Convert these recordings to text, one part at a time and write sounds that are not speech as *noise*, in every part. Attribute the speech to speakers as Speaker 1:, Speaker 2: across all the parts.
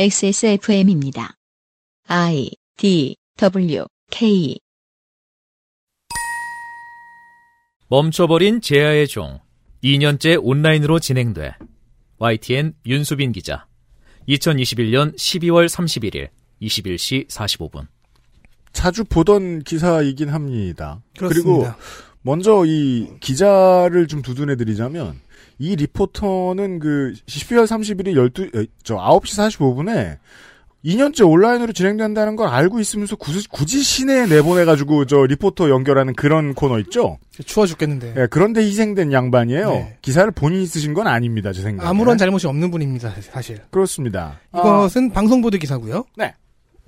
Speaker 1: XSFM입니다. I D W K
Speaker 2: 멈춰버린 제아의 종 2년째 온라인으로 진행돼 YTN 윤수빈 기자 2021년 12월 31일 21시 45분
Speaker 3: 자주 보던 기사이긴 합니다. 리고
Speaker 4: 그렇습니다.
Speaker 3: 먼저 이 기자를 좀 두둔해 드리자면 이 리포터는 그 12월 31일 12, 에, 저 9시 45분에 2년째 온라인으로 진행된다는 걸 알고 있으면서 굳이, 굳이 시내에 내보내가지고 저 리포터 연결하는 그런 코너 있죠?
Speaker 4: 추워 죽겠는데.
Speaker 3: 예, 그런데 희생된 양반이에요.
Speaker 4: 네.
Speaker 3: 기사를 본인이 쓰신 건 아닙니다, 제 생각에.
Speaker 4: 아무런 잘못이 없는 분입니다, 사실.
Speaker 3: 그렇습니다.
Speaker 4: 이것은 방송보도 기사고요.
Speaker 3: 아. 네.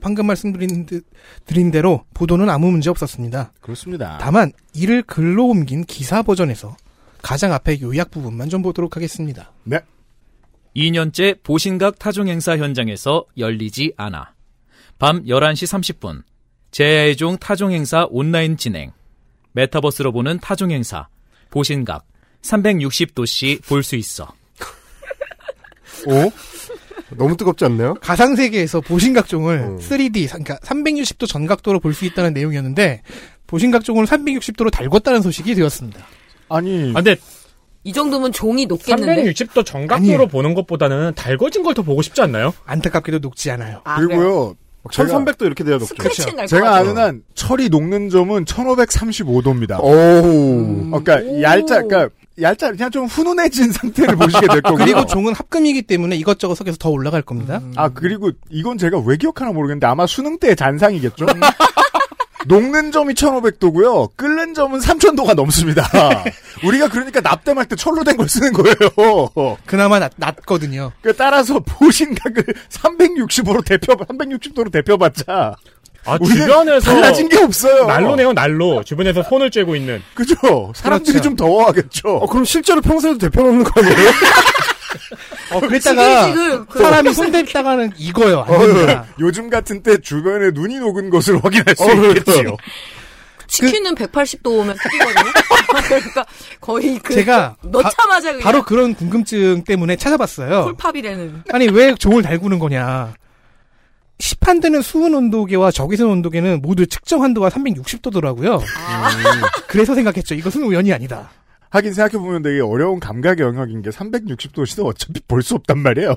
Speaker 4: 방금 말씀드린 듯- 드린 대로 보도는 아무 문제 없었습니다.
Speaker 3: 그렇습니다.
Speaker 4: 다만 이를 글로 옮긴 기사 버전에서 가장 앞에 요약 부분만 좀 보도록 하겠습니다.
Speaker 3: 네.
Speaker 2: 2년째 보신각 타종 행사 현장에서 열리지 않아. 밤 11시 30분 제야의 종 타종 행사 온라인 진행. 메타버스로 보는 타종 행사 보신각 360도씨 볼 수 있어.
Speaker 5: 오? 너무 뜨겁지 않나요?
Speaker 4: 가상 세계에서 보신각종을
Speaker 5: 음.
Speaker 4: 3D, 그러니까 360도 전각도로 볼 수 있다는 내용이었는데 보신각종을 360도로 달궜다는 소식이 되었습니다.
Speaker 3: 아니,
Speaker 6: 아, 근데
Speaker 7: 이 정도면 종이 녹겠는데.
Speaker 6: 360도 정각도로
Speaker 4: 아니에요.
Speaker 6: 보는 것보다는 달궈진 걸 더 보고 싶지 않나요?
Speaker 4: 안타깝게도 녹지 않아요.
Speaker 7: 아, 그래요?
Speaker 4: 네.
Speaker 3: 그리고요. 제가-
Speaker 5: 1300도 이렇게 돼야 높죠.
Speaker 7: 스크래치 날것
Speaker 3: 제가
Speaker 7: 같아요.
Speaker 3: 아는 한 철이 녹는 점은 1535도입니다.
Speaker 5: 오우.
Speaker 3: 어, 그러니까
Speaker 7: 오.
Speaker 3: 얄짤, 그러니까 얄짤 그냥 좀 훈훈해진 상태를 보시게 될 거고요. *laughs*
Speaker 4: 그리고 종은 합금이기 때문에 이것저것 섞여서 더 올라갈 겁니다.
Speaker 3: 아 그리고 이건 제가 왜 기억하나 모르겠는데 아마 수능 때
Speaker 7: 음.
Speaker 3: 잔상이겠죠. *laughs* 녹는 점이 1,500도고요. 끓는 점은 3,000도가
Speaker 6: *laughs*
Speaker 3: 넘습니다. 우리가 그러니까 납땜할 때 철로 된 걸 쓰는 거예요.
Speaker 4: 그나마 낫, 낫거든요.
Speaker 3: 그 따라서 보신각을 360으로 대표 360도로 대표받자
Speaker 6: 아,
Speaker 3: 우리는
Speaker 6: 주변에서
Speaker 3: 달라진 게 없어요.
Speaker 6: 난로네요, 난로. 주변에서 손을 쬐고 있는.
Speaker 3: 그죠? 사람들이
Speaker 4: 그렇죠.
Speaker 3: 좀 더워하겠죠.
Speaker 5: 어, 그럼 실제로 평소에도 대표놓는 거
Speaker 3: *laughs*
Speaker 5: 아니에요?
Speaker 4: 어, 그랬다가
Speaker 7: 지글지글 그-
Speaker 4: 사람이 손댈다가는 익어요. 안 됩니다.
Speaker 3: 네. 요즘 같은 때 주변에 눈이 녹은 것을 확인할 수
Speaker 5: 네. 어, 그렇죠.
Speaker 3: 있겠지요.
Speaker 7: 치킨은 180도 오면 튀거든요. *laughs* 그러니까 거의 그
Speaker 4: 제가
Speaker 7: 넣자마자 그냥
Speaker 4: 바로 그 그런 궁금증 때문에 찾아봤어요.
Speaker 7: 콜팝이라는.
Speaker 4: 아니 왜 종을 달구는 거냐. 시판되는 수은 온도계와 적외선 온도계는 모두 측정 한도가 360도더라고요.
Speaker 7: 아.
Speaker 4: 그래서 생각했죠. 이것은 우연이 아니다.
Speaker 3: 하긴 생각해보면 되게 어려운 감각의 영역인 게 360도시도 어차피 볼 수 없단 말이에요.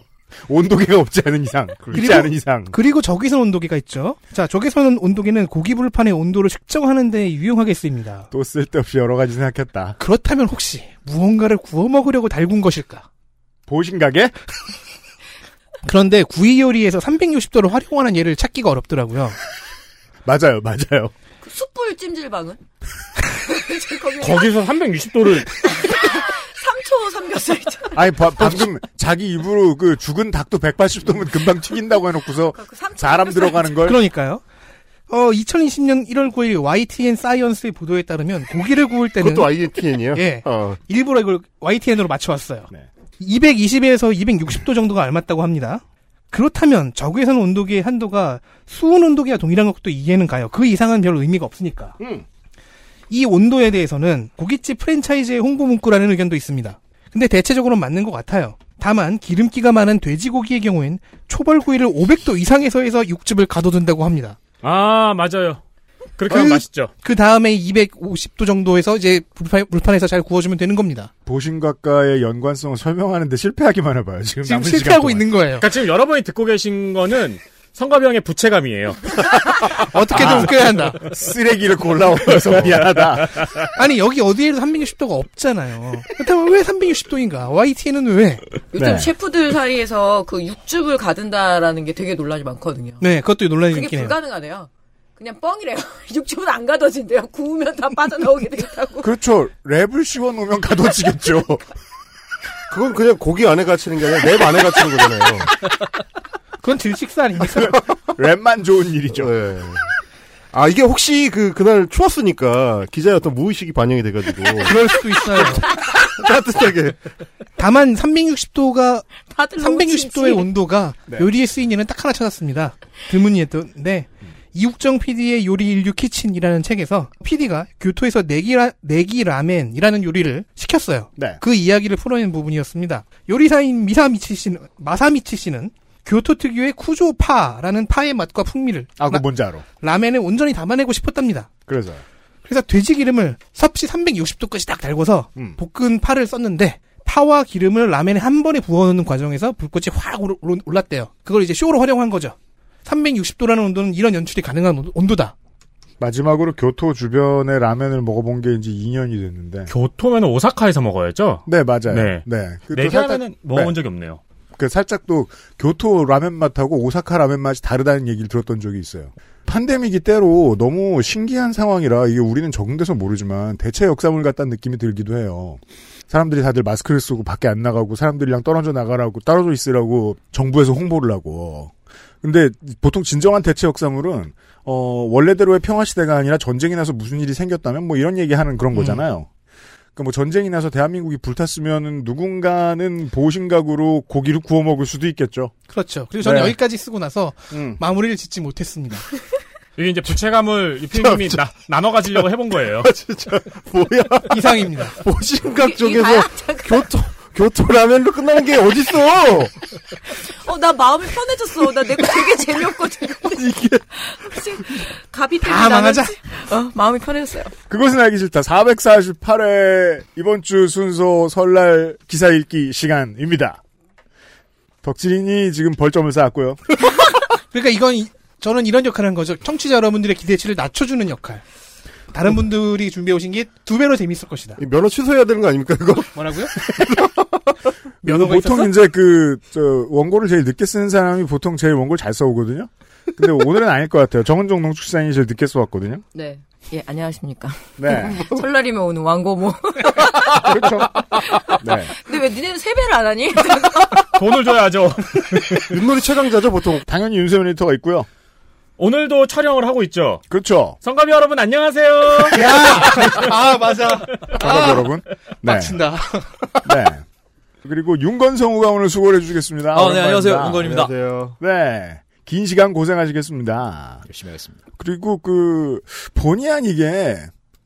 Speaker 3: 온도계가 없지 않은 이상. 있지
Speaker 4: 그리고-
Speaker 3: 않은 이상.
Speaker 4: 그리고 적외선 온도계가 있죠. 자, 적외선 온도계는 고기불판의 온도를 측정하는 데 유용하게 쓰입니다.
Speaker 3: 또 쓸데없이 여러 가지 생각했다.
Speaker 4: 그렇다면 혹시 무언가를 구워 먹으려고 달군 것일까?
Speaker 3: 보신각에?
Speaker 4: 그런데 구이 요리에서 360도를 활용하는 예를 찾기가 어렵더라고요.
Speaker 3: 맞아요, 맞아요.
Speaker 7: 그 숯불 찜질방은? *laughs* 거기
Speaker 6: 거기서 360도를
Speaker 7: 3초 삼겹살 있잖아.
Speaker 3: 아니, 바- 방금 자기 입으로 그 죽은 닭도 180도면 금방 튀긴다고 해놓고서
Speaker 7: 그 삼-
Speaker 3: 사람 들어가는 걸.
Speaker 4: 그러니까요. 어, 2020년 1월 9일 YTN 사이언스의 보도에 따르면 고기를 구울 때는
Speaker 5: 그것도 INTN이에요?
Speaker 4: 예.
Speaker 5: 어.
Speaker 4: 일부러 이걸 YTN으로 맞춰왔어요.
Speaker 3: 네.
Speaker 4: 220에서 260도 정도가 알맞다고 합니다. 그렇다면 적외선 온도계의 한도가 수온 온도계와 동일한 것도 이해는 가요. 그 이상은 별로 의미가 없으니까.
Speaker 3: 음.
Speaker 4: 이 온도에 대해서는 고깃집 프랜차이즈의 홍보 문구라는 의견도 있습니다. 근데 대체적으로는 맞는 것 같아요. 다만 기름기가 많은 돼지고기의 경우엔 초벌구이를 500도 이상에서 해서 육즙을 가둬둔다고 합니다.
Speaker 6: 아, 맞아요. 그렇게 하면
Speaker 4: 그-
Speaker 6: 맛있죠.
Speaker 4: 그 다음에 250도 정도에서 이제 불판, 불판에서 잘 구워주면 되는 겁니다.
Speaker 3: 보신각과의 연관성을 설명하는데 실패하기만 해봐요. 지금,
Speaker 4: 지금
Speaker 3: 남은
Speaker 4: 실패하고
Speaker 3: 시간 동안.
Speaker 4: 있는 거예요.
Speaker 6: 그러니까 지금 여러분이 듣고 계신 거는 성가병의 부채감이에요.
Speaker 4: 어떻게든 웃겨야 한다.
Speaker 3: 쓰레기를 골라오면서 미안하다.
Speaker 4: 아니 여기 어디에도 360도가 없잖아요. 그렇다면 왜 360도인가? YTN은 왜?
Speaker 7: 요즘
Speaker 3: 네.
Speaker 7: 셰프들 사이에서 그 육즙을 가든다라는 게 되게 논란이 많거든요.
Speaker 4: 네, 그것도 논란이
Speaker 7: 그게
Speaker 4: 있긴 해요.
Speaker 7: 불가능하대요. 그냥 뻥이래요. *laughs* 육즙은 안 가둬진대요. 구우면 다 빠져나오게 되겠다고.
Speaker 3: 그렇죠. 랩을 씌워놓으면 가둬지겠죠.
Speaker 5: 그건 그냥 고기 안에 갇히는 게 아니라 랩 안에 갇히는 거잖아요.
Speaker 4: 그건 질식사 아닙니까?
Speaker 3: 랩만 좋은 일이죠.
Speaker 5: 예. 아, 이게 혹시 그, 그날 추웠으니까 기자의 어떤 무의식이 반영이
Speaker 3: *laughs*
Speaker 5: 돼가지고
Speaker 4: 그럴 수도 있어요.
Speaker 5: 따뜻하게.
Speaker 4: 다만 360도가
Speaker 7: 다들 너무
Speaker 4: 360도의
Speaker 7: 진지해.
Speaker 4: 온도가
Speaker 3: 네.
Speaker 4: 요리에 쓰인 예는 딱 하나 찾았습니다. 드문이었던데 이국정 PD의 요리 인류 키친이라는 책에서 PD가 교토에서 내기라, 내기 라멘이라는 요리를 시켰어요.
Speaker 3: 네.
Speaker 4: 그 이야기를 풀어낸 부분이었습니다. 요리사인 미사미치 씨는 마사미치 씨는 교토 특유의 쿠조파라는 파의 맛과 풍미를
Speaker 3: 아, 그거
Speaker 4: 라,
Speaker 3: 뭔지 알아.
Speaker 4: 라멘에 온전히 담아내고 싶었답니다.
Speaker 3: 그래서.
Speaker 4: 그래서 돼지 기름을 섭씨 360도까지 딱 달궈서
Speaker 3: 음.
Speaker 4: 볶은 파를 썼는데 파와 기름을 라멘에 한 번에 부어넣는 과정에서 불꽃이 확 오르- 오르- 올랐대요. 그걸 이제 쇼로 활용한 거죠. 360도라는 온도는 이런 연출이 가능한 온- 온도다.
Speaker 3: 마지막으로 교토 주변의 라면을 먹어본 게 이제 2년이 됐는데.
Speaker 6: 교토면 오사카에서 먹어야죠.
Speaker 3: 네, 맞아요. 네.
Speaker 6: 네.
Speaker 3: 그, 또
Speaker 6: 내게
Speaker 3: 살짝,
Speaker 6: 하면은 먹어본 적이 없네요.
Speaker 3: 그 살짝 또 교토 라면 맛하고 오사카 라면 맛이 다르다는 얘기를 들었던 적이 있어요. 팬데믹이 때로 너무 신기한 상황이라 이게 우리는 적응돼서 모르지만 대체 역사물 같다는 느낌이 들기도 해요. 사람들이 다들 마스크를 쓰고 밖에 안 나가고 사람들이랑 떨어져 나가라고 떨어져 있으라고 정부에서 홍보를 하고 근데 보통 진정한 대체 역사물은 어 원래대로의 평화 시대가 아니라 전쟁이 나서 무슨 일이 생겼다면 뭐 이런 얘기하는 그런 거잖아요. 그러니까 뭐 전쟁이 나서 대한민국이 불탔으면 누군가는 보신각으로 고기를 구워 먹을 수도 있겠죠.
Speaker 4: 그렇죠. 그리고 저는
Speaker 3: 네. 음.
Speaker 4: 여기까지 쓰고 나서 마무리를 짓지 못했습니다.
Speaker 6: 이게 이제 부채감을 유필님이 나- 나눠 가지려고 해본 거예요.
Speaker 5: *laughs*
Speaker 3: *laughs*
Speaker 5: 뭐야
Speaker 4: 이상입니다.
Speaker 5: 보신각
Speaker 7: 이게
Speaker 5: 쪽에서
Speaker 7: 다야?
Speaker 5: 교토 교토 라면으로 끝나는 게 어딨어?
Speaker 7: 어, 나 마음이 편해졌어. 나 내 거 되게 재미없거든.
Speaker 5: 이게
Speaker 7: 혹시 가비 때문에
Speaker 4: 다
Speaker 7: 나는-
Speaker 4: 망하자.
Speaker 7: 어, 마음이 편해졌어요.
Speaker 3: 그것은 알기 싫다. 448회 이번 주 순서 설날 기사 읽기 시간입니다. 덕질인이 지금 벌점을 쌓았고요.
Speaker 4: 그러니까 이건 이- 저는 이런 역할을 한 거죠. 청취자 여러분들의 기대치를 낮춰주는 역할. 다른 분들이 준비해 오신 게 두 배로 재밌을 것이다.
Speaker 5: 면허 취소해야 되는 거 아닙니까 그거?
Speaker 3: *laughs*
Speaker 4: 뭐라고요?
Speaker 3: 보통 이제 그, 저, 원고를 제일 늦게 쓰는 사람이 보통 제일 원고를 잘 써오거든요? 근데 오늘은 아닐 것 같아요. 정은정 농축산이 제일 늦게 써왔거든요?
Speaker 7: 네. 예, 안녕하십니까.
Speaker 3: 네.
Speaker 7: *laughs* 설날이면 오는 왕고모. 뭐.
Speaker 3: 그렇죠. 네.
Speaker 7: 근데 왜 니네는 세배를 안 하니?
Speaker 6: 돈을 줘야죠.
Speaker 5: 윷놀이 최강자죠 보통.
Speaker 3: 당연히 윤세민 리터가 있고요.
Speaker 6: 오늘도 촬영을 하고 있죠.
Speaker 3: 그렇죠.
Speaker 6: 성가비 여러분 안녕하세요.
Speaker 4: 아 맞아.
Speaker 3: 반갑 여러분. 네.
Speaker 4: 친다.
Speaker 3: 네. 그리고 윤건성우가 오늘 수고를 해주시겠습니다.
Speaker 2: 아, 네,
Speaker 3: 오랜만입니다.
Speaker 2: 안녕하세요. 은건입니다.
Speaker 5: 안녕하세요.
Speaker 3: 네. 긴 시간 고생하시겠습니다.
Speaker 2: 열심히 하겠습니다.
Speaker 3: 그리고 그 본의 아니게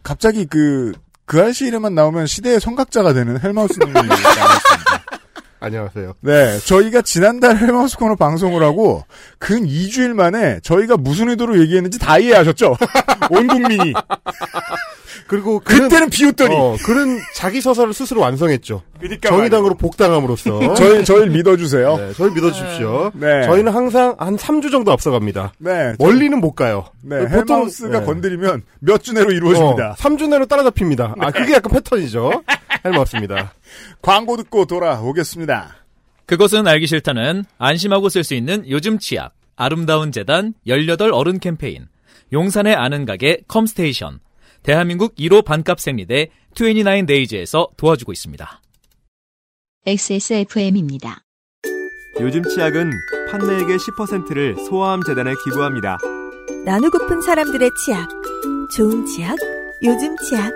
Speaker 3: 갑자기 그 그 아저씨 이름만 나오면 시대의 성각자가 되는 헬마우스 *laughs* 님이 나왔습니다.
Speaker 5: 아. 안녕하세요.
Speaker 3: 네, 저희가 지난달 헬마우스 코너 방송을 하고 근 2주일 만에 저희가 무슨 의도로 얘기했는지 다 이해하셨죠? *laughs* 온 국민이
Speaker 5: 그리고 그는-
Speaker 3: 그때는 비웃더니
Speaker 5: 어, 그는 자기 서사를 스스로 완성했죠.
Speaker 3: 그러니까
Speaker 5: 정의당으로 복당함으로써.
Speaker 3: 말이에요. *laughs* 저희 저희를 믿어주세요.
Speaker 5: 네, 저희 믿어주십시오.
Speaker 3: 네.
Speaker 5: 저희는 항상 한 3주 정도 앞서갑니다.
Speaker 3: 네,
Speaker 5: 멀리는 못 가요.
Speaker 3: 네, 헬마우스가
Speaker 5: 네.
Speaker 3: 건드리면 몇 주 내로 이루어집니다. 네.
Speaker 5: 어, 3주 내로 따라잡힙니다. 아, 그게 약간 패턴이죠. 헬마우스입니다.
Speaker 3: 광고 듣고 돌아오겠습니다.
Speaker 2: 그것은 알기 싫다는 안심하고 쓸 수 있는 요즘 치약, 아름다운 재단 18 어른 캠페인, 용산의 아는 가게 컴스테이션, 대한민국 1호 반값 생리대 29데이즈에서 도와주고 있습니다.
Speaker 1: XSFM입니다.
Speaker 8: 요즘 치약은 판매액의 10%를 소아암 재단에 기부합니다.
Speaker 9: 나누고픈 사람들의 치약. 좋은 치약, 요즘 치약.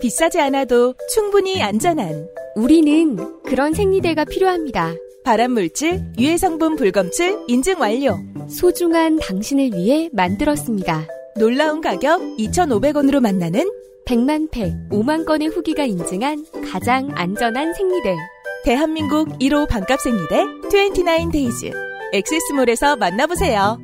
Speaker 9: 비싸지 않아도 충분히 안전한
Speaker 10: 우리는 그런 생리대가 필요합니다.
Speaker 9: 발암물질, 유해성분 불검출 인증 완료.
Speaker 10: 소중한 당신을 위해 만들었습니다.
Speaker 9: 놀라운 가격 2,500원으로 만나는
Speaker 10: 100만 팩, 5만 건의 후기가 인증한 가장 안전한 생리대.
Speaker 9: 대한민국 1호 반값 생리대 29데이즈. 엑세스몰에서 만나보세요.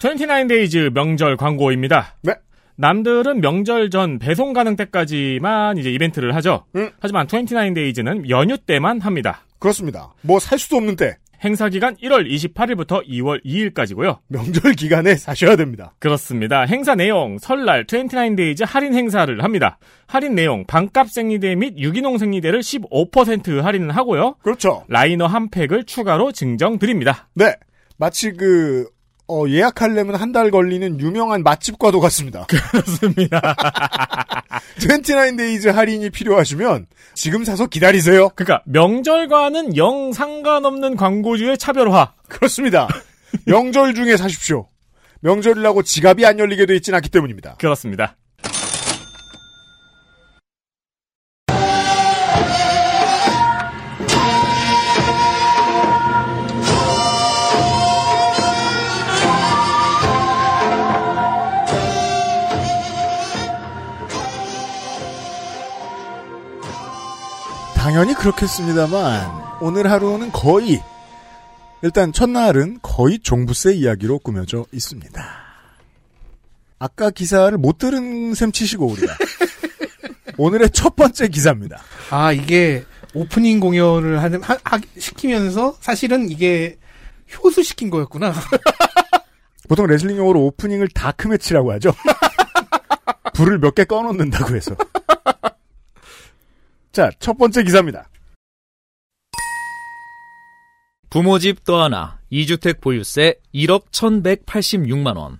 Speaker 6: 29데이즈 명절 광고입니다.
Speaker 3: 네.
Speaker 6: 남들은 명절 전 배송 가능 때까지만 이제 이벤트를 하죠.
Speaker 3: 음.
Speaker 6: 하지만 29데이즈는 연휴 때만 합니다.
Speaker 3: 그렇습니다. 뭐 살 수도 없는 때
Speaker 6: 행사 기간 1월 28일부터 2월 2일까지고요.
Speaker 3: 명절 기간에 사셔야 됩니다.
Speaker 6: 그렇습니다. 행사 내용 설날 29데이즈 할인 행사를 합니다. 할인 내용 반값 생리대 및 유기농 생리대를 15% 할인을 하고요.
Speaker 3: 그렇죠.
Speaker 6: 라이너 한 팩을 추가로 증정 드립니다.
Speaker 3: 네. 마치 그 어, 예약하려면 한 달 걸리는 유명한 맛집과도 같습니다. *laughs*
Speaker 6: 그렇습니다.
Speaker 3: 29데이즈 할인이 필요하시면 지금 사서 기다리세요.
Speaker 6: 그러니까 명절과는 영 상관없는 광고주의 차별화. *laughs*
Speaker 3: 그렇습니다. 명절 중에 사십시오. 명절이라고 지갑이 안 열리게 돼 있진 않기 때문입니다.
Speaker 6: 그렇습니다.
Speaker 3: 당연히 그렇겠습니다만 오늘 하루는 거의 일단 첫날은 거의 종부세 이야기로 꾸며져 있습니다. 아까 기사를 못 들은 셈 치시고 우리가 오늘의 첫 번째 기사입니다.
Speaker 4: 아 이게 오프닝 공연을 하는 하, 하- 시키면서 사실은 이게 효수 시킨 거였구나.
Speaker 3: 보통 레슬링 용어로 오프닝을 다크매치라고 하죠. 불을 몇 개 꺼놓는다고 해서. 자, 첫 번째 기사입니다.
Speaker 2: 부모 집 또 하나 2주택 보유세 1억 1186만 원.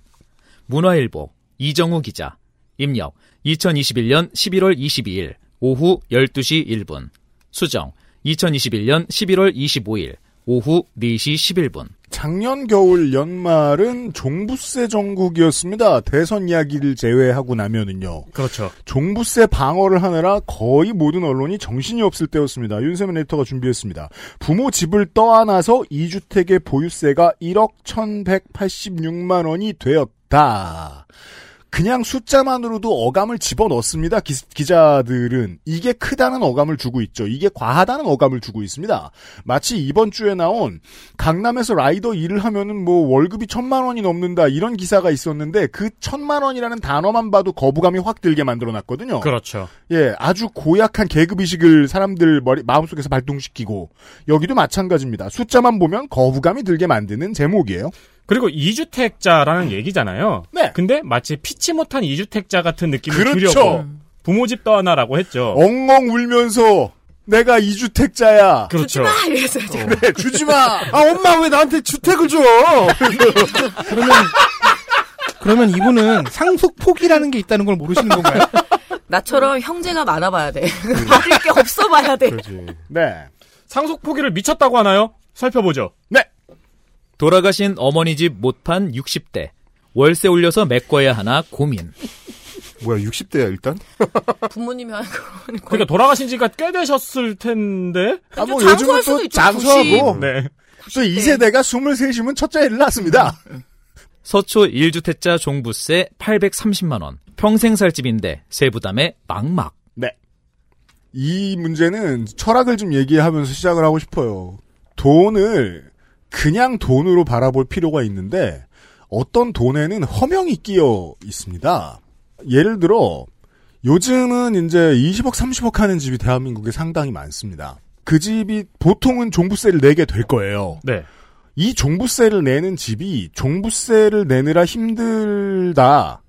Speaker 2: 문화일보 이정우 기자. 입력 2021년 11월 22일 오후 12시 1분. 수정 2021년 11월 25일 오후 4시 11분.
Speaker 3: 작년 겨울 연말은 종부세 전국이었습니다. 대선 이야기를 제외하고 나면은요.
Speaker 4: 그렇죠.
Speaker 3: 종부세 방어를 하느라 거의 모든 언론이 정신이 없을 때였습니다. 윤세민 에디터가 준비했습니다. 부모 집을 떠안아서 2주택의 보유세가 1억 1186만 원이 되었다. 그냥 숫자만으로도 어감을 집어넣습니다. 기, 기자들은 이게 크다는 어감을 주고 있죠. 이게 과하다는 어감을 주고 있습니다. 마치 이번 주에 나온 강남에서 라이더 일을 하면은 뭐 월급이 천만 원이 넘는다 이런 기사가 있었는데 그 천만 원이라는 단어만 봐도 거부감이 확 들게 만들어 놨거든요.
Speaker 6: 그렇죠.
Speaker 3: 예, 아주 고약한 계급 의식을 사람들 머리 마음속에서 발동시키고 여기도 마찬가지입니다. 숫자만 보면 거부감이 들게 만드는 제목이에요.
Speaker 6: 그리고 2주택자라는 얘기잖아요.
Speaker 3: 네.
Speaker 6: 근데 마치 피치 못한 2주택자 같은 느낌을
Speaker 3: 그렇죠.
Speaker 6: 주려고 부모 집 떠나라고 했죠.
Speaker 3: 엉엉 울면서 내가 이주택자야.
Speaker 6: 그렇죠.
Speaker 7: *laughs* 아, 이래서 제가
Speaker 3: 네, 주지 마.
Speaker 5: 아 엄마 왜 나한테 주택을 줘?
Speaker 4: 그러면 그러면 이분은 상속 포기라는 게 있다는 걸 모르시는 *laughs* 건가요?
Speaker 7: 나처럼 형제가 많아봐야 돼. *laughs* 받을 게 없어봐야 돼.
Speaker 5: 그렇지.
Speaker 3: 네.
Speaker 6: 상속 포기를 미쳤다고 하나요? 살펴보죠.
Speaker 2: 돌아가신 어머니 집 못판 60대. 월세 올려서 메꿔야 하나 고민.
Speaker 5: 뭐야 60대야 일단?
Speaker 7: 부모님이 하는 거는 거의
Speaker 6: 그러니까 돌아가신 지가 꽤 되셨을 텐데.
Speaker 3: 아, 뭐
Speaker 7: 장수할
Speaker 3: 요즘은
Speaker 7: 수도
Speaker 3: 또
Speaker 7: 있죠,
Speaker 3: 장수하고
Speaker 6: 네.
Speaker 3: 또 2세대가 23이면 첫째 애를 낳습니다.
Speaker 2: 서초 1주택자 종부세 830만 원. 평생 살 집인데 세부담에 막막.
Speaker 3: 이 문제는 철학을 좀 얘기하면서 시작을 하고 싶어요. 돈을 그냥 돈으로 바라볼 필요가 있는데 어떤 돈에는 허명이 끼어 있습니다. 예를 들어 요즘은 이제 20억, 30억 하는 집이 대한민국에 상당히 많습니다. 그 집이 보통은 종부세를 내게 될 거예요.
Speaker 6: 네.
Speaker 3: 이 종부세를 내는 집이 종부세를 내느라 힘들다.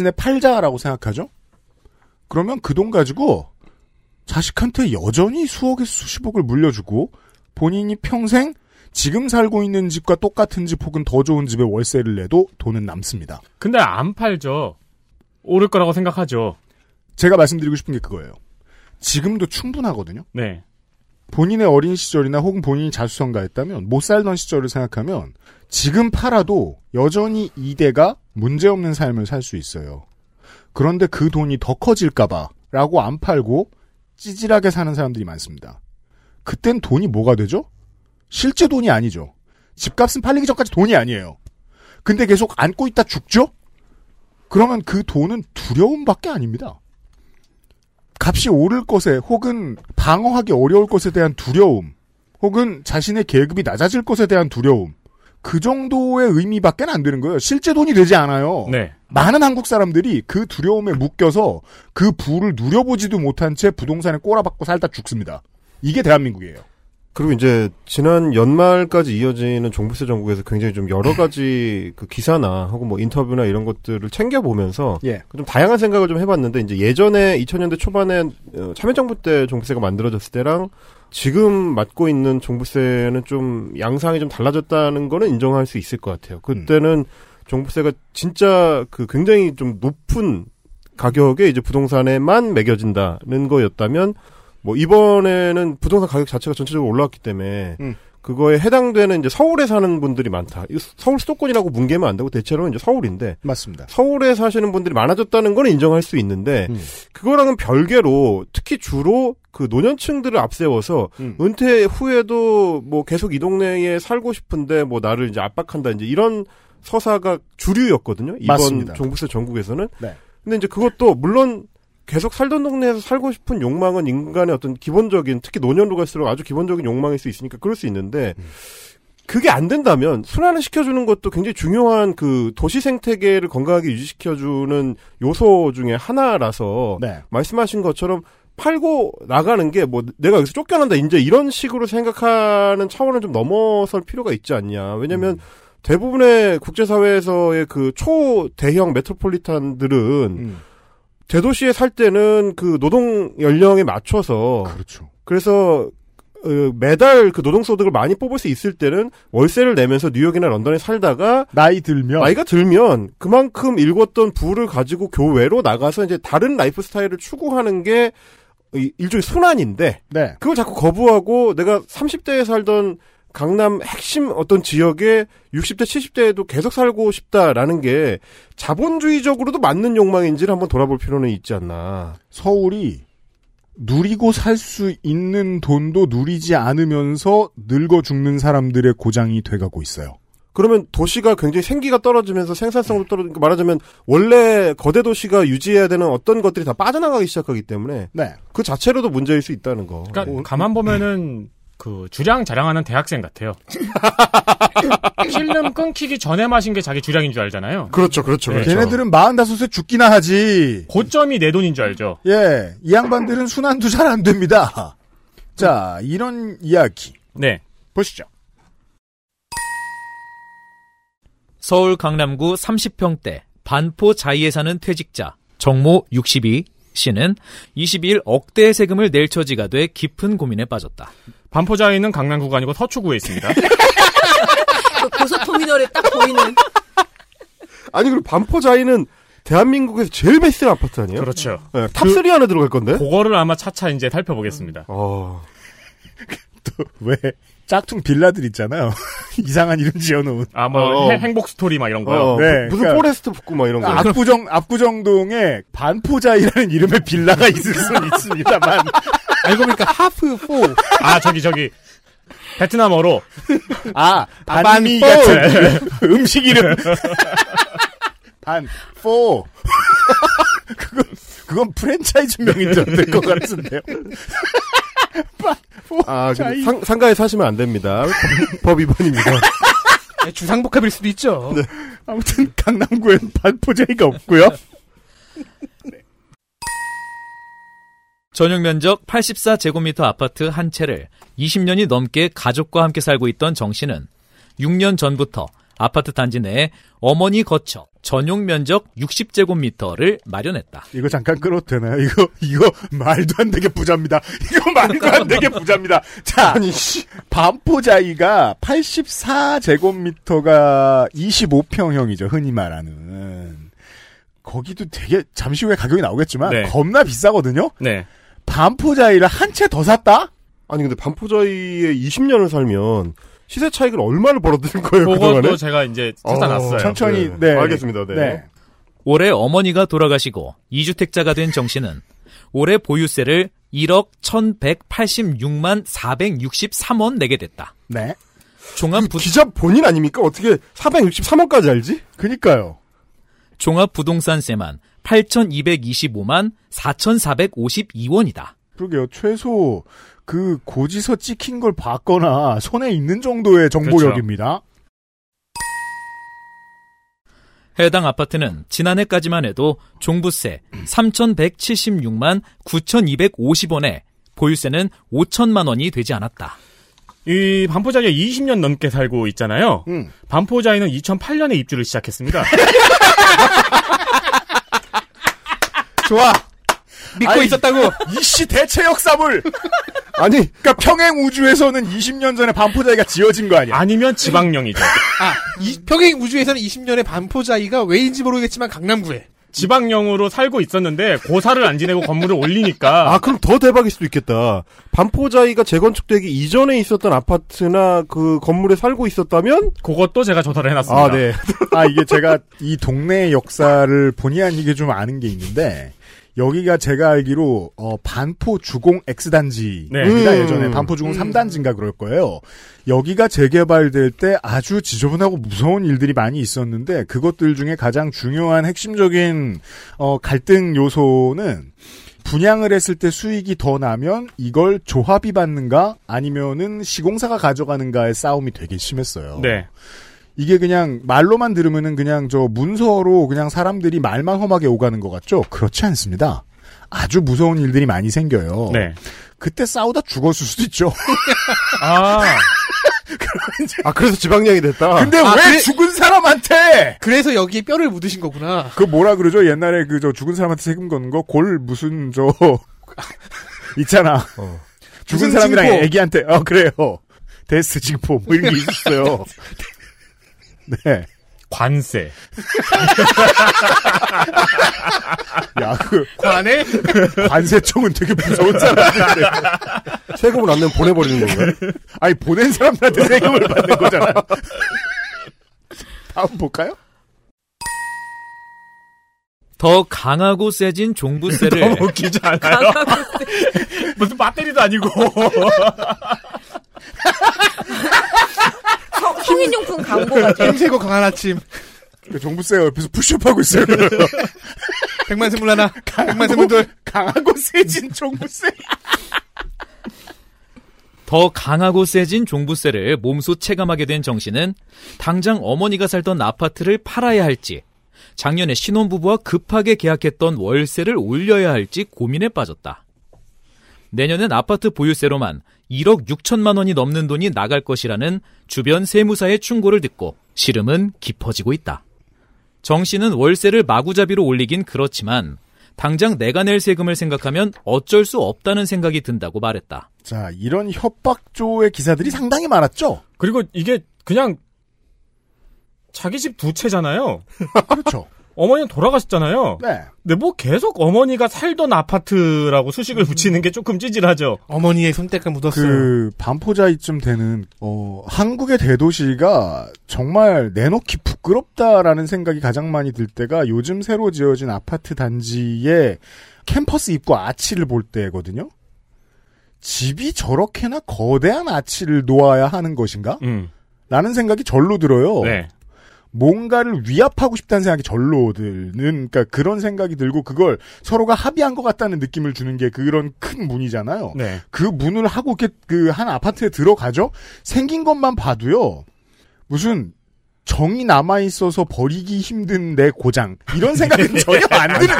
Speaker 3: 대신에 팔자라고 생각하죠? 그러면 그 돈 가지고 자식한테 여전히 수억에서 수십억을 물려주고 본인이 평생 지금 살고 있는 집과 똑같은 집 혹은 더 좋은 집에 월세를 내도 돈은 남습니다.
Speaker 6: 근데 안 팔죠. 오를 거라고 생각하죠.
Speaker 3: 제가 말씀드리고 싶은 게 그거예요. 지금도 충분하거든요?
Speaker 6: 네.
Speaker 3: 본인의 어린 시절이나 혹은 본인이 자수성가했다면 못 살던 시절을 생각하면 지금 팔아도 여전히 이대가 문제없는 삶을 살 수 있어요. 그런데 그 돈이 더 커질까봐 라고 안 팔고 찌질하게 사는 사람들이 많습니다. 그땐 돈이 뭐가 되죠? 실제 돈이 아니죠. 집값은 팔리기 전까지 돈이 아니에요. 근데 계속 안고 있다 죽죠? 그러면 그 돈은 두려움밖에 아닙니다. 값이 오를 것에 혹은 방어하기 어려울 것에 대한 두려움 혹은 자신의 계급이 낮아질 것에 대한 두려움 그 정도의 의미밖에 안 되는 거예요. 실제 돈이 되지 않아요.
Speaker 6: 네.
Speaker 3: 많은 한국 사람들이 그 두려움에 묶여서 그 부를 누려보지도 못한 채 부동산에 꼬라박고 살다 죽습니다. 이게 대한민국이에요.
Speaker 5: 그리고 이제 지난 연말까지 이어지는 종부세 전국에서 굉장히 좀 여러 가지 그 기사나 혹은 뭐 인터뷰나 이런 것들을 챙겨 보면서 그
Speaker 3: 예.
Speaker 5: 좀 다양한 생각을 좀 해봤는데 이제 예전에 2000년대 초반에 어, 참여정부 때 종부세가 만들어졌을 때랑 지금 맡고 있는 종부세는 좀 양상이 좀 달라졌다는 거는 인정할 수 있을 것 같아요. 그때는 종부세가 진짜 그 굉장히 좀 높은 가격에 이제 부동산에만 매겨진다는 거였다면 뭐 이번에는 부동산 가격 자체가 전체적으로 올라왔기 때문에
Speaker 3: 음.
Speaker 5: 그거에 해당되는 이제 서울에 사는 분들이 많다. 이거 서울 수도권이라고 뭉개면 안 되고 대체로 이제 서울인데
Speaker 3: 맞습니다.
Speaker 5: 서울에 사시는 분들이 많아졌다는 건 인정할 수 있는데
Speaker 3: 음.
Speaker 5: 그거랑은 별개로 특히 주로 그 노년층들을 앞세워서
Speaker 3: 음.
Speaker 5: 은퇴 후에도 뭐 계속 이 동네에 살고 싶은데 뭐 나를 이제 압박한다 이제 이런 서사가 주류였거든요. 이번
Speaker 3: 맞습니다.
Speaker 5: 종부세 전국에서는.
Speaker 3: 네.
Speaker 5: 근데 이제 그것도 물론 계속 살던 동네에서 살고 싶은 욕망은 인간의 어떤 기본적인 특히 노년으로 갈수록 아주 기본적인 욕망일 수 있으니까 그럴 수 있는데
Speaker 3: 음.
Speaker 5: 그게 안 된다면 순환을 시켜주는 것도 굉장히 중요한 그 도시 생태계를 건강하게 유지시켜주는 요소 중에 하나라서
Speaker 3: 네.
Speaker 5: 말씀하신 것처럼 팔고 나가는 게 뭐 내가 여기서 쫓겨난다 이제 이런 식으로 생각하는 차원을 좀 넘어설 필요가 있지 않냐 왜냐면
Speaker 3: 음.
Speaker 5: 대부분의 국제사회에서의 그 초대형 메트로폴리탄들은
Speaker 3: 음.
Speaker 5: 대도시에 살 때는 그 노동 연령에 맞춰서
Speaker 3: 그렇죠.
Speaker 5: 그래서 어, 매달 그 노동 소득을 많이 뽑을 수 있을 때는 월세를 내면서 뉴욕이나 런던에 살다가
Speaker 3: 나이
Speaker 6: 어.
Speaker 3: 들면
Speaker 5: 나이가 들면 그만큼 일궜던 부를 가지고 교외로 나가서 이제 다른 라이프 스타일을 추구하는 게 이- 일종의 순환인데
Speaker 3: 네.
Speaker 5: 그걸 자꾸 거부하고 내가 30대에 살던 강남 핵심 어떤 지역에 60대, 70대에도 계속 살고 싶다라는 게 자본주의적으로도 맞는 욕망인지를 한번 돌아볼 필요는 있지 않나.
Speaker 3: 서울이 누리고 살 수 있는 돈도 누리지 않으면서 늙어 죽는 사람들의 고장이 돼가고 있어요.
Speaker 5: 그러면 도시가 굉장히 생기가 떨어지면서 생산성도 떨어지니까 그러니까 말하자면 원래 거대 도시가 유지해야 되는 어떤 것들이 다 빠져나가기 시작하기 때문에
Speaker 3: 네.
Speaker 5: 그 자체로도 문제일 수 있다는 거. 뭐
Speaker 6: 그러니까 가만 보면은 그 주량 자랑하는 대학생 *laughs* 같아요. 필름 끊기기 전에 마신 게 자기 주량인 줄 알잖아요.
Speaker 5: 그렇죠, 그렇죠,
Speaker 6: 네.
Speaker 3: 걔네들은 마흔다섯에 죽기나 하지.
Speaker 6: 고점이 내 돈인 줄 알죠.
Speaker 3: 예. 이 양반들은 순환도 잘 안 됩니다. 자, 이런 이야기.
Speaker 6: 네.
Speaker 3: 보시죠.
Speaker 2: 서울 강남구 30평대 반포 자이에 사는 퇴직자 정모 62 씨는 22일 억대의 세금을 낼 처지가 돼 깊은 고민에 빠졌다.
Speaker 6: 반포자에 있는 강남구가 아니고 서초구에 있습니다.
Speaker 7: 그 고속터미널에 딱 *laughs* 보이는.
Speaker 5: 아니 그리고 반포자이는 대한민국에서 제일 베스트 아파트 아니에요?
Speaker 6: 그렇죠.
Speaker 5: 네, 탑3 안에 들어갈 건데.
Speaker 6: 그거를 아마 차차 이제 살펴보겠습니다.
Speaker 5: 어.
Speaker 3: 왜 짝퉁 빌라들 있잖아요. *laughs* 이상한 이름 지어놓은.
Speaker 6: 아뭐
Speaker 5: 어.
Speaker 6: 행복 스토리 막 이런 거요.
Speaker 5: 어,
Speaker 3: 네,
Speaker 5: 무슨
Speaker 3: 그러니까-
Speaker 5: 포레스트 북구 막 이런 거. 아,
Speaker 3: 압구정 압구정동에 반포자이라는 이름의 빌라가 있을 수는 있습니다만
Speaker 4: 알고 보니까 하프 포
Speaker 6: 아 저기 저기 베트남어로
Speaker 3: 아
Speaker 4: 아,
Speaker 3: 반미
Speaker 4: 반포.
Speaker 3: 같은
Speaker 5: *laughs*
Speaker 3: 음식 이름 반포 *laughs* 그건 그건 프랜차이즈 명이 들어갈 것 같은데요. 반포
Speaker 5: 아, 근데 상, 상가에 사시면 안 됩니다.
Speaker 3: *laughs*
Speaker 5: 법 위반입니다.
Speaker 4: 주상복합일 수도 있죠.
Speaker 3: 아무튼 강남구엔 반포자이가 없고요.
Speaker 2: 전용 면적 84제곱미터 아파트 한 채를 20년이 넘게 가족과 함께 살고 있던 정 씨는 6년 전부터 아파트 단지 내에 어머니 거처 전용 면적 60제곱미터를 마련했다.
Speaker 3: 이거 잠깐 끌어도 되나요? 이거 이거 말도 안 되게 부자입니다. 이거 말도 안 되게 부자입니다. 자, 아니 반포자이가 84제곱미터가 25평형이죠. 흔히 말하는. 거기도 되게 잠시 후에 가격이 나오겠지만
Speaker 6: 네.
Speaker 3: 겁나 비싸거든요.
Speaker 6: 네.
Speaker 3: 반포자이를 한 채 더 샀다?
Speaker 5: 아니, 근데 반포자이에 20년을 살면 시세 차익을 얼마를 벌어들인 거예요, 그동안에?
Speaker 6: 그것도 제가 이제 찾아놨어요.
Speaker 3: 천천히
Speaker 5: 네.
Speaker 3: 네.
Speaker 5: 알겠습니다, 네.
Speaker 2: 올해 어머니가 돌아가시고 2주택자가 된 정씨는 올해 보유세를 1억 1186만 463원 내게 됐다.
Speaker 3: 네.
Speaker 2: 종합부,
Speaker 5: 기자 본인 아닙니까? 어떻게 463원까지 알지?
Speaker 3: 그니까요.
Speaker 2: 종합부동산세만 8,225만 4,452원이다.
Speaker 3: 그러게요. 최소 그 고지서 찍힌 걸 봤거나 손에 있는 정도의 정보력입니다.
Speaker 2: 해당 아파트는 지난해까지만 해도 종부세 3,176만 9,250원에 보유세는 5천만 원이 되지 않았다.
Speaker 6: 그, 이 반포자에 20년 넘게 살고 있잖아요.
Speaker 3: 음.
Speaker 6: 반포자에는 2008년에 입주를
Speaker 5: *laughs*
Speaker 6: 시작했습니다.
Speaker 3: 좋아.
Speaker 4: 믿고
Speaker 3: 아이,
Speaker 4: 있었다고.
Speaker 3: 이씨 대체 역사물.
Speaker 5: 아니,
Speaker 3: 그러니까 평행 우주에서는 20년 전에 반포자이가 지어진
Speaker 5: 예.
Speaker 3: 거 아니야?
Speaker 6: 아니면 지방령이죠.
Speaker 4: 아, 이, 평행 우주에서는 20년의 반포자이가 왜인지 모르겠지만 강남구에.
Speaker 6: 지방령으로 살고 있었는데 고사를 안 지내고 건물을 올리니까
Speaker 5: *laughs* 아, 그럼 더 대박일 수도 있겠다. 반포자이가 재건축되기 이전에 있었던 아파트나 그 건물에 살고 있었다면?
Speaker 6: 그것도 제가 조사를 해놨습니다.
Speaker 5: 아, 네.
Speaker 3: 아 이게 제가 이 동네의 역사를 본의 아니게 좀 아는 게 있는데 여기가 제가 알기로 어, 반포 주공 X 단지입니다.
Speaker 6: 네.
Speaker 5: 음.
Speaker 3: 예전에 반포 주공
Speaker 5: 음.
Speaker 3: 3 단지인가 그럴 거예요. 여기가 재개발될 때 아주 지저분하고 무서운 일들이 많이 있었는데 그것들 중에 가장 중요한 핵심적인 어, 갈등 요소는 분양을 했을 때 수익이 더 나면 이걸 조합이 받는가 아니면은 시공사가 가져가는가의 싸움이 되게 심했어요.
Speaker 6: 네.
Speaker 3: 이게 그냥 말로만 들으면은 그냥 저 문서로 그냥 사람들이 말만 험하게 오가는 것 같죠? 그렇지 않습니다. 아주 무서운 일들이 많이 생겨요.
Speaker 6: 네.
Speaker 3: 그때 싸우다 죽었을 수도 있죠.
Speaker 6: 아,
Speaker 5: 아 그래서 지방령이 됐다.
Speaker 3: 근데 왜 죽은 사람한테!
Speaker 4: 그래서 여기에 뼈를 묻으신 *laughs* 거구나.
Speaker 3: 그 뭐라 그러죠? 옛날에 그 저 죽은 사람한테 세금 거는 거? 골 무슨 저, *laughs* 있잖아.
Speaker 5: 어.
Speaker 3: 죽은
Speaker 4: 무슨
Speaker 3: 사람이랑
Speaker 4: 징포.
Speaker 3: 애기한테, 어, 그래요. 데스 징포, 뭐 이런 게 있었어요. 네.
Speaker 6: 관세.
Speaker 3: 야, 그,
Speaker 4: 관에
Speaker 3: 관세청은 되게 무서운 사람인데.
Speaker 5: 세금을 안 내면 보내버리는 건가요?
Speaker 3: 아니 보낸 사람한테 세금을 받는 거잖아. 다음 볼까요?
Speaker 2: 더 강하고 세진
Speaker 6: *laughs*
Speaker 2: 종부세를
Speaker 6: 너무 웃기지 않아요? 무슨 배터리도 아니고.
Speaker 7: 성- 성인용품 광고 같아.
Speaker 4: 힘세고 강한 아침.
Speaker 3: 그 종부세가 옆에서 푸시업하고 있어요.
Speaker 4: 백만 스물 하나. 백만 스물 둘.
Speaker 3: 강하고 세진 종부세.
Speaker 2: 더 강하고 세진 종부세를 몸소 체감하게 된 정씨는 당장 어머니가 살던 아파트를 팔아야 할지, 작년에 신혼부부와 급하게 계약했던 월세를 올려야 할지 고민에 빠졌다. 내년엔 아파트 보유세로만 1억 6천만 원이 넘는 돈이 나갈 것이라는 주변 세무사의 충고를 듣고 시름은 깊어지고 있다. 정씨는 월세를 마구잡이로 올리긴 그렇지만 당장 내가 낼 세금을 생각하면 어쩔 수 없다는 생각이 든다고 말했다.
Speaker 3: 자 이런 협박조의 기사들이 상당히 많았죠.
Speaker 6: 그리고 이게 그냥 자기 집 두 채잖아요.
Speaker 3: 그렇죠.
Speaker 6: 어머니는 돌아가셨잖아요.
Speaker 3: 네.
Speaker 6: 근데 뭐 계속 어머니가 살던 아파트라고 수식을 붙이는 게 조금 찌질하죠.
Speaker 4: 어머니의 손때가 묻었어요.
Speaker 3: 그 반포자이쯤 되는 어, 한국의 대도시가 정말 내놓기 부끄럽다라는 생각이 가장 많이 들 때가 요즘 새로 지어진 아파트 단지의 캠퍼스 입구 아치를 볼 때거든요. 집이 저렇게나 거대한 아치를 놓아야 하는 것인가?
Speaker 6: 음.
Speaker 3: 라는 생각이 절로 들어요.
Speaker 6: 네.
Speaker 3: 뭔가를 위압하고 싶다는 생각이 절로 드는 그러니까 그런 생각이 들고 그걸 서로가 합의한 것 같다는 느낌을 주는 게 그런 큰 문이잖아요.
Speaker 6: 네.
Speaker 3: 그 문을 하고 이렇게 그 한 아파트에 들어가죠. 생긴 것만 봐도요. 무슨 정이 남아 있어서 버리기 힘든 내 고장 이런 생각은 전혀 안 드는.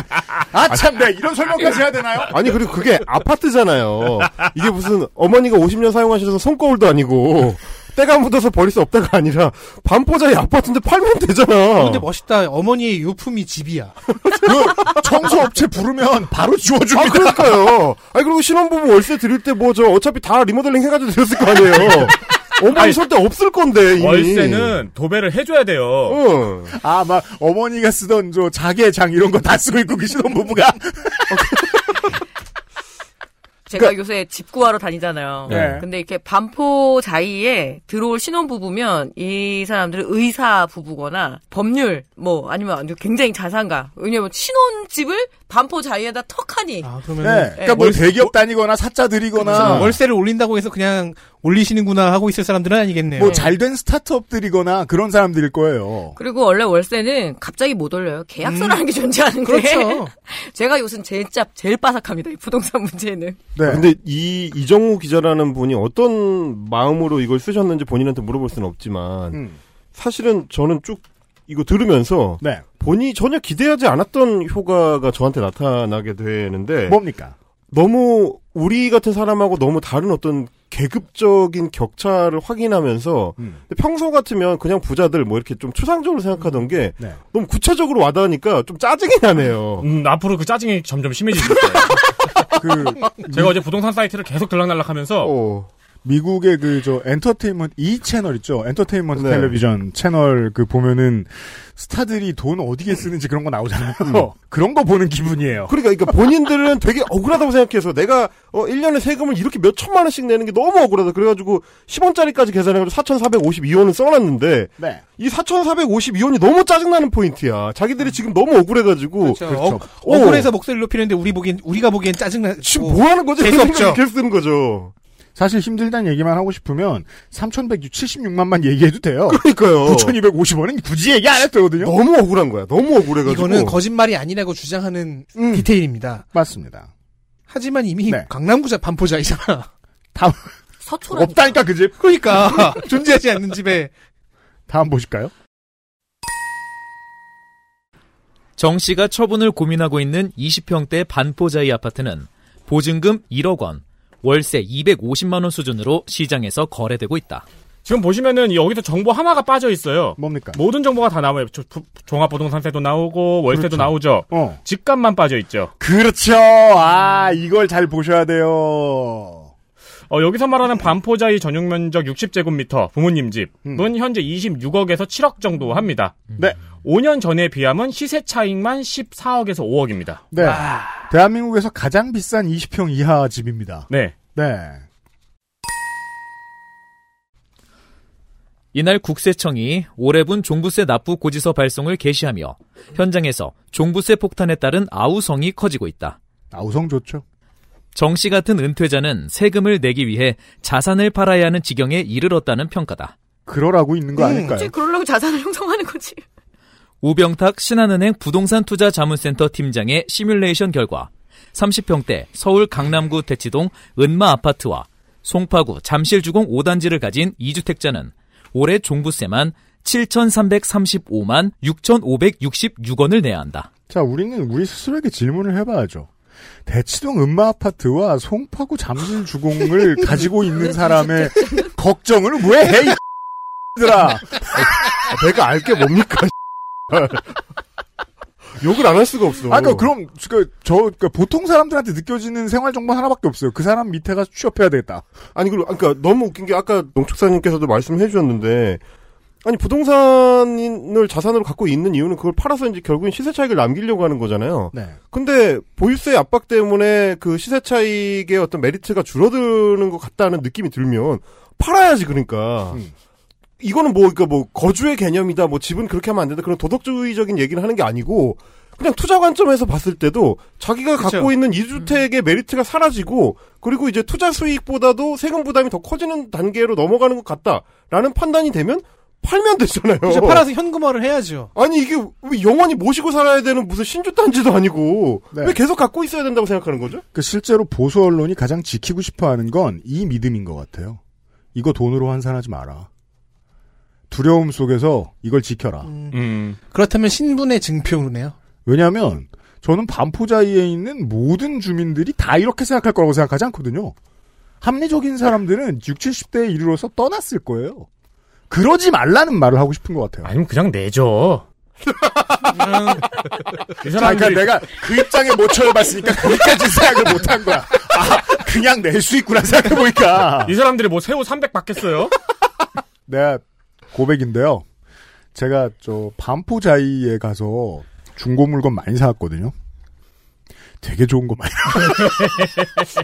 Speaker 3: 아참 내가 이런 설명까지 해야 되나요?
Speaker 5: 아니 그리고 그게 아파트잖아요. 이게 무슨 어머니가 50년 사용하셔서 손거울도 아니고 때가 묻어서 버릴 수 없다가 아니라 반포자의 아파트인데 팔면
Speaker 4: 어,
Speaker 5: 되잖아.
Speaker 4: 근데 멋있다. 어머니의 유품이 집이야.
Speaker 3: 그 청소업체 부르면 바로
Speaker 5: 아
Speaker 3: 지워줍니다.
Speaker 5: 그러니까요. 아니 그리고 신혼부부 월세 드릴 때 뭐 저 어차피 다 리모델링 해가지고 드렸을 거 아니에요. 어머니
Speaker 6: 아니,
Speaker 5: 절대 없을 건데 이미. 어.
Speaker 6: 월세는 도배를 해줘야 돼요.
Speaker 5: 응.
Speaker 3: 아막 어머니가 쓰던 저 자개장 이런 거 다 쓰고 있고 그 신혼부부가
Speaker 7: 제가 요새 집 구하러 다니잖아요.
Speaker 3: 네.
Speaker 7: 근데 이렇게 반포 자이에 들어올 신혼부부면 이 사람들은 의사 부부거나 법률 뭐 아니면 아주 굉장히 자산가. 왜냐면 신혼집을 반포 자이에다 턱하니
Speaker 4: 아
Speaker 3: 네.
Speaker 4: 그러면
Speaker 3: 그러니까 뭐 대기업 다니거나 사짜 들이거나
Speaker 4: 그렇죠.
Speaker 3: 뭐
Speaker 4: 월세를 올린다고 해서 그냥 올리시는구나 하고 있을 사람들은 아니겠네요.
Speaker 3: 뭐 잘 된 스타트업들이거나 그런 사람들일 거예요.
Speaker 7: 그리고 원래 월세는 갑자기 못 올려요. 계약서라는 게 존재하는데.
Speaker 4: 그렇죠.
Speaker 7: *laughs* 제가 요즘 제일 짭, 제일 빠삭합니다. 이 부동산 문제는.
Speaker 3: 네.
Speaker 5: 근데 이 이정우 기자라는 분이 어떤 마음으로 이걸 쓰셨는지 본인한테 물어볼 수는 없지만
Speaker 3: 음.
Speaker 5: 사실은 저는 쭉 이거 들으면서
Speaker 3: 네.
Speaker 5: 본인이 전혀 기대하지 않았던 효과가 저한테 나타나게 되는데
Speaker 3: 네. 뭡니까?
Speaker 5: 너무 우리 같은 사람하고 너무 다른 어떤 계급적인 격차를 확인하면서
Speaker 3: 음.
Speaker 5: 근데 평소 같으면 그냥 부자들 뭐 이렇게 좀 추상적으로 생각하던 게
Speaker 3: 네.
Speaker 5: 너무 구체적으로 와닿으니까 좀 짜증이 나네요.
Speaker 6: 음, 앞으로 그 짜증이 점점 심해지실 거예요.
Speaker 3: 그
Speaker 6: 제가 어제 부동산 사이트를 계속 들락날락하면서
Speaker 5: 어.
Speaker 3: 미국의 그 저 엔터테인먼트 E 채널 있죠. 엔터테인먼트
Speaker 5: 네.
Speaker 3: 텔레비전 채널 그 보면은 스타들이 돈 어디에 쓰는지 그런 거 나오잖아요. *laughs* 그런 거 보는 기분이에요.
Speaker 5: 그러니까, 그러니까 본인들은 되게 억울하다고 생각해서 내가 어 1년에 세금을 이렇게 몇 천만 원씩 내는 게 너무 억울하다. 그래가지고 10원짜리까지 계산해가지고 4,452원을 써놨는데
Speaker 3: 네.
Speaker 5: 이 4,452원이 너무 짜증나는 포인트야. 자기들이 지금 너무 억울해가지고
Speaker 4: 그렇죠. 억-
Speaker 5: 오.
Speaker 4: 억울해서 목소리를 높이는데 우리 보기엔 우리가 보기엔 짜증나.
Speaker 5: 지금 뭐 하는 거지?
Speaker 4: 재수 없죠.
Speaker 5: 이렇게 쓰는 거죠.
Speaker 3: 사실 힘들다는 얘기만 하고 싶으면 3,176만만 얘기해도 *laughs* 돼요. 어.
Speaker 5: 그러니까요.
Speaker 3: 9,250원은 굳이 얘기 안 해도 되거든요.
Speaker 5: 너무 억울한 거야. 너무 억울해가지고.
Speaker 4: 이거는 거짓말이 아니라고 주장하는
Speaker 3: 음.
Speaker 4: 디테일입니다.
Speaker 3: 맞습니다.
Speaker 4: 하지만 이미
Speaker 3: 네.
Speaker 4: 강남구자 반포자이잖아. *laughs*
Speaker 7: 서초라니까.
Speaker 3: 없다니까 그 집.
Speaker 4: 그러니까 존재하지 않는 집에
Speaker 3: 다음 보실까요?
Speaker 2: 정 씨가 처분을 고민하고 있는 20평대 반포자이 아파트는 보증금 1억 원, 월세 250만 원 수준으로 시장에서 거래되고 있다.
Speaker 6: 지금 보시면은 여기서 정보 하나가 빠져 있어요.
Speaker 3: 뭡니까?
Speaker 6: 모든 정보가 다 나와요. 조- 부- 종합부동산세도 나오고 월세도
Speaker 3: 그렇죠.
Speaker 6: 나오죠.
Speaker 3: 어.
Speaker 6: 집값만 빠져 있죠.
Speaker 3: 그렇죠. 아, 이걸 잘 보셔야 돼요.
Speaker 6: 어, 여기서 말하는 반포자의 전용 면적 60제곱미터 부모님 집은
Speaker 3: 음.
Speaker 6: 현재 26억에서 7억 정도 합니다.
Speaker 3: 네.
Speaker 6: 5년 전에 비하면 시세 차익만 14억에서 5억입니다.
Speaker 3: 네. 대한민국에서 가장 비싼 20평 이하 집입니다.
Speaker 6: 네.
Speaker 3: 네.
Speaker 2: 이날 국세청이 올해분 종부세 납부 고지서 발송을 개시하며 현장에서 종부세 폭탄에 따른 아우성이 커지고 있다.
Speaker 3: 아우성 좋죠.
Speaker 2: 정 씨 같은 은퇴자는 세금을 내기 위해 자산을 팔아야 하는 지경에 이르렀다는 평가다.
Speaker 3: 그러라고 있는 거
Speaker 4: 음.
Speaker 3: 아닐까요?
Speaker 7: 솔직히 그러려고 자산을 형성하는 거지.
Speaker 2: 우병탁 신한은행 부동산 투자 자문센터 팀장의 시뮬레이션 결과 30평대 서울 강남구 대치동 은마 아파트와 송파구 잠실주공 5단지를 가진 2주택자는 올해 종부세만 7,335만 6,566원을 내야 한다.
Speaker 3: 자, 우리는 우리 스스로에게 질문을 해봐야죠. 대치동 음마 아파트와 송파구 잠실 *laughs* 주공을 가지고 있는 사람의 걱정을 왜 해, 이 *laughs* 들아
Speaker 5: 아, 내가 알 게 뭡니까? 욕을 안 할 수가 없어.
Speaker 4: 그러니까
Speaker 3: 아까 그럼 그, 저 그러니까 보통 사람들한테 느껴지는 생활 정보 하나밖에 없어요. 그 사람 밑에 가서 취업해야 되겠다.
Speaker 5: 아니 그리고 아까 너무 웃긴 게 아까 농축사님께서도 말씀해 주셨는데 아니 부동산을 자산으로 갖고 있는 이유는 그걸 팔아서 이제 결국엔 시세 차익을 남기려고 하는 거잖아요.
Speaker 3: 네.
Speaker 5: 근데 보유세 압박 때문에 그 시세 차익의 어떤 메리트가 줄어드는 것 같다는 느낌이 들면 팔아야지 그러니까.
Speaker 3: 음.
Speaker 5: 이거는 뭐 그러니까 뭐 거주의 개념이다. 뭐 집은 그렇게 하면 안 된다. 그런 도덕주의적인 얘기를 하는 게 아니고 그냥 투자 관점에서 봤을 때도 자기가
Speaker 4: 그쵸. 음.
Speaker 5: 갖고 있는 이주택의 메리트가 사라지고 그리고 이제 투자 수익보다도 세금 부담이 더 커지는 단계로 넘어가는 것 같다라는 판단이 되면 팔면 되잖아요.
Speaker 4: 그래서 팔아서 현금화를 해야죠.
Speaker 5: 아니 이게 왜 영원히 모시고 살아야 되는 무슨 신주 단지도 아니고
Speaker 3: 네.
Speaker 5: 왜 계속 갖고 있어야 된다고 생각하는 거죠?
Speaker 3: 그 실제로 보수 언론이 가장 지키고 싶어하는 건 이 믿음인 것 같아요. 이거 돈으로 환산하지 마라. 두려움 속에서 이걸 지켜라.
Speaker 6: 음.
Speaker 4: 그렇다면 신분의 증표네요.
Speaker 3: 왜냐하면 저는 반포자이에 있는 모든 주민들이 다 이렇게 생각할 거라고 생각하지 않거든요. 합리적인 사람들은 6, 70대에 이르러서 떠났을 거예요. 그러지 말라는 말을 하고 싶은 것 같아요.
Speaker 6: 아니면 그냥
Speaker 3: *laughs*
Speaker 6: 내죠. 이
Speaker 3: 자,
Speaker 6: 사람들이
Speaker 3: 그러니까 내가 그 입장에 못 쳐봤으니까 거기까지 생각을 못 한 거야. 아, 그냥 낼 수 있구나 생각해보니까.
Speaker 6: 이 사람들이 뭐 새우 300 받겠어요?
Speaker 3: 내가 네, 고백인데요. 제가 저 반포자이에 가서 중고 물건 많이 사왔거든요. 되게 좋은 거 많이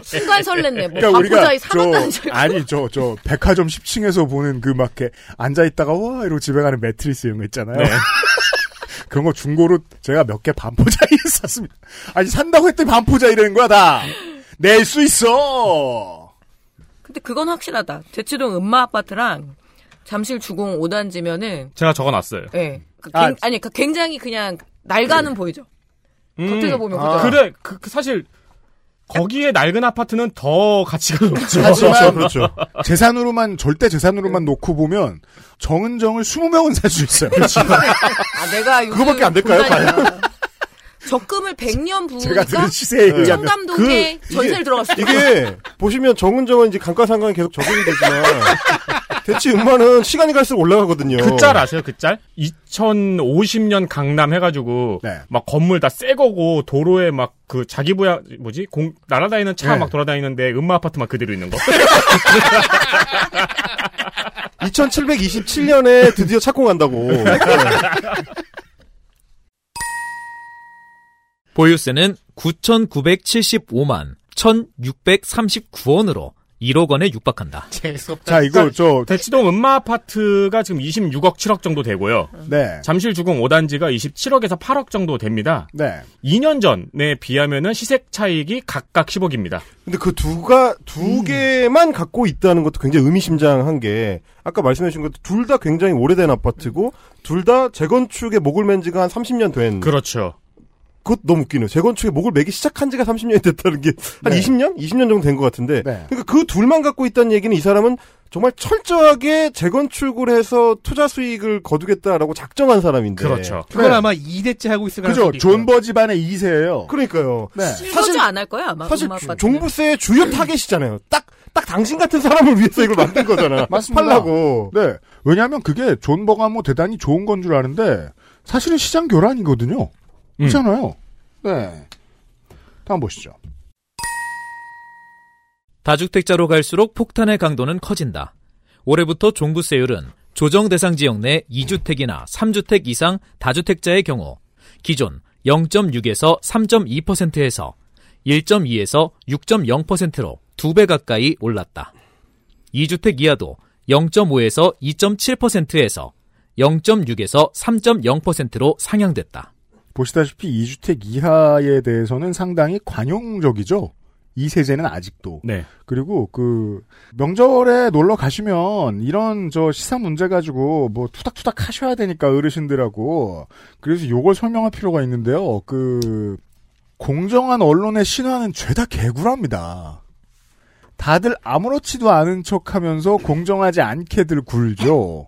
Speaker 7: 순간 설렜네. 뭐
Speaker 3: 그러니까
Speaker 7: 반포자의
Speaker 3: 우리가
Speaker 7: 사놨다는
Speaker 3: 저
Speaker 7: 줄. 알고.
Speaker 3: 아니 저 저 백화점 10층에서 보는 그 막 이렇게 앉아 있다가 와 이러고 집에 가는 매트리스 이런 거 있잖아요.
Speaker 7: 네.
Speaker 3: *laughs* 그런 거 중고로 제가 몇 개 반포자이 *laughs* 샀습니다. 아니 산다고 했더니 반포자이라는 거야 다. 낼 수 있어.
Speaker 7: 근데 그건 확실하다. 대치동 음마 아파트랑 잠실 주공 5단지면은
Speaker 6: 제가 적어놨어요.
Speaker 7: 예. 그
Speaker 3: 아,
Speaker 7: 굉- 아니 그 굉장히 그냥 날가는
Speaker 5: 네.
Speaker 7: 보이죠.
Speaker 5: 음.
Speaker 7: 겉에서 보면
Speaker 3: 아.
Speaker 7: 그죠.
Speaker 6: 그래 그, 그 사실 거기에 낡은 아파트는 더 가치가 높죠.
Speaker 3: 하지만
Speaker 5: 그렇죠.
Speaker 3: *laughs* 재산으로만 절대 재산으로만 놓고 보면 정은정을 20명은 살 수 있어요.
Speaker 5: 그렇죠.
Speaker 7: 아 내가 요즘
Speaker 5: 그- 그거밖에 안 될까요,
Speaker 7: 본다니까. *laughs* 적금을 100년
Speaker 3: *laughs* 제가
Speaker 7: 부으니까
Speaker 3: 들은 시세에
Speaker 5: 네.
Speaker 3: 의하면
Speaker 7: 청담동에
Speaker 5: 그- 이게-
Speaker 7: 전세를 들어갔어요.
Speaker 5: 이게 보시면 정은정은 이제 감가상각이 계속 적용이 되지만 대치 음반은 시간이 갈수록 올라가거든요.
Speaker 3: 어.
Speaker 6: 그 짤 아세요? 그 짤? 2050년 강남 해가지고
Speaker 3: 네.
Speaker 6: 막 건물 다 새 거고 도로에 막 그 자기 부야 뭐지? 공 날아다니는 차
Speaker 3: 네.
Speaker 6: 막 돌아다니는데 음마 아파트 만 그대로 있는 거. *laughs*
Speaker 5: 2727년에 드디어 착공한다고.
Speaker 2: 보유세는 9,975만 1,639원으로 1억 원에 육박한다.
Speaker 11: 재수없다.
Speaker 3: 자, 이거 저,
Speaker 6: 대치동 음마 아파트가 지금 26억 7억 정도 되고요.
Speaker 3: 네.
Speaker 6: 잠실 주공 5단지가 27억에서 8억 정도 됩니다.
Speaker 3: 네.
Speaker 6: 2년 전에 비하면은 시세 차익이 각각 10억입니다.
Speaker 5: 근데 그 두가 두 개만 갖고 있다는 것도 굉장히 의미심장한 게 아까 말씀해 주신 것도 둘 다 굉장히 오래된 아파트고 둘 다 재건축에 목을 맨 지가 한 30년
Speaker 3: 음.
Speaker 5: 된
Speaker 6: 그렇죠.
Speaker 5: 그것도 너무 웃기네요. 재건축에 목을 매기 시작한 지가 30년이 됐다는 게 한
Speaker 3: 네.
Speaker 5: 20년? 20년 정도 된 것 같은데
Speaker 3: 네.
Speaker 5: 그러니까 그 둘만 갖고 있다는 얘기는 이 사람은 정말 철저하게 재건축을 해서 투자 수익을 거두겠다라고 작정한 사람인데
Speaker 6: 그렇죠.
Speaker 4: 그걸
Speaker 3: 네.
Speaker 4: 아마 2대째 하고 있을
Speaker 3: 그죠.
Speaker 4: 가능성이
Speaker 3: 존
Speaker 4: 있고요.
Speaker 3: 버지반의 2세예요.
Speaker 5: 그러니까요.
Speaker 3: 네.
Speaker 7: 실거주 안 할 거야 아마
Speaker 5: 사실
Speaker 7: 엄마 아빠는.
Speaker 5: 종부세의 주요 타겟이잖아요. 딱, 딱 당신 같은 사람을 위해서 이걸 만든
Speaker 6: *laughs*
Speaker 5: 거잖아.
Speaker 3: 맞습니다.
Speaker 5: 팔라고.
Speaker 3: 네. 왜냐하면 그게 존 버가 뭐 대단히 좋은 건 줄 아는데 사실은 시장 교란이거든요.
Speaker 5: 음.
Speaker 3: 그렇잖아요. 네. 다음 보시죠.
Speaker 2: 다주택자로 갈수록 폭탄의 강도는 커진다. 올해부터 종부세율은 조정 대상 지역 내 2주택이나 3주택 이상 다주택자의 경우 기존 0.6에서 3.2%에서 1.2에서 6.0%로 2배 가까이 올랐다. 2주택 이하도 0.5에서 2.7%에서 0.6에서 3.0%로 상향됐다.
Speaker 3: 보시다시피 2주택 이하에 대해서는 상당히 관용적이죠. 이 세제는 아직도.
Speaker 6: 네.
Speaker 3: 그리고 그 명절에 놀러 가시면 이런 저 시사 문제 가지고 뭐 투닥투닥 하셔야 되니까 어르신들하고 그래서 요걸 설명할 필요가 있는데요. 그 공정한 언론의 신화는 죄다 개구랍니다. 다들 아무렇지도 않은 척하면서 공정하지 않게들 굴죠.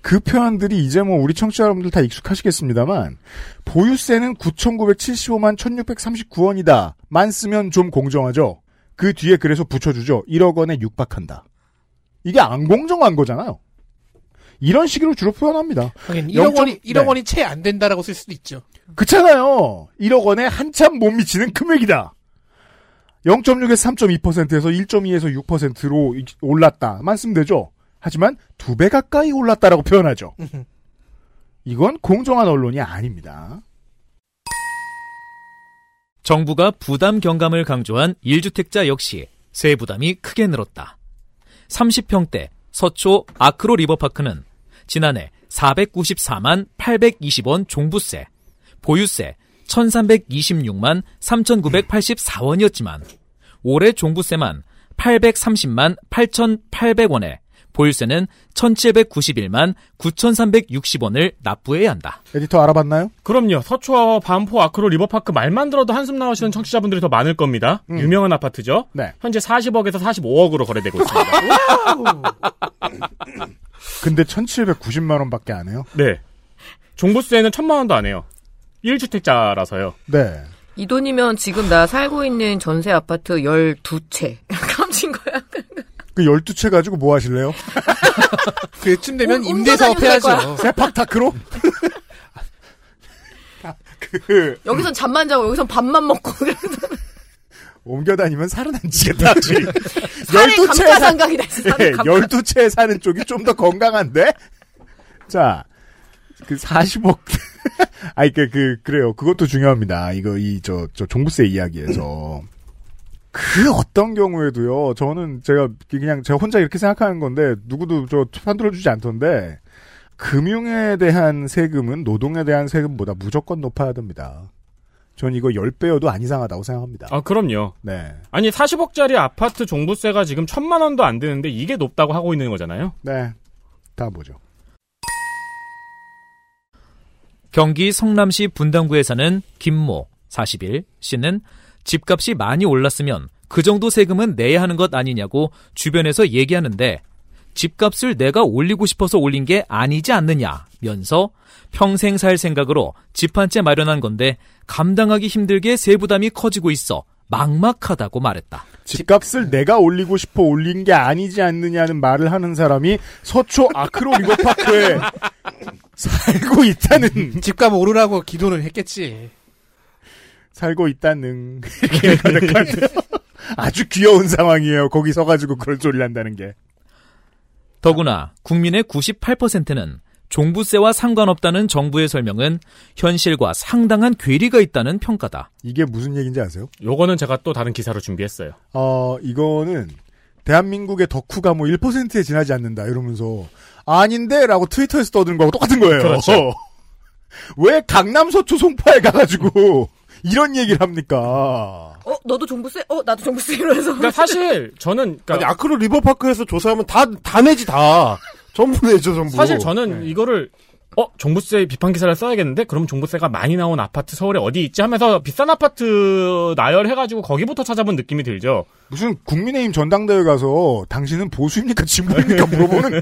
Speaker 3: 그 표현들이 이제 뭐 우리 청취자 여러분들 다 익숙하시겠습니다만 보유세는 9,975만 1,639원이다. 만 쓰면 좀 공정하죠. 그 뒤에 그래서 붙여주죠. 1억 원에 육박한다. 이게 안 공정한 거잖아요. 이런 식으로 주로 표현합니다.
Speaker 11: 하긴 1억 원이
Speaker 3: 0.1억
Speaker 11: 1억 원이 채 안 된다라고 쓸 수도 있죠.
Speaker 3: 그렇잖아요. 1억 원에 한참 못 미치는 금액이다. 0.6에서 3.2%에서 1.2에서 6%로 올랐다만 쓰면 되죠. 하지만 두 배 가까이 올랐다라고 표현하죠. 이건 공정한 언론이 아닙니다.
Speaker 2: 정부가 부담 경감을 강조한 1주택자 역시 세부담이 크게 늘었다. 30평대 서초 아크로 리버파크는 지난해 494만 820원 종부세, 보유세 1326만 3984원이었지만 올해 종부세만 830만 8800원에 보유세는 1791만 9360원을 납부해야 한다.
Speaker 3: 에디터 알아봤나요?
Speaker 6: 그럼요. 서초와 반포 아크로 리버파크 말만 들어도 한숨 나오시는 청취자분들이 더 많을 겁니다. 유명한 아파트죠.
Speaker 3: 네.
Speaker 6: 현재 40억에서 45억으로 거래되고 *laughs* 있습니다.
Speaker 3: 근데 1,790만 원밖에 안 해요.
Speaker 6: 네. 종부세는 천만 원도 안 해요. 1주택자라서요.
Speaker 3: 네.
Speaker 7: 이 돈이면 지금 나 살고 있는 전세 아파트 12채 *laughs* 감친 거야.
Speaker 3: 그 12채 가지고 뭐 하실래요?
Speaker 11: 그쯤 되면
Speaker 7: 운-
Speaker 11: 임대사업
Speaker 7: 운전하는 거
Speaker 3: 음,
Speaker 11: 해야죠.
Speaker 3: 세팍타크로? 그
Speaker 7: 여기선 잠만 자고 여기선 밥만 먹고 *laughs*
Speaker 3: 옮겨다니면 살은 안
Speaker 7: *laughs*
Speaker 3: 찌겠다.
Speaker 7: 살이
Speaker 3: 12채 에 사-
Speaker 7: 감가상각이 됐어.
Speaker 3: 예,
Speaker 5: 네,
Speaker 7: 살이 감...
Speaker 3: 12채에 사는 쪽이 좀 더 건강한데? 자, 그 40억. *laughs* 아니, 그, 그, 그래요. 그것도 중요합니다. 이거, 이, 저, 저 종부세 이야기에서. 그 어떤 경우에도요, 저는 제가 그냥 제가 혼자 이렇게 생각하는 건데, 누구도 저 편들어주지 않던데, 금융에 대한 세금은 노동에 대한 세금보다 무조건 높아야 됩니다. 전 이거 10배여도 안 이상하다고 생각합니다.
Speaker 6: 아, 그럼요.
Speaker 3: 네.
Speaker 6: 아니, 40억짜리 아파트 종부세가 지금 천만 원도 안 되는데 이게 높다고 하고 있는 거잖아요.
Speaker 3: 네. 다 보죠.
Speaker 2: 경기 성남시 분당구에 사는 김모 41 씨는 집값이 많이 올랐으면 그 정도 세금은 내야 하는 것 아니냐고 주변에서 얘기하는데 집값을 내가 올리고 싶어서 올린 게 아니지 않느냐면서 평생 살 생각으로 집 한 채 마련한 건데 감당하기 힘들게 세부담이 커지고 있어 막막하다고 말했다.
Speaker 3: 집값을 내가 올리고 싶어 올린 게 아니지 않느냐는 말을 하는 사람이 서초 아크로 리버파크에 살고 있다는
Speaker 11: 집값 오르라고 기도는 했겠지.
Speaker 3: 살고 있다는
Speaker 6: 네.
Speaker 3: 이렇게 가득한데요. 아주 귀여운 상황이에요. 거기 서가지고 그런 소리를 한다는 게.
Speaker 2: 더구나 국민의 98%는 종부세와 상관없다는 정부의 설명은 현실과 상당한 괴리가 있다는 평가다.
Speaker 3: 이게 무슨 얘기인지 아세요?
Speaker 6: 요거는 제가 또 다른 기사로 준비했어요.
Speaker 3: 어, 이거는 대한민국의 덕후가 뭐 1%에 지나지 않는다 이러면서 아닌데 라고 트위터에서 떠드는 거하고 똑같은 거예요.
Speaker 6: 그렇죠.
Speaker 3: *laughs* 왜 강남 서초 송파에 가가지고 이런 얘기를 합니까?
Speaker 7: 어, 너도 종부세? 어, 나도 종부세 이러면서.
Speaker 6: 그러니까 사실 저는 그러니까
Speaker 5: 아니 아크로 리버파크에서 조사하면 다 다 내지 다 전부 내죠 전부.
Speaker 6: 사실
Speaker 3: 뭐,
Speaker 6: 저는
Speaker 3: 네.
Speaker 6: 이거를 어 종부세 비판 기사를 써야겠는데 그럼 종부세가 많이 나온 아파트 서울에 어디 있지 하면서 비싼 아파트 나열해가지고 거기부터 찾아본 느낌이 들죠.
Speaker 3: 무슨 국민의힘 전당대회 가서 당신은 보수입니까 진보입니까
Speaker 5: *laughs*
Speaker 3: 물어보는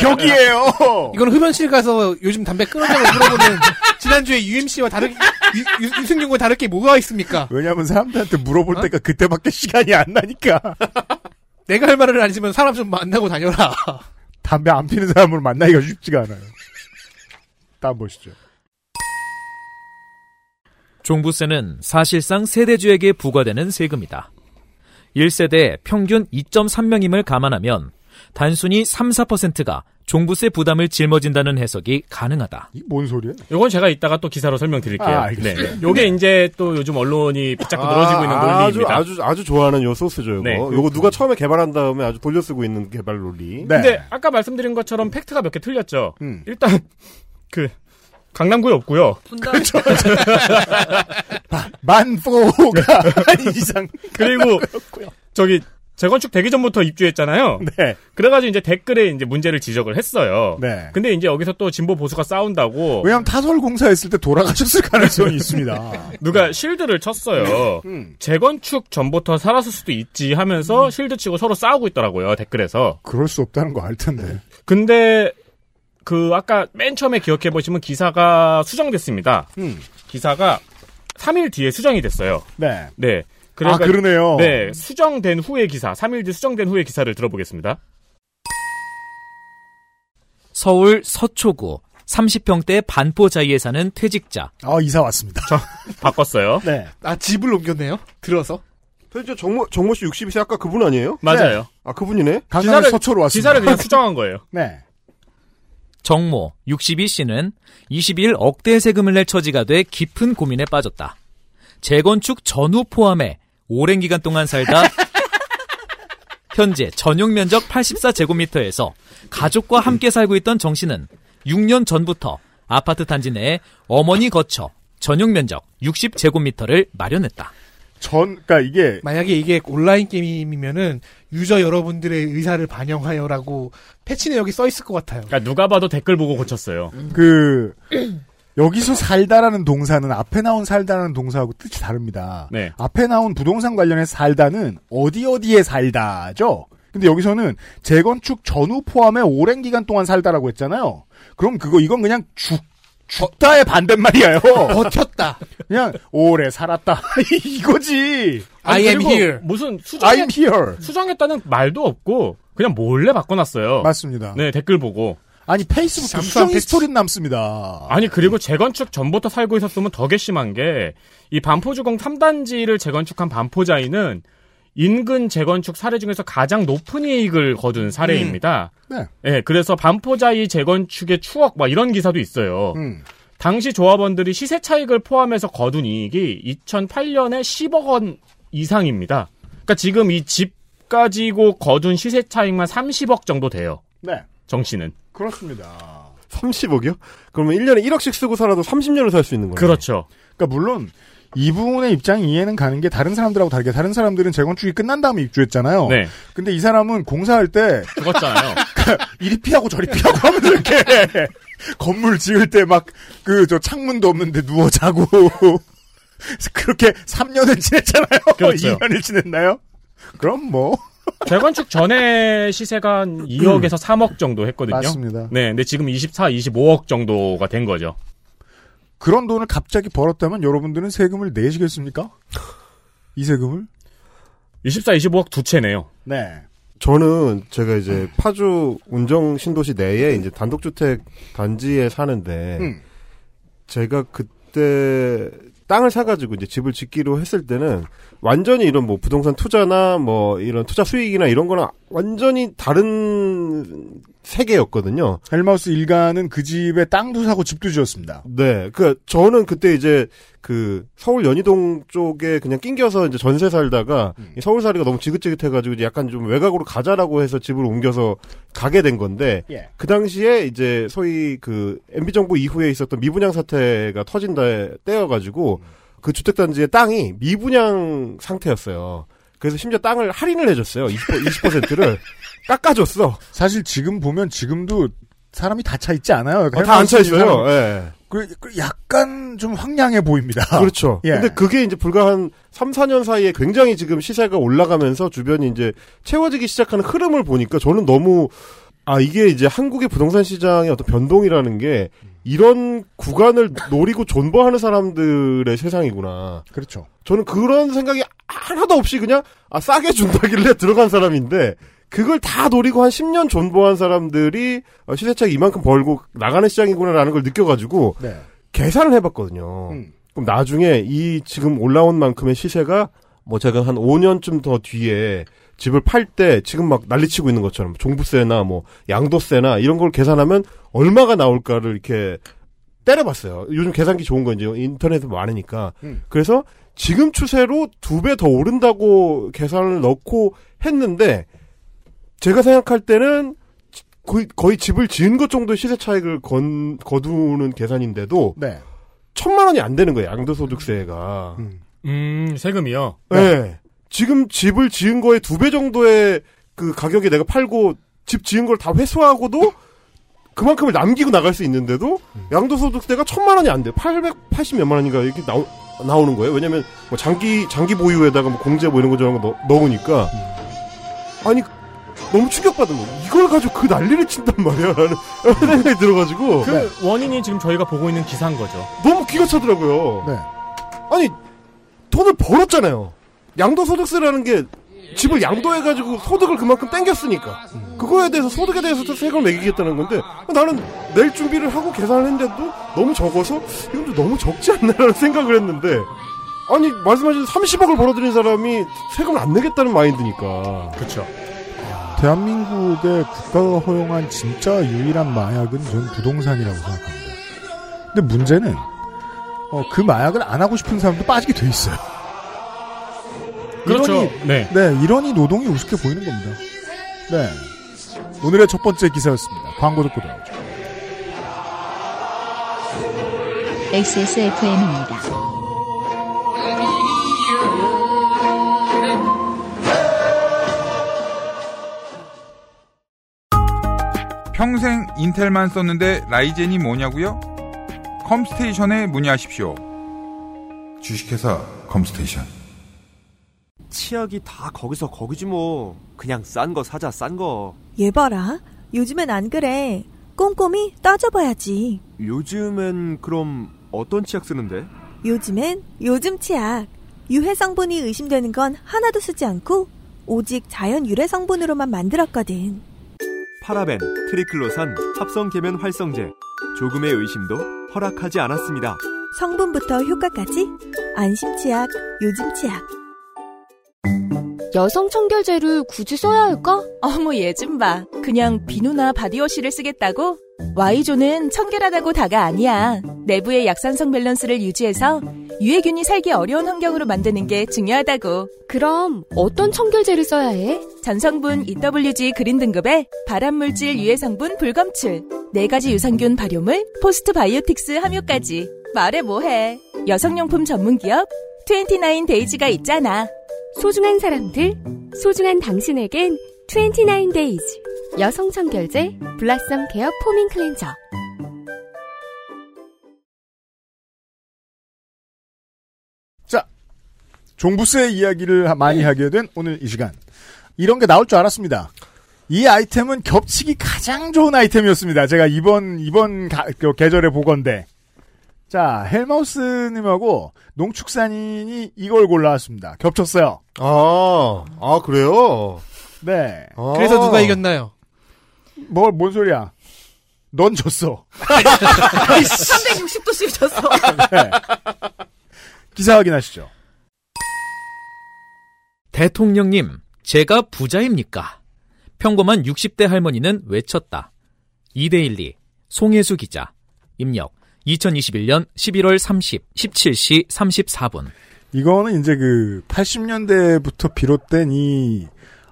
Speaker 3: 격이에요.
Speaker 11: 이건 흡연실 가서 요즘 담배 끊으냐고 물어보는 *laughs* 지난주에 UMC와 다르게 유- 유- 유승균과 다르게 뭐가 있습니까?
Speaker 3: 왜냐하면 사람들한테 물어볼 때가 그때밖에 시간이 안 나니까
Speaker 11: 내가 할 말을 안 했으면 사람 좀 만나고 다녀라. *laughs*
Speaker 3: 담배 안 피는 사람을 만나기가 쉽지가 않아요. 딴 보시죠.
Speaker 2: 종부세는 사실상 세대주에게 부과되는 세금이다. 1세대 평균 2.3명임을 감안하면 단순히 3, 4%가 종부세 부담을 짊어진다는 해석이 가능하다.
Speaker 3: 이게 뭔 소리예요?
Speaker 6: 요건 제가 이따가 또 기사로 설명드릴게요. 네.
Speaker 3: 아, 알겠습니다.
Speaker 6: 요게 이제 또 요즘 언론이 붙잡고
Speaker 5: 아,
Speaker 6: 늘어지고 있는 논리입니다.
Speaker 5: 아주 아주 아주 좋아하는 요 소스죠 요거.
Speaker 6: 네.
Speaker 5: 요거 누가 처음에 개발한 다음에 아주 돌려쓰고 있는 개발 논리.
Speaker 3: 네.
Speaker 6: 근데 아까 말씀드린 것처럼 팩트가 몇 개 틀렸죠.
Speaker 3: 음.
Speaker 6: 일단 그 강남구에 없고요.
Speaker 7: 분당.
Speaker 5: 그렇죠.
Speaker 3: 만포가 *laughs* 아닌 이상
Speaker 6: 그리고 저기 재건축 되기 전부터 입주했잖아요.
Speaker 3: 네.
Speaker 6: 그래가지고 이제 댓글에 이제 문제를 지적을 했어요.
Speaker 3: 네.
Speaker 6: 근데 이제 여기서 또 진보 보수가 싸운다고
Speaker 3: 왜냐면 타설 공사했을 때 돌아가셨을 가능성이
Speaker 6: *laughs*
Speaker 3: 있습니다.
Speaker 6: 누가 실드를 쳤어요.
Speaker 3: 음.
Speaker 6: 재건축 전부터 살았을 수도 있지 하면서 실드 치고 서로 싸우고 있더라고요 댓글에서.
Speaker 3: 그럴 수 없다는 거 알 텐데.
Speaker 6: 근데 그 아까 맨 처음에 기억해 보시면 기사가 수정됐습니다.
Speaker 3: 음.
Speaker 6: 기사가 3일 뒤에 수정이 됐어요.
Speaker 3: 네.
Speaker 6: 네.
Speaker 3: 아
Speaker 6: 그러니까
Speaker 3: 그러네요.
Speaker 6: 네, 수정된 후의 기사, 3일 뒤 수정된 후의 기사를 들어보겠습니다.
Speaker 2: 서울 서초구 30평대 반포자이에 사는 퇴직자.
Speaker 3: 아 이사 왔습니다.
Speaker 6: 바꿨어요.
Speaker 3: 네.
Speaker 11: 아 집을 옮겼네요. 들어서.
Speaker 5: 도대체 정모 정모 씨 62세 아까 그분 아니에요?
Speaker 6: 맞아요.
Speaker 5: 아 그분이네.
Speaker 3: 강남 서초로 왔습니다.
Speaker 6: 기사를 그냥 수정한 거예요.
Speaker 3: 네.
Speaker 2: 정모 62씨는 21 억대 세금을 낼 처지가 돼 깊은 고민에 빠졌다. 재건축 전후 포함해 오랜 기간 동안 살다 *laughs* 현재 전용 면적 84제곱미터에서 가족과 함께 살고 있던 정 씨는 6년 전부터 아파트 단지 내에 어머니 거처 전용 면적 60제곱미터를 마련했다.
Speaker 3: 전 그러니까 이게
Speaker 11: 만약에 이게 온라인 게임이면은 유저 여러분들의 의사를 반영하여라고 패치 내역이 써 있을 것 같아요.
Speaker 6: 그러니까 누가 봐도 댓글 보고 고쳤어요.
Speaker 3: 그 여기서 살다라는 동사는 앞에 나온 살다라는 동사하고 뜻이 다릅니다.
Speaker 6: 네.
Speaker 3: 앞에 나온 부동산 관련해서 살다는 어디 어디에 살다죠. 근데 여기서는 재건축 전후 포함해 오랜 기간 동안 살다라고 했잖아요. 그럼 그거 이건 그냥 죽 죽다의 반대말이에요.
Speaker 11: 버텼다.
Speaker 3: 그냥 오래 살았다 *laughs* 이거지.
Speaker 11: I
Speaker 6: 아니,
Speaker 11: am
Speaker 6: 그리고
Speaker 11: here.
Speaker 6: 무슨 수정했,
Speaker 3: I'm here.
Speaker 6: 네. 수정했다는 말도 없고 그냥 몰래 바꿔놨어요.
Speaker 3: 맞습니다.
Speaker 6: 네, 댓글 보고.
Speaker 3: 아니 페이스북
Speaker 11: 잠수함
Speaker 3: 수정이
Speaker 11: 패치.
Speaker 3: 스토리 남습니다.
Speaker 6: 아니 그리고 재건축 전부터 살고 있었으면 더 괘씸한 게 이 반포주공 3단지를 재건축한 반포자인은 인근 재건축 사례 중에서 가장 높은 이익을 거둔 사례입니다.
Speaker 3: 음. 네.
Speaker 6: 예, 그래서 반포자이 재건축의 추억 막 이런 기사도 있어요.
Speaker 3: 음.
Speaker 6: 당시 조합원들이 시세 차익을 포함해서 거둔 이익이 2008년에 10억 원 이상입니다. 그러니까 지금 이 집 가지고 거둔 시세 차익만 30억 정도 돼요.
Speaker 3: 네.
Speaker 6: 정 씨는.
Speaker 3: 그렇습니다.
Speaker 5: 30억이요? 그러면 1년에 1억씩 쓰고 살아도 30년을 살 수
Speaker 3: 네.
Speaker 5: 있는 거예요.
Speaker 6: 그렇죠.
Speaker 3: 그러니까 물론 이분의 입장이 이해는 가는 게 다른 사람들하고 다르게 다른 사람들은 재건축이 끝난 다음에 입주했잖아요.
Speaker 6: 네.
Speaker 3: 근데 이 사람은 공사할 때
Speaker 6: 죽었잖아요.
Speaker 3: 이리 피하고 저리 피하고 하면서 이렇게 *laughs* 건물 지을 때 막 그 저 창문도 없는데 누워 자고 *laughs* 그렇게 3년을 지냈잖아요.
Speaker 6: 그렇죠.
Speaker 3: 2년을 지냈나요? 그럼 뭐
Speaker 6: *laughs* 재건축 전에 시세가 한 2억에서 3억 정도 했거든요.
Speaker 3: 맞습니다.
Speaker 6: 네, 근데 지금 24, 25억 정도가 된 거죠.
Speaker 3: 그런 돈을 갑자기 벌었다면 여러분들은 세금을 내시겠습니까? 이 세금을?
Speaker 6: 24, 25억 두 채네요.
Speaker 3: 네.
Speaker 5: 저는 제가 이제 파주 운정 신도시 내에 이제 단독주택 단지에 사는데
Speaker 3: 음.
Speaker 5: 제가 그때 땅을 사가지고 이제 집을 짓기로 했을 때는 완전히 이런 뭐 부동산 투자나 뭐 이런 투자 수익이나 이런 거랑 완전히 다른 세계였거든요.
Speaker 3: 헬마우스 일가는 그 집에 땅도 사고 집도 지었습니다.
Speaker 5: 네. 그, 저는 그때 이제, 그, 서울 연희동 쪽에 그냥 낑겨서 이제 전세 살다가, 이 서울살이가 너무 지긋지긋해가지고, 이제 약간 좀 외곽으로 가자라고 해서 집을 옮겨서 가게 된 건데,
Speaker 3: 예.
Speaker 5: 그 당시에 이제 소위 그, MB정부 이후에 있었던 미분양 사태가 터진 다 때여가지고, 그 주택단지의 땅이 미분양 상태였어요. 그래서 심지어 땅을 할인을 해줬어요. 20%, 20%를. 깎아줬어.
Speaker 3: 사실 지금 보면 지금도 사람이 다 차 있지 않아요.
Speaker 5: 어, 다안 차있어요. 예.
Speaker 3: 그, 그 약간 좀 황량해 보입니다. *laughs*
Speaker 5: 그렇죠.
Speaker 3: 예.
Speaker 5: 근데 그게 이제 불과 한 3, 4년 사이에 굉장히 지금 시세가 올라가면서 주변이 이제 채워지기 시작하는 흐름을 보니까 저는 너무 아, 이게 이제 한국의 부동산 시장의 어떤 변동이라는 게 이런 구간을 노리고 존버하는 사람들의 세상이구나.
Speaker 3: 그렇죠.
Speaker 5: 저는 그런 생각이 하나도 없이 그냥 아, 싸게 준다길래 들어간 사람인데 그걸 다 노리고 한 10년 존버한 사람들이 어, 시세차익 이만큼 벌고 나가는 시장이구나라는 걸 느껴가지고
Speaker 3: 네.
Speaker 5: 계산을 해봤거든요.
Speaker 3: 음.
Speaker 5: 그럼 나중에 이 지금 올라온 만큼의 시세가 뭐 제가 한 5년쯤 더 뒤에 집을 팔 때 지금 막 난리치고 있는 것처럼 종부세나 뭐 양도세나 이런 걸 계산하면 얼마가 나올까를 이렇게 때려봤어요. 요즘 계산기 좋은 거 이제 인터넷에 많으니까.
Speaker 3: 음.
Speaker 5: 그래서 지금 추세로 두 배 더 오른다고 계산을 넣고 했는데 제가 생각할 때는 거의, 거의 집을 지은 것 정도의 시세 차익을 건, 거두는 계산인데도
Speaker 3: 네.
Speaker 5: 천만 원이 안 되는 거예요. 양도소득세가.
Speaker 6: 음, 세금이요.
Speaker 5: 네. 지금 집을 지은 거에 두 배 정도의 그 가격에 내가 팔고 집 지은 걸 다 회수하고도 그만큼을 남기고 나갈 수 있는데도
Speaker 6: 음.
Speaker 5: 양도소득세가 천만 원이 안 돼. 880 몇만 원인가 이렇게 나오, 나오는 거예요. 왜냐면 뭐 장기 장기 보유에다가 뭐 공제 뭐 이런 거 저런 거 넣, 으니까
Speaker 6: 음.
Speaker 5: 아니 너무 충격받은 거예요. 이걸 가지고 그 난리를 친단 말이야. 라는 생각이 들어가지고
Speaker 3: 네.
Speaker 6: 그 원인이 지금 저희가 보고 있는 기사인 거죠.
Speaker 5: 너무 귀가 차더라고요.
Speaker 3: 네.
Speaker 5: 아니 돈을 벌었잖아요. 양도소득세라는 게 집을 양도해가지고 소득을 그만큼 땡겼으니까 그거에 대해서 소득에 대해서도 세금을 매기겠다는 건데 나는 낼 준비를 하고 계산을 했는데도 너무 적어서 이건 좀 너무 적지 않나라는 *laughs* 생각을 했는데 아니 말씀하신 30억을 벌어들인 사람이 세금을 안 내겠다는 마인드니까
Speaker 6: 그렇죠.
Speaker 3: 대한민국의 국가가 허용한 진짜 유일한 마약은 전 부동산이라고 생각합니다. 근데 문제는 어, 그 마약을 안 하고 싶은 사람도 빠지게 돼 있어요. *laughs*
Speaker 6: 그렇죠. 네.
Speaker 3: 네, 이러니 노동이 우습게 보이는 겁니다. 네. 오늘의 첫 번째 기사였습니다. 광고 듣고 돌아오죠.
Speaker 1: XSFM입니다.
Speaker 12: 평생 인텔만 썼는데 라이젠이 뭐냐고요? 컴스테이션에 문의하십시오. 주식회사 컴스테이션.
Speaker 13: 치약이 다 거기서 거기지 뭐. 그냥 싼 거 사자 싼 거.
Speaker 9: 얘 봐라. 요즘엔 안 그래. 꼼꼼히 따져봐야지.
Speaker 13: 요즘엔 그럼 어떤 치약 쓰는데?
Speaker 9: 요즘엔 요즘 치약. 유해 성분이 의심되는 건 하나도 쓰지 않고 오직 자연 유래 성분으로만 만들었거든.
Speaker 13: 파라벤, 트리클로산, 합성 계면 활성제. 조금의 의심도 허락하지 않았습니다.
Speaker 9: 성분부터 효과까지 안심 치약, 요즘 치약.
Speaker 14: 여성 청결제를 굳이 써야 할까?
Speaker 15: 어머 얘 좀 봐. 그냥 비누나 바디워시를 쓰겠다고? Y조는 청결하다고 다가 아니야. 내부의 약산성 밸런스를 유지해서 유해균이 살기 어려운 환경으로 만드는 게 중요하다고. 그럼 어떤 청결제를 써야 해? 전성분 EWG 그린 등급에 발암물질 유해 성분 불검출, 네 가지 유산균 발효물, 포스트 바이오틱스 함유까지. 말해 뭐해. 여성용품 전문기업 29 데이지가 있잖아.
Speaker 10: 소중한 사람들, 소중한 당신에겐 29 days 여성 청결제 블라썸 케어 포밍 클렌저.
Speaker 3: 종부세 이야기를 하- 많이 하게 된 오늘 이 시간. 이런 게 나올 줄 알았습니다. 이 아이템은 겹치기 가장 좋은 아이템이었습니다. 제가 이번, 이번 가- 그 계절에 보건데. 자, 헬마우스님하고 농축산인이 이걸 골라왔습니다. 겹쳤어요.
Speaker 5: 아, 아, 그래요? 아.
Speaker 3: 네.
Speaker 4: 그래서
Speaker 13: 어.
Speaker 4: 누가 이겼나요?
Speaker 3: 뭘, 뭔 소리야. 넌 졌어.
Speaker 7: 360도씩 졌어.
Speaker 5: 아,
Speaker 3: 기사 확인하시죠.
Speaker 2: 대통령님, 제가 부자입니까? 평범한 60대 할머니는 외쳤다. 이데일리, 송혜수 기자, 입력, 2021년 11월 30, 17시 34분.
Speaker 3: 이거는 이제 그 80년대부터 비롯된 이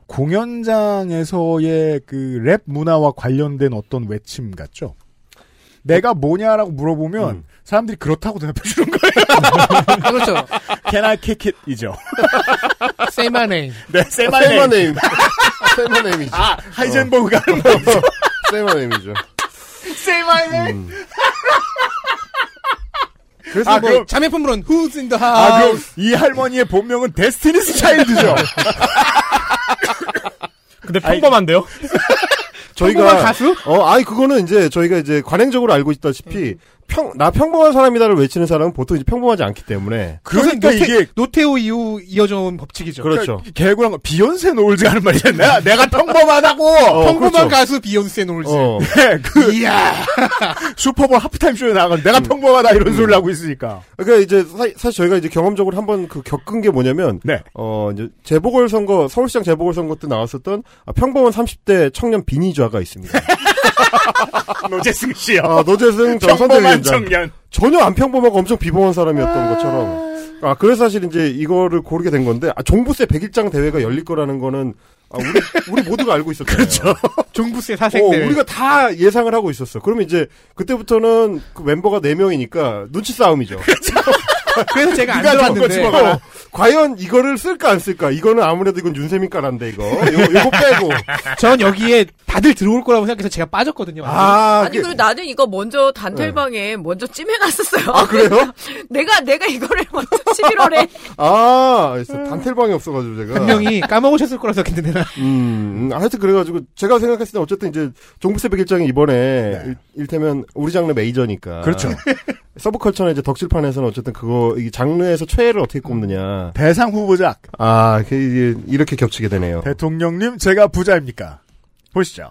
Speaker 3: 공연장에서의 그 랩 문화와 관련된 어떤 외침 같죠. 내가 뭐냐라고 물어보면 사람들이 그렇다고 대답해 주는 거예요.
Speaker 4: 음. *laughs* 그렇죠.
Speaker 3: Can I kick it? 이죠.
Speaker 4: Say
Speaker 13: *laughs*
Speaker 4: my name.
Speaker 3: 네, say my name.
Speaker 5: 아, *laughs* 세마네임이죠
Speaker 3: 아,
Speaker 4: 어.
Speaker 3: 하이젠버그가 하는 거죠.
Speaker 5: *laughs* 세마네임이죠
Speaker 4: Say my name.
Speaker 3: 그래서
Speaker 4: 아,
Speaker 3: 뭐-
Speaker 4: 그 자매품으로는 Who's in the
Speaker 3: 아, 그럼
Speaker 4: house?
Speaker 3: 이 할머니의 본명은 데스티니스 차일드죠.
Speaker 6: 근데 평범한데요?
Speaker 5: 저희가 어, 아니 그거는 이제 저희가 이제 관행적으로 알고 있다시피
Speaker 3: 음.
Speaker 5: 평 나 평범한 사람이다를 외치는 사람은 보통 이제 평범하지 않기 때문에
Speaker 4: *laughs* 그러니까 이게 노태우 이후 이어져 온 법칙이죠.
Speaker 5: 그렇죠.
Speaker 3: 그러니까 개구랑 비욘세 노을즈 하는 말이잖아. 내가, 내가 평범하다고!
Speaker 13: 어, 그렇죠.
Speaker 4: 평범한 가수 비욘세 놀지.
Speaker 5: 어.
Speaker 3: 네, 그, *laughs* 슈퍼볼 하프타임 쇼에 나가면 내가 평범하다 이런 소리를 하고 있으니까.
Speaker 5: 그러니까 이제 사, 실 저희가 이제 경험적으로 한번 그 겪은 게 뭐냐면
Speaker 3: 네.
Speaker 5: 어 이제 재보궐 선거 서울시장 재보궐 선거 때 나왔었던 아, 평범한 30대 청년 비니좌가
Speaker 3: *laughs*
Speaker 5: 있습니다.
Speaker 3: 노재승 씨요. 어,
Speaker 5: 아, 노재승 전
Speaker 3: 평범한
Speaker 5: 선대위원장.
Speaker 3: 청년.
Speaker 5: 전혀 안 평범하고 엄청 비범한 사람이었던 것처럼. 아, 그래서 사실 이제 이거를 고르게 된 건데, 아, 종부세 101장 대회가 열릴 거라는 거는, 아, 우리, 우리 모두가 알고
Speaker 3: *laughs*
Speaker 5: 있었잖아요. 그렇죠.
Speaker 4: 종부세
Speaker 13: 어,
Speaker 4: 사생대회.
Speaker 5: 어, 우리가 다 예상을 하고 있었어. 그러면 이제, 그때부터는 그 멤버가 4명이니까 눈치 *laughs* 싸움이죠.
Speaker 4: 그래서 제가 안
Speaker 5: 누가 더
Speaker 4: 들어봤는데.
Speaker 5: 치고 가나? 어, 과연 이거를 쓸까 안 쓸까? 이거는 아무래도 이건 윤세민 까란데, 이거. 요, 요거 *laughs* 빼고.
Speaker 4: 전 여기에 다들 들어올 거라고 생각해서 제가 빠졌거든요.
Speaker 5: 아, 네.
Speaker 7: 아니 그리고 나는 이거 먼저 단텔방에 먼저 찜해놨었어요.
Speaker 5: 아, 그래요?
Speaker 7: *laughs* 내가 내가 이거를 먼저 11월에
Speaker 5: 아, 알겠어. 단텔방이 없어가지고 제가.
Speaker 4: 분명히 까먹으셨을 거라 생각했는데 나.
Speaker 5: 음, 음, 하여튼 그래가지고 제가 생각했을 때 어쨌든 이제 종부세 백일장이 이번에 일, 테면 우리 장르 메이저니까
Speaker 3: 그렇죠.
Speaker 5: 서브컬처나 이제 덕질판에서는 어쨌든 그거 이 장르에서 최애를 어떻게 꼽느냐
Speaker 3: 대상 후보작
Speaker 5: 아 그, 이게 이렇게 겹치게 되네요.
Speaker 3: 대통령님, 제가 부자입니까? 보시죠.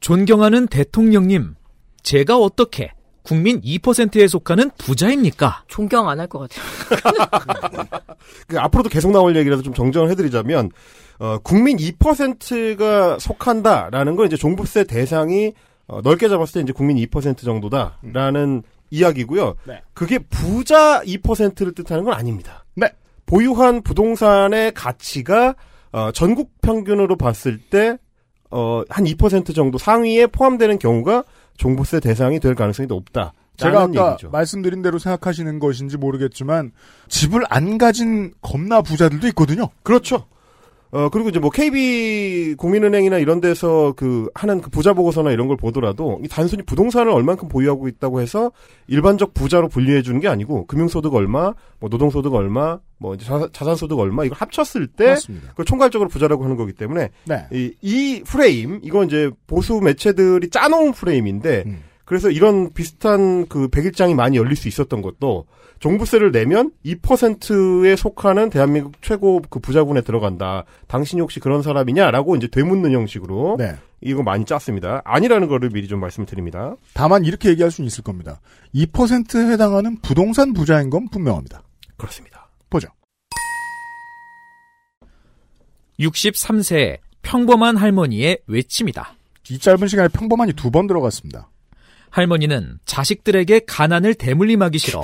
Speaker 2: 존경하는 대통령님, 제가 어떻게 국민 2%에 속하는 부자입니까?
Speaker 7: *laughs* 존경 안 할 것 같아요.
Speaker 5: 그 앞으로도 계속 나올 얘기라서 좀 정정을 해드리자면 어, 국민 2%가 속한다라는 건 이제 종부세 대상이 어, 넓게 잡았을 때 이제 국민 2% 정도다라는 이야기고요.
Speaker 3: 네.
Speaker 5: 그게 부자 2%를 뜻하는 건 아닙니다.
Speaker 3: 네.
Speaker 5: 보유한 부동산의 가치가 어, 전국 평균으로 봤을 때어한2% 정도 상위에 포함되는 경우가 종부세 대상이 될 가능성이 높다.
Speaker 3: 제가
Speaker 5: 라는
Speaker 3: 아까
Speaker 5: 얘기죠.
Speaker 3: 말씀드린 대로 생각하시는 것인지 모르겠지만 집을 안 가진 겁나 부자들도 있거든요.
Speaker 5: 그렇죠. 어, 그리고 이제 뭐 KB 국민은행이나 이런 데서 그 하는 그 부자 보고서나 이런 걸 보더라도 이 단순히 부동산을 얼만큼 보유하고 있다고 해서 일반적 부자로 분류해 주는 게 아니고 금융소득 얼마, 뭐 노동소득 얼마, 뭐 이제 자- 자산소득 얼마 이걸 합쳤을 때
Speaker 3: 맞습니다.
Speaker 5: 그걸 총괄적으로 부자라고 하는 거기 때문에
Speaker 3: 네.
Speaker 5: 이, 이 프레임 이건 이제 보수 매체들이 짜놓은 프레임인데 그래서 이런 비슷한 그 백일장이 많이 열릴 수 있었던 것도 종부세를 내면 2%에 속하는 대한민국 최고 그 부자군에 들어간다. 당신이 혹시 그런 사람이냐라고 이제 되묻는
Speaker 3: 어?
Speaker 5: 형식으로
Speaker 3: 네.
Speaker 5: 이거 많이 짰습니다. 아니라는 거를 미리 좀 말씀드립니다.
Speaker 3: 다만 이렇게 얘기할 수는 있을 겁니다. 2%에 해당하는 부동산 부자인 건 분명합니다.
Speaker 5: 그렇습니다. *laughs*
Speaker 3: 보죠.
Speaker 2: 63세 평범한 할머니의 외침이다.
Speaker 3: 이 짧은 시간에 평범한이 두 번 들어갔습니다.
Speaker 2: 할머니는 자식들에게 가난을 대물림하기 싫어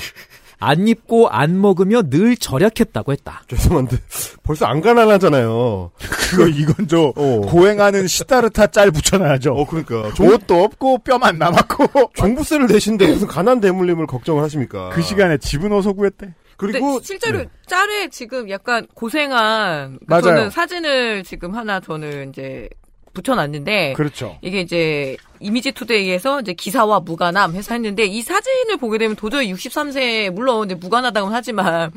Speaker 2: 안 입고 안 먹으며 늘 절약했다고 했다.
Speaker 5: 죄송한데 벌써 안 가난하잖아요.
Speaker 3: 그거 이건 저 고행하는 시타르타 짤 붙여놔야죠. 어,
Speaker 5: 그러니까
Speaker 3: 옷도 없고 뼈만 남았고 *laughs*
Speaker 5: 종부세를 내신데 무슨 가난 대물림을 걱정을 하십니까?
Speaker 3: 그 시간에 집은 어서 구했대.
Speaker 5: 그리고 네.
Speaker 7: 근데 실제로 짤에 지금 약간 고생한 그
Speaker 3: 맞아요.
Speaker 7: 저는 사진을 지금 하나 저는 이제 붙여놨는데
Speaker 3: 그렇죠.
Speaker 7: 이게 이제 이미지 투데이에서 이제 기사와 무관함 해서 했는데 이 사진을 보게 되면 도저히 63세 물론 이제 무관하다고는 하지만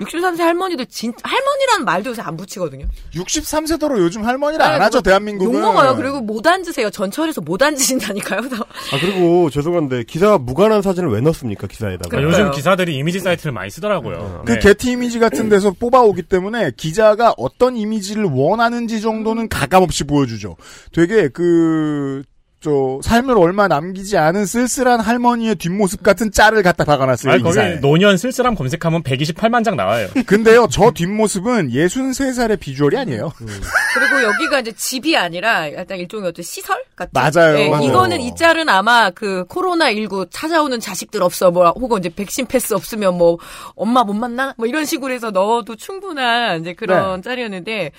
Speaker 7: 63세 할머니도 진 할머니라는 말도 요새 안 붙이거든요.
Speaker 3: 63세도로 요즘 할머니를 안 하죠, 대한민국은.
Speaker 7: 네, 아, 뭐 욕 먹어요. 그리고 못 앉으세요. 전철에서 못 앉으신다니까요. *laughs* 그래서
Speaker 5: 아 그리고 죄송한데 기사 무관한 사진을 왜 넣습니까 기사에다가?
Speaker 6: 아, 요즘 기사들이 이미지 사이트를 많이 쓰더라고요.
Speaker 3: 그
Speaker 6: 네.
Speaker 3: 게티 이미지 같은 데서 뽑아오기 때문에 기자가 어떤 이미지를 원하는지 정도는 가감없이 보여주죠. 되게 그, 저, 삶을 얼마 남기지 않은 쓸쓸한 할머니의 뒷모습 같은 짤을 갖다 박아놨어요,
Speaker 6: 아니, 거기
Speaker 3: 인사에.
Speaker 6: 노년 쓸쓸함 검색하면 128만 장
Speaker 3: *laughs*
Speaker 6: 나와요.
Speaker 3: 근데요, 저 뒷모습은 63살의 비주얼이 아니에요.
Speaker 7: 그리고 여기가 이제 집이 아니라 약간 일종의 어떤 시설 같은.
Speaker 3: 맞아요.
Speaker 7: 예,
Speaker 3: 맞아요.
Speaker 7: 이거는 이 짤은 아마 그 코로나 19 찾아오는 자식들 없어 뭐 혹은 이제 백신 패스 없으면 뭐 엄마 못 만나 뭐 이런 식으로 해서 넣어도 충분한 이제
Speaker 3: 네.
Speaker 7: 그런 짤이었는데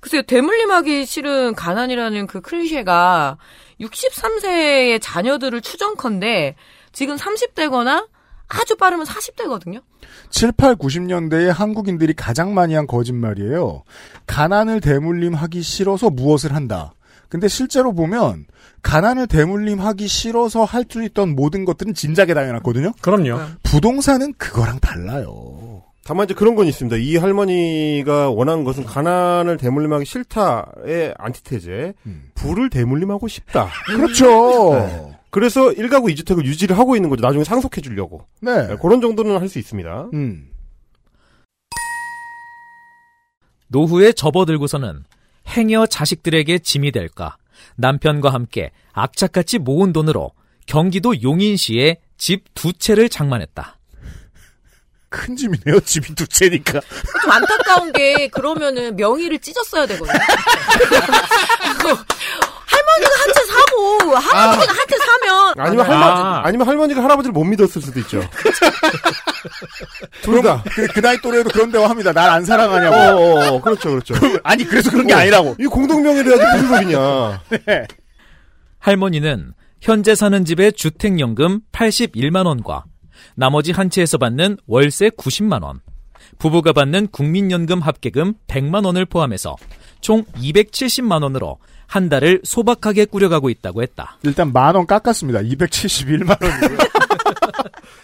Speaker 7: 글쎄요 되물림하기 싫은 가난이라는 그 클리셰가 63세의 자녀들을 추정컨대 지금 30대거나 아주 빠르면 40대거든요.
Speaker 3: 7, 8, 90년대에 한국인들이 가장 많이 한 거짓말이에요. 가난을 대물림하기 싫어서 무엇을 한다. 근데 실제로 보면 가난을 대물림하기 싫어서 할 수 있던 모든 것들은 진작에 당해놨거든요.
Speaker 6: 그럼요.
Speaker 3: 부동산은 그거랑 달라요.
Speaker 5: 다만 이제 그런 건 있습니다. 이 할머니가 원하는 것은 가난을 대물림하기 싫다의 안티테제, 부를 대물림하고 싶다.
Speaker 3: 그렇죠.
Speaker 5: 그래서 1가구 2주택을 유지를 하고 있는 거죠. 나중에 상속해 주려고.
Speaker 3: 네.
Speaker 5: 그런 정도는 할 수 있습니다.
Speaker 3: 음.
Speaker 2: 노후에 접어들고서는 행여 자식들에게 짐이 될까 남편과 함께 악착같이 모은 돈으로 경기도 용인시에 집 두 채를 장만했다.
Speaker 3: 큰 집이네요. 집이 두 채니까.
Speaker 7: 좀 안타까운 게 그러면은 명의를 찢었어야 되거든요. 할머니가 한 채 사고 할아버지가 한 채 사면
Speaker 5: 아니면 할머니, 아니면 할머니가 할아버지를 못 믿었을 수도 있죠.
Speaker 3: 둘 다. 그, 그 나이 또래도 그런 대화 합니다. 날 안 사랑하냐고.
Speaker 5: 어, 어,
Speaker 3: *laughs*
Speaker 5: 그렇죠, 그렇죠.
Speaker 3: 아니, 그래서 그런 게 아니라고.
Speaker 5: 이 공동명의를 해야지 무슨 소리냐.
Speaker 2: 할머니는 현재 사는 집의 주택연금 81만원과 나머지 한 채에서 받는 월세 90만원, 부부가 받는 국민연금 합계금 100만원을 포함해서 총 270만원으로 한 달을 소박하게 꾸려가고 있다고 했다.
Speaker 3: 일단 만 원 깎았습니다. 271만 원.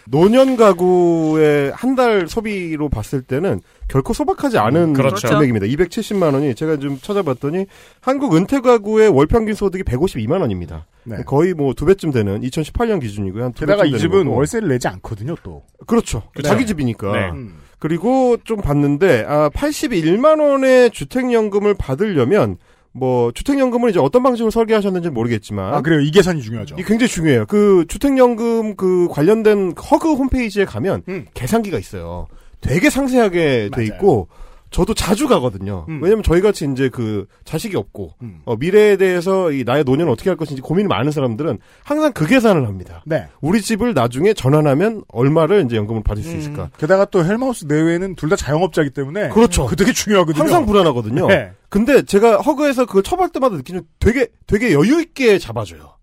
Speaker 5: 노년 가구의 한 달 소비로 봤을 때는 결코 소박하지 않은
Speaker 6: 음, 그렇죠.
Speaker 5: 금액입니다. 270만 원이 제가 좀 찾아봤더니 한국 은퇴 가구의 월 평균 소득이 152만 원입니다.
Speaker 3: 네.
Speaker 5: 거의 뭐 두 배쯤 되는 2018년 기준이고요. 한두
Speaker 3: 게다가
Speaker 5: 배쯤
Speaker 3: 이
Speaker 5: 되는
Speaker 3: 집은
Speaker 5: 거고.
Speaker 3: 월세를 내지 않거든요, 또.
Speaker 5: 그렇죠.
Speaker 3: 네.
Speaker 5: 자기 집이니까.
Speaker 3: 네.
Speaker 5: 그리고 좀 봤는데 아 81만 원의 주택 연금을 받으려면 뭐 주택 연금을 이제 어떤 방식으로 설계하셨는지 는 모르겠지만
Speaker 3: 아, 그래요. 이 계산이 중요하죠.
Speaker 5: 이 굉장히 중요해요. 그 주택연금 그 관련된 허그 홈페이지에 가면
Speaker 3: 음.
Speaker 5: 계산기가 있어요. 되게 상세하게 돼 있고 저도 자주 가거든요.
Speaker 3: 음.
Speaker 5: 왜냐면 저희 같이 이제 그 자식이 없고 어, 미래에 대해서 이 나의 노년을 어떻게 할 것인지 고민이 많은 사람들은 항상 그 계산을 합니다.
Speaker 3: 네.
Speaker 5: 우리 집을 나중에 전환하면 얼마를 이제 연금을 받을
Speaker 3: 음.
Speaker 5: 수 있을까?
Speaker 3: 게다가 또 헬마우스 내외는 둘 다 자영업자이기 때문에
Speaker 5: 그렇죠.
Speaker 3: 그 되게 중요하거든요.
Speaker 5: 항상 그렇죠. 불안하거든요.
Speaker 3: 네.
Speaker 5: 근데 제가 허그에서 그걸 쳐볼 때마다 느끼는 되게 되게 여유 있게 잡아줘요.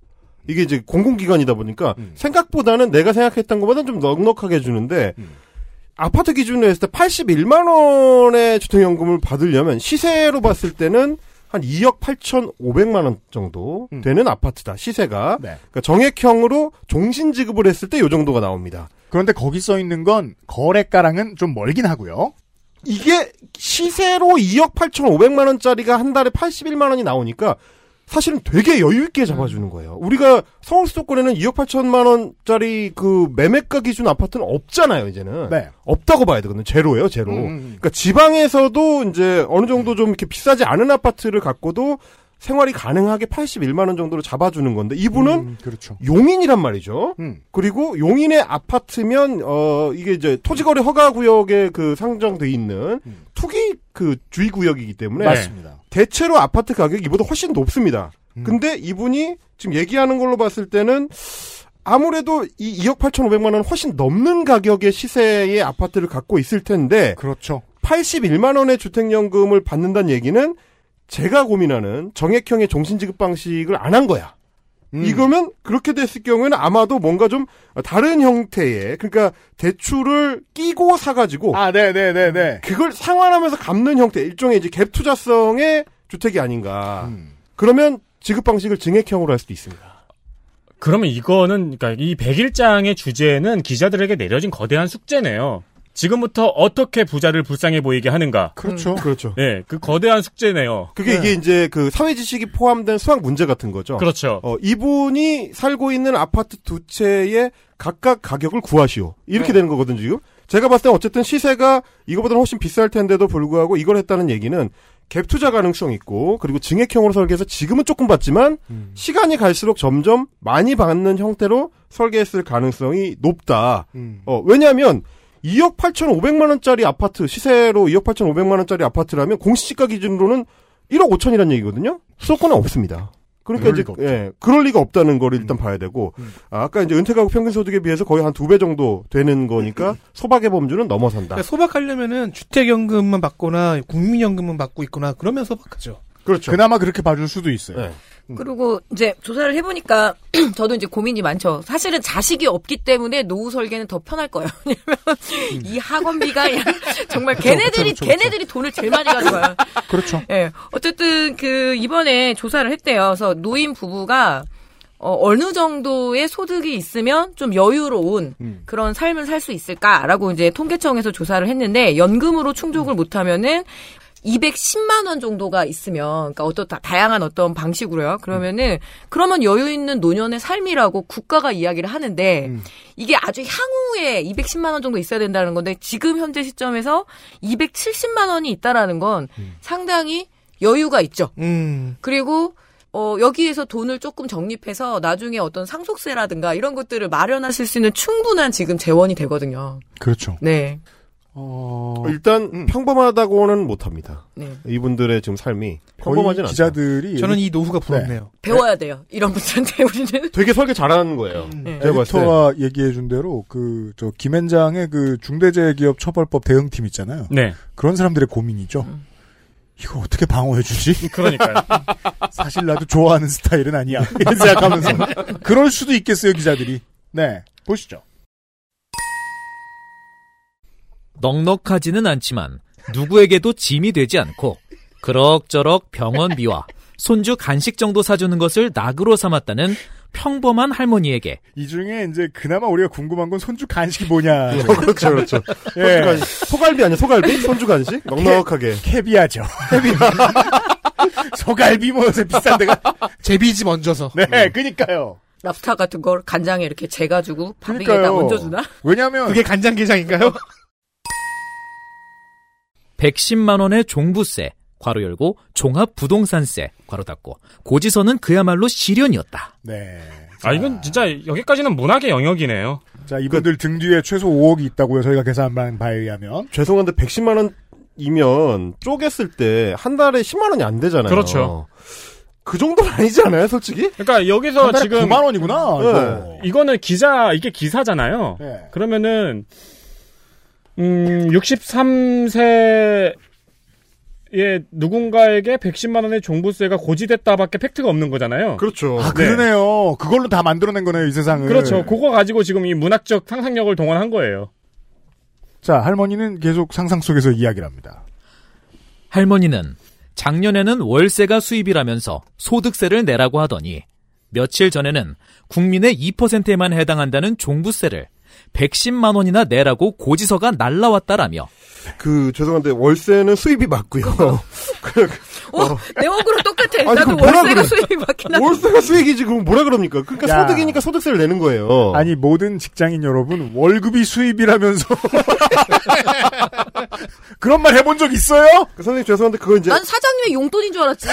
Speaker 5: 이게 이제 공공기관이다 보니까 생각보다는 내가 생각했던 것보다 좀 넉넉하게 해주는데 아파트 기준으로 했을 때 81만 원의 주택연금을 받으려면 시세로 봤을 때는 한 2억 8,500만 원 정도 되는 아파트다 시세가
Speaker 3: 네.
Speaker 5: 그러니까 정액형으로 종신 지급을 했을 때 요 정도가 나옵니다.
Speaker 3: 그런데 거기 써 있는 건 거래가랑은 좀 멀긴 하고요.
Speaker 5: 이게 시세로 2억 8,500만 원짜리가 한 달에 81만 원이 나오니까 사실은 되게 여유 있게
Speaker 3: 음.
Speaker 5: 잡아주는 거예요. 우리가 서울 수도권에는 2억 8천만 원짜리 그 매매가 기준 아파트는 없잖아요, 이제는.
Speaker 3: 네.
Speaker 5: 없다고 봐야 되거든요. 제로예요, 제로.
Speaker 3: 음.
Speaker 5: 그러니까 지방에서도 이제 어느 정도 좀 이렇게 비싸지 않은 아파트를 갖고도 생활이 가능하게 81만 원 정도로 잡아주는 건데 이분은
Speaker 3: 음, 그렇죠.
Speaker 5: 용인이란 말이죠.
Speaker 3: 음.
Speaker 5: 그리고 용인의 아파트면 어 이게 이제 토지거래 허가 구역에 그 상정돼 있는 투기 그 주의 구역이기 때문에
Speaker 3: 맞습니다.
Speaker 5: 대체로 아파트 가격이 이보다 훨씬 높습니다. 근데 이분이 지금 얘기하는 걸로 봤을 때는 아무래도 이 2억 8,500만 원 훨씬 넘는 가격의 시세의 아파트를 갖고 있을 텐데
Speaker 3: 그렇죠.
Speaker 5: 81만 원의 주택연금을 받는다는 얘기는 제가 고민하는 정액형의 종신지급 방식을 안 한 거야.
Speaker 3: 음.
Speaker 5: 이거면 그렇게 됐을 경우에는 아마도 뭔가 좀 다른 형태의 그러니까 대출을 끼고 사가지고
Speaker 3: 아, 네, 네, 네, 네.
Speaker 5: 그걸 상환하면서 갚는 형태 일종의 이제 갭 투자성의 주택이 아닌가. 그러면 지급 방식을 증액형으로 할 수도 있습니다.
Speaker 6: 그러면 이거는 그러니까 이 100일장의 주제는 기자들에게 내려진 거대한 숙제네요. 지금부터 어떻게 부자를 불쌍해 보이게 하는가.
Speaker 3: 그렇죠.
Speaker 5: 그렇죠.
Speaker 6: 예, 그 거대한 숙제네요.
Speaker 5: 그게 이게 이제 그 사회 지식이 포함된 수학 문제 같은 거죠.
Speaker 6: 그렇죠.
Speaker 5: 어, 이분이 살고 있는 아파트 두 채의 각각 가격을 구하시오. 이렇게 되는 거거든 지금. 제가 봤을 때 어쨌든 시세가 이거보다는 훨씬 비쌀 텐데도 불구하고 이걸 했다는 얘기는 갭 투자 가능성 이 있고 그리고 증액형으로 설계해서 지금은 조금 받지만 시간이 갈수록 점점 많이 받는 형태로 설계했을 가능성이 높다.
Speaker 3: 음.
Speaker 5: 어, 왜냐하면 2억 8,500만 원짜리 아파트 시세로 2억 8,500만 원짜리 아파트라면 공시지가 기준으로는 1억 5천이라는 얘기거든요. 수도권에 없습니다. 그러니까
Speaker 3: 그럴
Speaker 5: 이제
Speaker 3: 리가 없죠. 음.
Speaker 5: 예, 그럴 리가 없다는 거를 일단 봐야 되고 아, 아까 이제 은퇴 가구 평균 소득에 비해서 거의 한 두 배 정도 되는
Speaker 3: 음,
Speaker 5: 거니까 소박의 범주는 넘어선다.
Speaker 4: 그러니까 소박하려면은 주택연금만 받거나 국민연금만 받고 있거나 그러면 소박하죠.
Speaker 5: 그렇죠. 예. 네.
Speaker 3: 그나마 그렇게 봐줄 수도 있어요.
Speaker 7: 그리고 이제 조사를 해보니까 *clears throat* 저도 이제 고민이 많죠. 사실은 자식이 없기 때문에 노후 설계는 더 편할 거예요. 왜냐면 이 학원비가 그냥 정말
Speaker 1: 음. 그렇죠, 그쵸,
Speaker 7: 걔네들이
Speaker 1: 그쵸, 그쵸,
Speaker 7: 걔네들이 돈을 제일 많이 가져가요.
Speaker 3: 그렇죠.
Speaker 7: 예. 어쨌든 그 이번에 조사를 했대요. 그래서 노인 부부가 어, 느 정도의 소득이 있으면 좀 여유로운
Speaker 3: 음.
Speaker 7: 그런 삶을 살 수 있을까라고 이제 통계청에서 조사를 했는데 연금으로
Speaker 3: 음.
Speaker 7: 충족을 못하면은 210만 원 정도가 있으면 그러니까 어떤 다- 다양한 어떤 방식으로요. 그러면은 그러면 여유 있는 노년의 삶이라고 국가가 이야기를 하는데 이게 아주 향후에 210만 원 정도 있어야 된다는 건데 지금 현재 시점에서 270만 원이 있다라는 건 상당히 여유가 있죠.
Speaker 4: 음.
Speaker 7: 그리고 어, 여기에서 돈을 조금 적립해서 나중에 어떤 상속세라든가 이런 것들을 마련하실 수 있는 충분한 지금 재원이 되거든요.
Speaker 3: 그렇죠.
Speaker 7: 네.
Speaker 3: 어,
Speaker 5: 일단
Speaker 3: 음.
Speaker 5: 평범하다고는 못합니다.
Speaker 7: 네.
Speaker 5: 이분들의 지금 삶이
Speaker 3: 거의
Speaker 5: 평범하진 않다.
Speaker 3: 기자들이
Speaker 4: 저는 이 노후가 부럽네요.
Speaker 7: 배워야 돼요. 이런 분들한테 우리는.
Speaker 5: 되게 설계 잘하는 거예요.
Speaker 7: 네.
Speaker 5: 제가 봤을 때.
Speaker 3: 에디터가 얘기해준 대로 그 저 김현장의 그 중대재해기업처벌법 대응팀 있잖아요.
Speaker 5: 음.
Speaker 6: 네.
Speaker 3: 그런 사람들의 고민이죠. 이거 어떻게 방어해주지?
Speaker 5: *laughs*
Speaker 6: 그러니까요.
Speaker 3: 사실 나도 좋아하는 스타일은 아니야. *laughs* 이런 생각하면서 그럴 수도 있겠어요 기자들이. 네 보시죠.
Speaker 2: 넉넉하지는 않지만 누구에게도 짐이 되지 않고 그럭저럭 병원비와 손주 간식 정도 사주는 것을 낙으로 삼았다는 평범한 할머니에게
Speaker 3: 이 중에 이제 그나마 우리가 궁금한 건 손주 간식이 뭐냐.
Speaker 5: *laughs*
Speaker 3: 예.
Speaker 5: 그렇죠,
Speaker 3: *laughs*
Speaker 5: 그렇죠. 손주 간식. 소갈비 아니야, 소갈비? 손주 간식? 넉넉하게.
Speaker 3: 캐비아죠. *laughs* 소갈비 뭐 요새 비싼 데가.
Speaker 4: 제비집 얹어서.
Speaker 3: 네, 그니까요.
Speaker 7: 랍스타 같은 걸 간장에 이렇게 재가지고 밥 위에다 얹어주나?
Speaker 3: 왜냐면
Speaker 4: 그게 간장게장인가요?
Speaker 2: 110만 원의 종부세 괄호 열고 종합 부동산세 괄호 닫고 고지서는 그야말로 실현이었다.
Speaker 3: 네.
Speaker 6: 아 이건 진짜 여기까지는 문학의 영역이네요.
Speaker 3: 자 이분들 등 뒤에 최소 5억이 있다고요. 저희가 계산한 바에 의하면.
Speaker 5: 죄송한데 110만 원이면 쪼갰을 때 한 달에 10만 원이 안 되잖아요.
Speaker 6: 그렇죠.
Speaker 5: 그 정도는 아니지 않아요, 솔직히?
Speaker 6: 그러니까 여기서
Speaker 5: 한 달에
Speaker 6: 지금
Speaker 5: 9만 원이구나,
Speaker 6: 네. 이거는 기자 이게 기사잖아요.
Speaker 3: 네.
Speaker 6: 그러면은 음 63세의 누군가에게 110만 원의 종부세가 고지됐다밖에 팩트가 없는 거잖아요.
Speaker 5: 그렇죠.
Speaker 3: 아 그러네요. 그걸로 다 만들어낸 거네요 이 세상을.
Speaker 6: 그렇죠. 그거 가지고 지금 이 문학적 상상력을 동원한 거예요.
Speaker 3: 자 할머니는 계속 상상 속에서 이야기를 합니다.
Speaker 2: 할머니는 작년에는 월세가 수입이라면서 소득세를 내라고 하더니 며칠 전에는 국민의 2%에만 해당한다는 종부세를 110만 원이나 내라고 고지서가 날라왔다라며
Speaker 5: 그, 죄송한데, 월세는 수입이 맞고요.
Speaker 7: 어, 내 얼굴은 똑같아.
Speaker 5: 아니,
Speaker 7: 나도
Speaker 5: 그럼 뭐라
Speaker 7: 월세가
Speaker 5: 그래.
Speaker 7: 수입이 맞긴 한데.
Speaker 5: 월세가 수익이지, 그럼 뭐라 그럽니까? 그러니까
Speaker 3: 야.
Speaker 5: 소득이니까 소득세를 내는 거예요.
Speaker 3: 아니 모든 직장인 여러분 월급이 수입이라면서 *laughs* 그런 말 해본 적 있어요?
Speaker 5: 그 선생님 죄송한데 그거 이제
Speaker 7: 난 사장님의 용돈인 줄 알았지.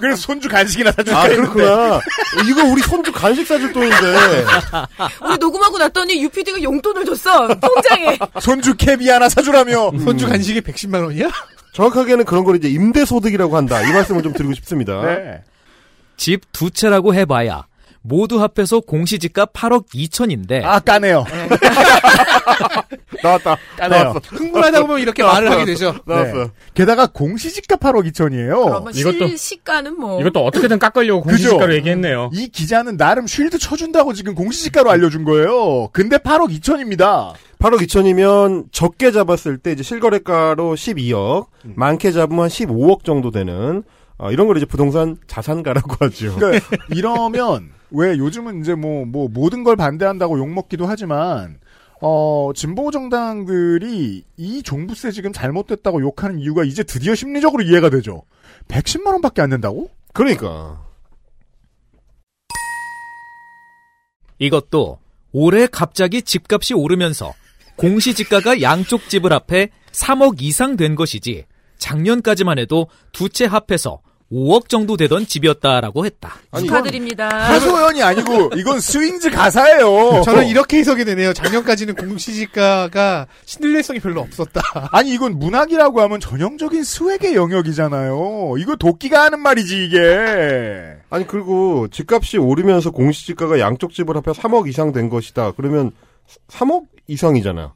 Speaker 3: 그래서 손주 간식이나 사줄까
Speaker 5: 아
Speaker 3: 했는데.
Speaker 5: 그렇구나. 이거 우리 손주 간식 사줄 돈인데.
Speaker 7: *laughs* 우리 녹음하고 났더니 UPD가 용돈을 줬어. 통장에.
Speaker 3: 손주 캡이 하나 사주라며.
Speaker 5: 음.
Speaker 4: 손주 간식이 110만 원이야?
Speaker 5: 정확하게는 그런 걸 이제 임대소득이라고 한다. 이 말씀을 좀 드리고 싶습니다.
Speaker 3: 네.
Speaker 2: 집 두 채라고 해봐야 모두 합해서 공시지가 8억 2천인데
Speaker 3: 아 까네요.
Speaker 5: *laughs* 나왔다.
Speaker 3: 까네요.
Speaker 4: 흥분하다 보면 이렇게 말을 하게 되죠.
Speaker 3: 네. 게다가 공시지가 8억 2천이에요.
Speaker 7: *laughs* 그러면
Speaker 6: 이것도-
Speaker 7: 실, 시가는 뭐.
Speaker 6: 이것도 어떻게든 깎으려고
Speaker 3: 그죠?
Speaker 6: 공시지가를 얘기했네요.
Speaker 3: 이 기자는 나름 쉴드 쳐준다고 지금 공시지가로 알려준 거예요. 근데 8억 2천입니다.
Speaker 5: 8억 2천이면 음. 적게 잡았을 때 이제 실거래가로 12억, 많게 잡으면 한 15억 정도 되는 아, 이런 걸 이제 부동산 자산가라고 *laughs* 하죠.
Speaker 3: 그러니까 이러면 왜 요즘은 이제 뭐 뭐 모든 걸 반대한다고 욕 먹기도 하지만 어 진보 정당들이 이 종부세 지금 잘못됐다고 욕하는 이유가 이제 드디어 심리적으로 이해가 되죠. 110만 원밖에 안 낸다고?
Speaker 5: 그러니까
Speaker 2: 이것도 올해 갑자기 집값이 오르면서 공시지가가 양쪽 집을 합해 3억 이상 된 것이지 작년까지만 해도 두 채 합해서 5억 정도 되던 집이었다라고 했다.
Speaker 7: 축하드립니다.
Speaker 3: 하소연이 아니고 이건 스윙즈
Speaker 5: 어.
Speaker 3: 가사예요.
Speaker 4: 저는 이렇게 해석이 되네요. 작년까지는 공시지가가 신뢰성이 별로 없었다.
Speaker 3: 아니 이건 문학이라고 하면 전형적인 스웩의 영역이잖아요. 이거 도끼가 하는 말이지 이게.
Speaker 5: 아니 그리고 집값이 오르면서 공시지가가 양쪽 집을 합해 3억 이상 된 것이다. 그러면 3억 이상이잖아요.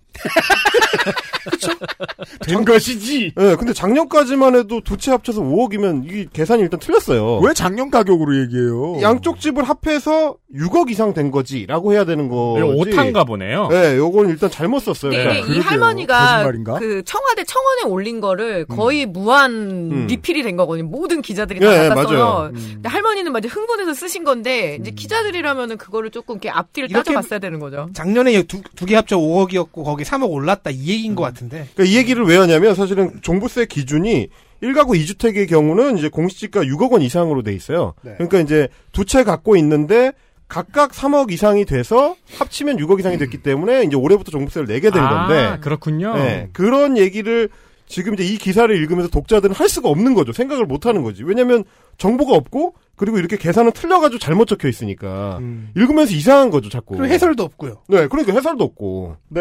Speaker 3: 된 것이지.
Speaker 5: 예, 근데 작년까지만 해도 두 채 합쳐서 5억이면 이 계산이 일단 틀렸어요.
Speaker 3: 왜 작년 가격으로 얘기해요?
Speaker 5: 양쪽 집을 합해서 6억 이상 된 거지라고 해야 되는 거지.
Speaker 6: 아, 어, 이거 오타인가 보네요.
Speaker 5: 네, 요건 일단 잘못 썼어요.
Speaker 7: 이게
Speaker 5: 그러니까.
Speaker 7: 이 할머니가 그 청와대 청원에 올린 거를 거의 무한
Speaker 5: 음.
Speaker 7: 리필이 된 거거든요. 모든 기자들이
Speaker 5: 예,
Speaker 7: 다
Speaker 5: 맞아요.
Speaker 7: 받았어요. 근데 할머니는 맞아 흥분해서 쓰신 건데 이제 기자들이라면은 그거를 조금 이렇게 앞뒤를
Speaker 4: 이렇게
Speaker 7: 따져봤어야 되는 거죠.
Speaker 4: 작년에 두 개 합쳐 5억이었고 거기 3억 올랐다 이 얘기인 것 같은데.
Speaker 5: 그러니까 이 얘기를 왜 하냐면 사실은 종부세 기준이 1가구 2주택의 경우는 이제 공시지가 6억 원 이상으로 돼 있어요.
Speaker 4: 네.
Speaker 5: 그러니까 이제 두 채 갖고 있는데 각각 3억 이상이 돼서 합치면 6억 이상이 됐기 때문에 이제 올해부터 종부세를 내게 된
Speaker 6: 아,
Speaker 5: 건데.
Speaker 6: 그렇군요.
Speaker 5: 네, 그런 얘기를 지금 이제 이 기사를 읽으면서 독자들은 할 수가 없는 거죠. 생각을 못 하는 거지. 왜냐면 정보가 없고 그리고 이렇게 계산은 틀려가지고 잘못 적혀 있으니까 읽으면서 이상한 거죠, 자꾸.
Speaker 4: 음. 그리고 해설도 없고요.
Speaker 5: 네, 그러니까 해설도 없고.
Speaker 3: 네,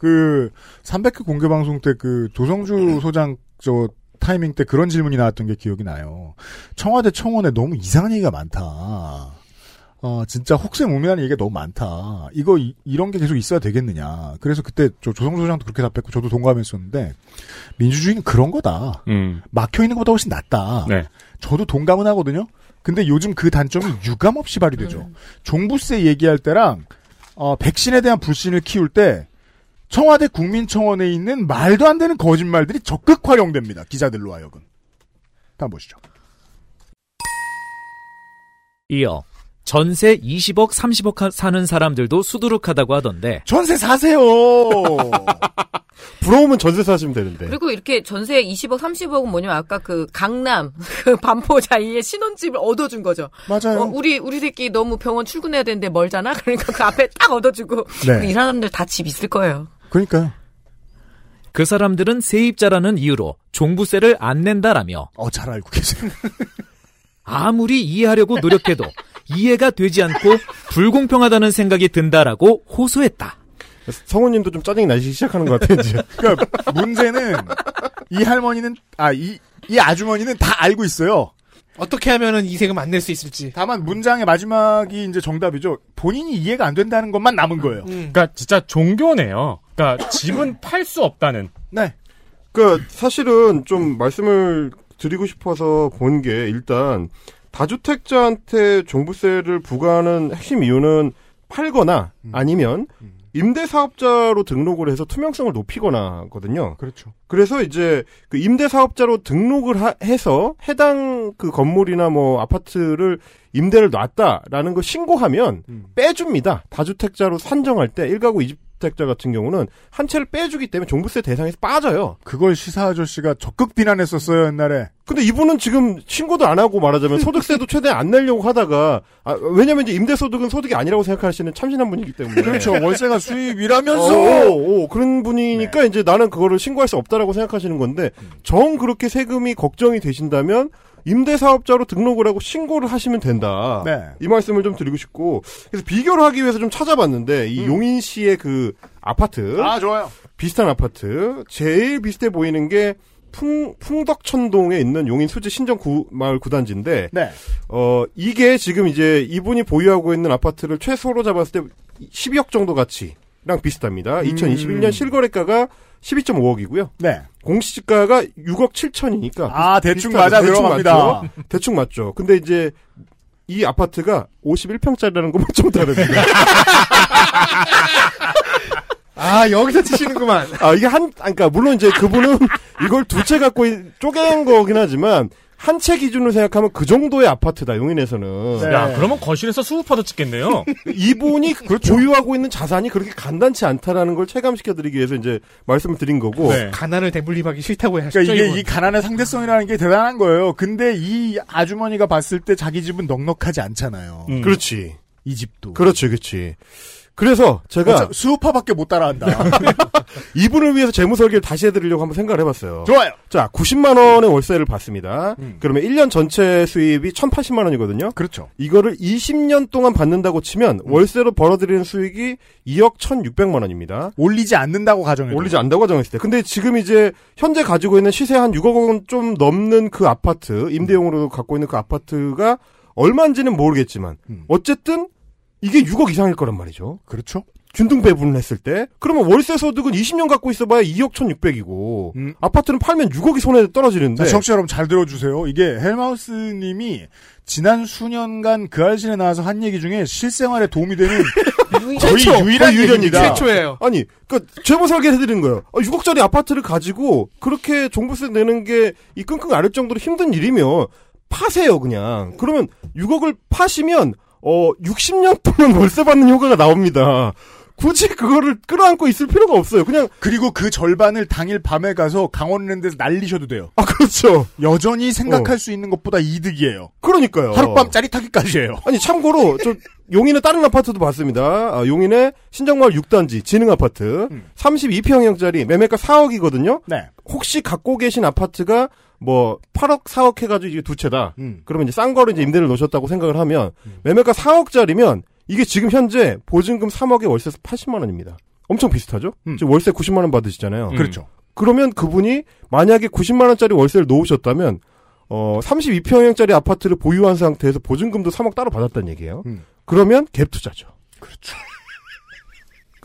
Speaker 3: 그 300회 공개 방송 때 그
Speaker 5: 네.
Speaker 3: 조성주 소장 저 타이밍 때 그런 질문이 나왔던 게 기억이 나요. 청와대 청원에 너무 이상한 얘기가 많다. 어, 진짜 혹세무민한 얘기가 너무 많다. 이거 이, 런게 계속 있어야 되겠느냐. 그래서 그때 저 조성주 소장도 그렇게 답했고 저도 동감했었는데 민주주의는 그런 거다.
Speaker 6: 음.
Speaker 3: 막혀 있는 것보다 훨씬 낫다.
Speaker 6: 네.
Speaker 3: 저도 동감은 하거든요. 근데 요즘 그 단점이 유감 없이 발휘되죠. 종부세 얘기할 때랑 어, 백신에 대한 불신을 키울 때 청와대 국민청원에 있는 말도 안 되는 거짓말들이 적극 활용됩니다. 기자들로 하여금. 다음 보시죠.
Speaker 2: 이어 전세 20억, 30억 하- 사는 사람들도 수두룩하다고 하던데
Speaker 3: 전세 사세요.
Speaker 5: 부러우면 전세 사시면 되는데.
Speaker 7: 네. 그리고 이렇게 전세 20억, 30억은 뭐냐면 아까 그 강남, *laughs* 그 반포 자이의 신혼집을 얻어준 거죠.
Speaker 3: *laughs* 맞아요.
Speaker 7: 어, 우리, 우리 새끼 너무 병원 출근해야 되는데 멀잖아? *laughs* 그러니까 그 앞에 딱 얻어주고.
Speaker 2: 네.
Speaker 7: 이 사람들 다 집 있을 거예요.
Speaker 3: 그러니까요.
Speaker 2: 그 사람들은 세입자라는 이유로 종부세를 안 낸다라며
Speaker 3: 어, 잘 알고 계세요.
Speaker 2: 아무리 이해하려고 노력해도 이해가 되지 않고 불공평하다는 생각이 든다라고 호소했다.
Speaker 5: 성우님도 좀 짜증이 나시기 시작하는 것 같아요, 이제.
Speaker 3: *laughs* 그러니까 문제는 이 할머니는 아 이 이 아주머니는 다 알고 있어요.
Speaker 4: 어떻게 하면은 이 세금 안 낼 수 있을지.
Speaker 3: 다만 문장의 마지막이 이제 정답이죠. 본인이 이해가 안 된다는 것만 남은 거예요.
Speaker 4: 음.
Speaker 6: 그러니까 진짜 종교네요. 그러니까 *laughs* 집은 팔 수 없다는.
Speaker 3: 네.
Speaker 5: *laughs* 그 사실은 좀 말씀을 드리고 싶어서 본 게 일단 다주택자한테 종부세를 부과하는 핵심 이유는 팔거나 아니면 임대사업자로 등록을 해서 투명성을 높이거나거든요.
Speaker 3: 그렇죠.
Speaker 5: 그래서 이제 그 임대사업자로 등록을 하- 해서 해당 그 건물이나 뭐 아파트를 임대를 놨다라는 걸 신고하면
Speaker 3: 음.
Speaker 5: 빼줍니다. 다주택자로 산정할 때 1가구 2주택자 같은 경우는 한 채를 빼주기 때문에 종부세 대상에서 빠져요.
Speaker 3: 그걸 시사 아저씨가 적극 비난했었어요 옛날에.
Speaker 5: 근데 이분은 지금 신고도 안 하고 말하자면 소득세도 최대한 안 내려고 하다가 아, 왜냐면 이제 임대소득은 소득이 아니라고 생각하시는 참신한 분이기 때문에
Speaker 3: 그렇죠. 월세가 수입이라면서.
Speaker 5: 어, 어, 어, 그런 분이니까 이제 나는 그거를 신고할 수 없다라고 생각하시는 건데 정 그렇게 세금이 걱정이 되신다면 임대사업자로 등록을 하고 신고를 하시면 된다.
Speaker 3: 네.
Speaker 5: 이 말씀을 좀 드리고 싶고 그래서 비교를 하기 위해서 좀 찾아봤는데 이 용인시의 그 아파트
Speaker 3: 아 좋아요.
Speaker 5: 비슷한 아파트 제일 비슷해 보이는 게 풍, 풍덕천동에 있는 용인 수지 신정 구, 마을 구단지인데
Speaker 3: 네.
Speaker 5: 어 이게 지금 이제 이분이 보유하고 있는 아파트를 최소로 잡았을 때 12억 정도 가치랑 비슷합니다. 2021년 실거래가가 12.5억이고요.
Speaker 3: 네.
Speaker 5: 공시지가가 6억 7천이니까
Speaker 3: 아, 대충 맞아 들어갑니다.
Speaker 5: 대충 맞죠. 근데 이제 이 아파트가 51평짜리라는 것만 좀 다릅니다.
Speaker 4: 아 여기서
Speaker 3: *laughs*
Speaker 4: 치시는구만.
Speaker 5: 아 이게 한 아, 그러니까 물론 이제 그분은 이걸 두 채 갖고 있- 쪼갠 거긴 하지만 한 채 기준으로 생각하면 그 정도의 아파트다
Speaker 3: 네.
Speaker 5: 용인에서는.
Speaker 6: 야, 그러면 거실에서 수우파도 찍겠네요.
Speaker 5: 이분이 보유하고 있는 자산이 그렇게 간단치 않다라는 걸 체감시켜드리기 위해서 이제 말씀을 드린
Speaker 6: 뭐.
Speaker 5: 거고.
Speaker 3: 네. 예.
Speaker 4: 가난을 대물림하기 싫다고 하셨죠.
Speaker 3: 그러니까 이게
Speaker 4: 이분.
Speaker 3: 이 가난의 상대성이라는 게 대단한 거예요. 근데 이 아주머니가 봤을 때 자기 집은 넉넉하지 않잖아요.
Speaker 5: 그렇지.
Speaker 3: 이 집도.
Speaker 5: 그렇지, 그렇지. 그래서 제가
Speaker 3: 어차- 수우파밖에 못 따라한다.
Speaker 5: 이분을 위해서 재무 설계를 다시 해드리려고 한번 생각을 해봤어요.
Speaker 3: *laughs* 좋아요.
Speaker 5: 자, 90만 원의 월세를 받습니다. 그러면 1년 전체 수입이 1,080만 원이거든요.
Speaker 3: 그렇죠.
Speaker 5: 이거를 20년 동안 받는다고 치면 월세로 벌어들이는 수익이 2억 1,600만 원입니다.
Speaker 3: 올리지 않는다고 가정해.
Speaker 5: 올리지 않는다고 가정했을 때. 근데 지금 이제 현재 가지고 있는 시세 한 6억 원 좀 넘는 그 아파트, 임대용으로 갖고 있는 그 아파트가 얼마인지는 모르겠지만 어쨌든 이게 6억 이상일 거란 말이죠.
Speaker 3: 그렇죠.
Speaker 5: 균등 배분을 했을 때 그러면 월세 소득은 20년 갖고 있어봐야 2억 1,600이고 아파트는 팔면 6억이 손에 떨어지는데.
Speaker 3: 자, 청취자 여러분 잘 들어주세요. 이게 헬마우스님이 지난 수년간 그 알신에 나와서 한 얘기 중에 실생활에 도움이 *laughs* 되는 거의 유일한
Speaker 5: 거의 유일한
Speaker 3: 얘기입니다.
Speaker 5: 얘기죠. 아니, 그 재무 설계를 해드리는 거예요. 아, 6억짜리 아파트를 가지고 그렇게 종부세 내는 게 이 끙끙 앓을 정도로 힘든 일이면 파세요 그냥. 그러면 6억을 파시면 어 60년 동안 월세 받는 효과가 나옵니다. 굳이 그거를 끌어안고 있을 필요가 없어요. 그냥
Speaker 3: 그리고 그 절반을 당일 밤에 가서 강원랜드에서 날리셔도 돼요.
Speaker 5: 아 그렇죠.
Speaker 3: 여전히 생각할 수 있는 것보다 이득이에요.
Speaker 5: 그러니까요.
Speaker 3: 하룻밤 짜릿하기까지예요. *laughs*
Speaker 5: 아니 참고로 저 용인의 다른 아파트도 봤습니다. 아, 용인의 신정마을 6단지 지능 아파트
Speaker 3: 음.
Speaker 5: 32평형짜리 매매가 4억이거든요.
Speaker 3: 네.
Speaker 5: 혹시 갖고 계신 아파트가 뭐 8억 4억 해가지고 이게 두 채다.
Speaker 3: 음.
Speaker 5: 그러면 이제 싼 거를 이제 임대를 놓으셨다고 생각을 하면 매매가 4억짜리면 이게 지금 현재 보증금 3억에 월세에서 80만 원입니다. 엄청 비슷하죠?
Speaker 3: 음.
Speaker 5: 지금 월세 90만 원 받으시잖아요.
Speaker 3: 그렇죠.
Speaker 5: 그러면 그분이 만약에 90만 원짜리 월세를 놓으셨다면 어 32평형짜리 아파트를 보유한 상태에서 보증금도 3억 따로 받았다는 얘기예요.
Speaker 3: 음.
Speaker 5: 그러면 갭 투자죠. 그렇죠.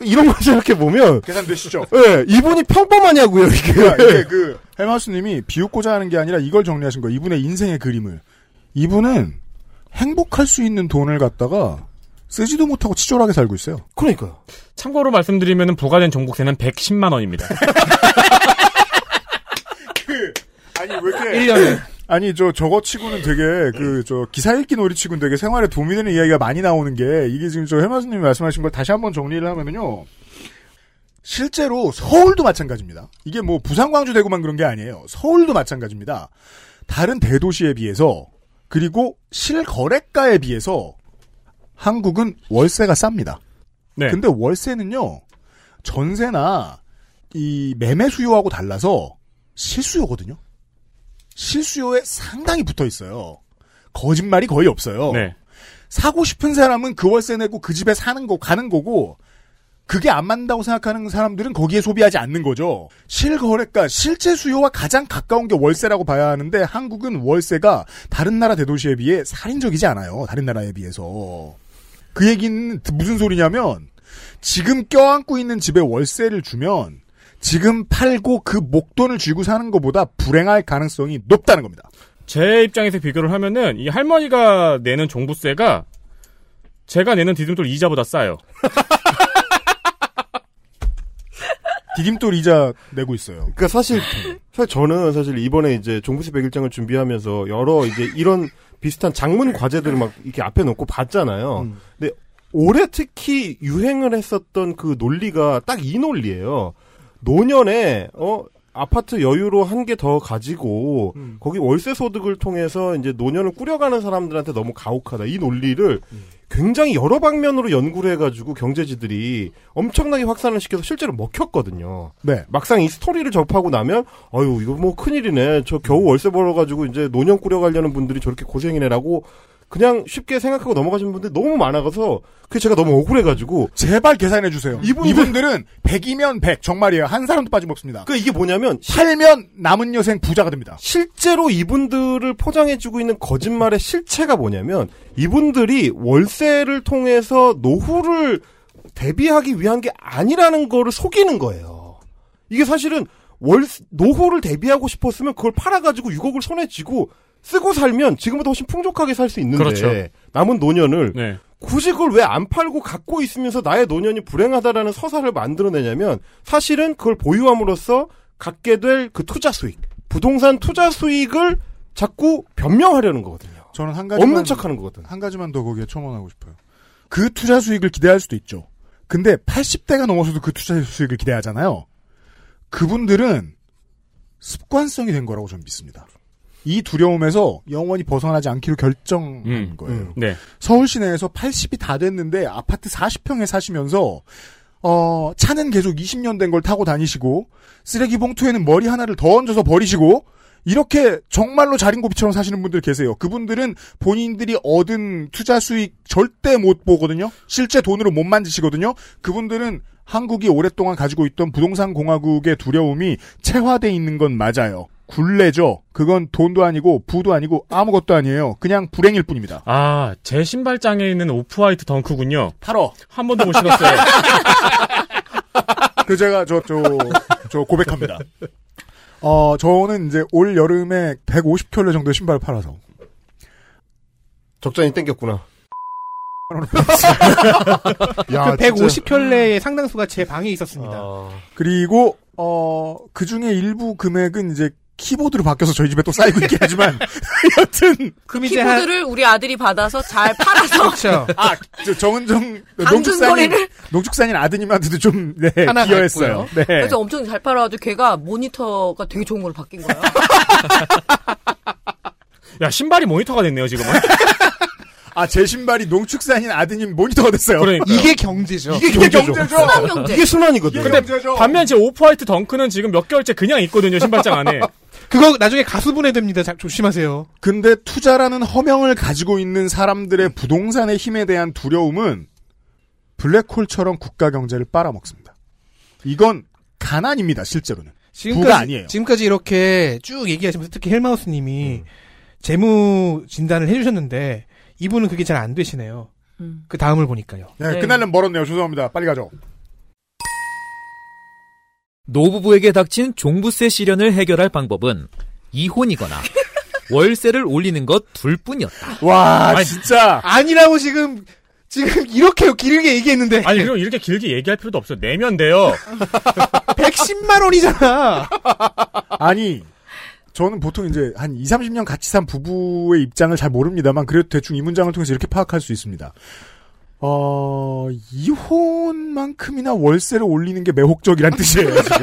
Speaker 5: *laughs* 이런 걸 생각해 보면
Speaker 3: 계산되시죠?
Speaker 5: 예, 이분이 평범하냐고요, 이게.
Speaker 3: 그 *laughs* 그러니까 이게 그 헬마우스님이 비웃고자 하는 게 아니라 이걸 정리하신 거예요. 이분의 인생의 그림을. 이분은 행복할 수 있는 돈을 갖다가 쓰지도 못하고 치졸하게 살고 있어요.
Speaker 5: 그러니까요.
Speaker 6: 참고로 말씀드리면 부과된 종국세는 110만 *laughs* 원입니다.
Speaker 3: 아니 왜 이렇게
Speaker 6: 1년에.
Speaker 3: 아니 저 저거 치고는 되게 그 저 기사 읽기 놀이 치고는 되게 생활에 도움이 되는 이야기가 많이 나오는 게 이게 지금 저 해마스님이 말씀하신 걸 다시 한번 정리를 하면은요. 실제로 서울도 마찬가지입니다. 이게 뭐 부산 광주 대구만 그런 게 아니에요. 서울도 마찬가지입니다. 다른 대도시에 비해서 그리고 실거래가에 비해서 한국은 월세가 쌉니다. 근데 월세는요. 전세나 이 매매 수요하고 달라서 실수요거든요. 실수요에 상당히 붙어 있어요. 거짓말이 거의 없어요.
Speaker 6: 네.
Speaker 3: 사고 싶은 사람은 그 월세 내고 그 집에 사는 거 가는 거고 그게 안 맞는다고 생각하는 사람들은 거기에 소비하지 않는 거죠. 실거래가 실제 수요와 가장 가까운 게 월세라고 봐야 하는데 한국은 월세가 다른 나라 대도시에 비해 살인적이지 않아요. 다른 나라에 비해서 그 얘기는 무슨 소리냐면 지금 껴안고 있는 집에 월세를 주면 지금 팔고 그 목돈을 쥐고 사는 것보다 불행할 가능성이 높다는 겁니다.
Speaker 6: 제 입장에서 비교를 하면은 이 할머니가 내는 종부세가 제가 내는 디딤돌 이자보다 싸요.
Speaker 3: 디딤돌 이자 내고 있어요.
Speaker 5: 그러니까 사실 사실 저는 사실 이번에 이제 종부세 백일장을 준비하면서 여러 이제 이런 비슷한 장문 과제들을 막 이렇게 앞에 놓고 봤잖아요. 근데 올해 특히 유행을 했었던 그 논리가 딱 이 논리예요. 노년에 어 아파트 여유로 한 개 더 가지고 거기 월세 소득을 통해서 이제 노년을 꾸려가는 사람들한테 너무 가혹하다 이 논리를 굉장히 여러 방면으로 연구를 해가지고 경제지들이 엄청나게 확산을 시켜서 실제로 먹혔거든요.
Speaker 3: 네.
Speaker 5: 막상 이 스토리를 접하고 나면 아유 이거 뭐 큰일이네 저 겨우 월세 벌어가지고 이제 노년 꾸려가려는 분들이 저렇게 고생이네라고 그냥 쉽게 생각하고 넘어가시는 분들이 너무 많아가서 그게 제가 너무 억울해가지고
Speaker 3: 제발 계산해 주세요.
Speaker 5: 이분들,
Speaker 3: 은 100이면 100 정말이에요. 한 사람도 빠짐없습니다.
Speaker 5: 그 이게 뭐냐면
Speaker 3: 살면 남은 여생 부자가 됩니다.
Speaker 5: 실제로 이분들을 포장해주고 있는 거짓말의 실체가 뭐냐면 이분들이 월세를 통해서 노후를 대비하기 위한 게 아니라는 거를 속이는 거예요. 이게 사실은 월 노후를 대비하고 싶었으면 그걸 팔아가지고 6억을 손에 쥐고 쓰고 살면 지금보다 훨씬 풍족하게 살 수 있는데
Speaker 6: 그렇죠.
Speaker 5: 남은 노년을 굳이 그걸 왜 안 팔고 갖고 있으면서 나의 노년이 불행하다라는 서사를 만들어내냐면 사실은 그걸 보유함으로써 갖게 될 그 투자 수익, 부동산 투자 수익을 자꾸 변명하려는 거거든요.
Speaker 3: 저는 한 가지만-
Speaker 5: 없는 척하는 거거든.
Speaker 3: 한 가지만 더 거기에 첨언하고 싶어요. 그 투자 수익을 기대할 수도 있죠. 근데 80대가 넘어서도 그 투자 수익을 기대하잖아요. 그분들은 습관성이 된 거라고 저는 믿습니다. 이 두려움에서 영원히 벗어나지 않기로 결정한 거예요.
Speaker 6: 네.
Speaker 3: 서울 시내에서 80이 다 됐는데 아파트 40평에 사시면서 어, 차는 계속 20년 된 걸 타고 다니시고 쓰레기 봉투에는 머리 하나를 더 얹어서 버리시고 이렇게 정말로 자린고비처럼 사시는 분들 계세요. 그분들은 본인들이 얻은 투자 수익 절대 못 보거든요. 실제 돈으로 못 만지시거든요. 그분들은 한국이 오랫동안 가지고 있던 부동산 공화국의 두려움이 체화돼 있는 건 맞아요. 굴레죠. 그건 돈도 아니고 부도 아니고 아무것도 아니에요. 그냥 불행일 뿐입니다.
Speaker 6: 아, 제 신발장에 있는 오프화이트 덩크군요.
Speaker 3: 팔어.
Speaker 6: 한 번도 못 신었어요.
Speaker 3: 그 제가 저, 저, 저 고백합니다. 어, 저는 이제 올 여름에 150켤레 정도 신발을 팔아서.
Speaker 5: 적잖이 땡겼구나.
Speaker 3: 아,
Speaker 4: 그 150켤레의 상당수가 제 방에 있었습니다.
Speaker 5: 어.
Speaker 3: 어. 그리고, 어, 그 중에 일부 금액은 이제 키보드로 바뀌어서 저희 집에 또 쌓이고 있긴 하지만, *laughs* 여튼.
Speaker 4: 그럼 그렇죠.
Speaker 7: 키보드를 우리 아들이 받아서 잘 팔아서
Speaker 3: 아, 저 정은정, 농축산인,
Speaker 7: 당근거래를?
Speaker 3: 농축산인 아드님한테도 좀, 네,
Speaker 7: 하나
Speaker 3: 기여했어요.
Speaker 7: 갖고요.
Speaker 3: 네.
Speaker 7: 그래서 엄청 잘 팔아가지고 걔가 모니터가 되게 좋은 걸로 바뀐 거야.
Speaker 6: 야, 신발이 모니터가 됐네요, 지금은.
Speaker 3: 아, 제 신발이 농축산인 아드님 모니터가 됐어요.
Speaker 6: 그러니까요.
Speaker 3: 이게 *laughs* 경제죠. 이게, 경제죠.
Speaker 6: 이게
Speaker 3: 순환이거든요.
Speaker 6: 근데 반면 제 오프화이트 덩크는 지금 몇 개월째 그냥 있거든요, 신발장 안에.
Speaker 4: 그거 나중에 가수분해 됩니다. 자, 조심하세요.
Speaker 3: 근데 투자라는 허명을 가지고 있는 사람들의 부동산의 힘에 대한 두려움은 블랙홀처럼 국가 경제를 빨아먹습니다. 이건 가난입니다, 실제로는. 부가 아니에요.
Speaker 4: 지금까지 이렇게 쭉 얘기하시면서 특히 헬마우스님이
Speaker 3: 음.
Speaker 4: 재무 진단을 해주셨는데 이분은 그게 잘 안 되시네요. 그 다음을 보니까요.
Speaker 3: 네, 그날은 멀었네요. 죄송합니다. 빨리 가죠.
Speaker 2: 노부부에게 닥친 종부세 실현을 해결할 방법은 이혼이거나 월세를 올리는 것 둘뿐이었다.
Speaker 3: 와,
Speaker 4: 진짜. 아니라고 지금 지금 이렇게 길게 얘기했는데.
Speaker 6: 아니, 그럼 이렇게 길게 얘기할 필요도 없어. 내면 돼요.
Speaker 4: 110만 원이잖아.
Speaker 3: 아니, 저는 보통 이제 한 20, 30년 같이 산 부부의 입장을 잘 모릅니다만, 그래도 대충 이 문장을 통해서 이렇게 파악할 수 있습니다. 어, 이혼만큼이나 월세를 올리는 게 매혹적이란 뜻이에요, 지금.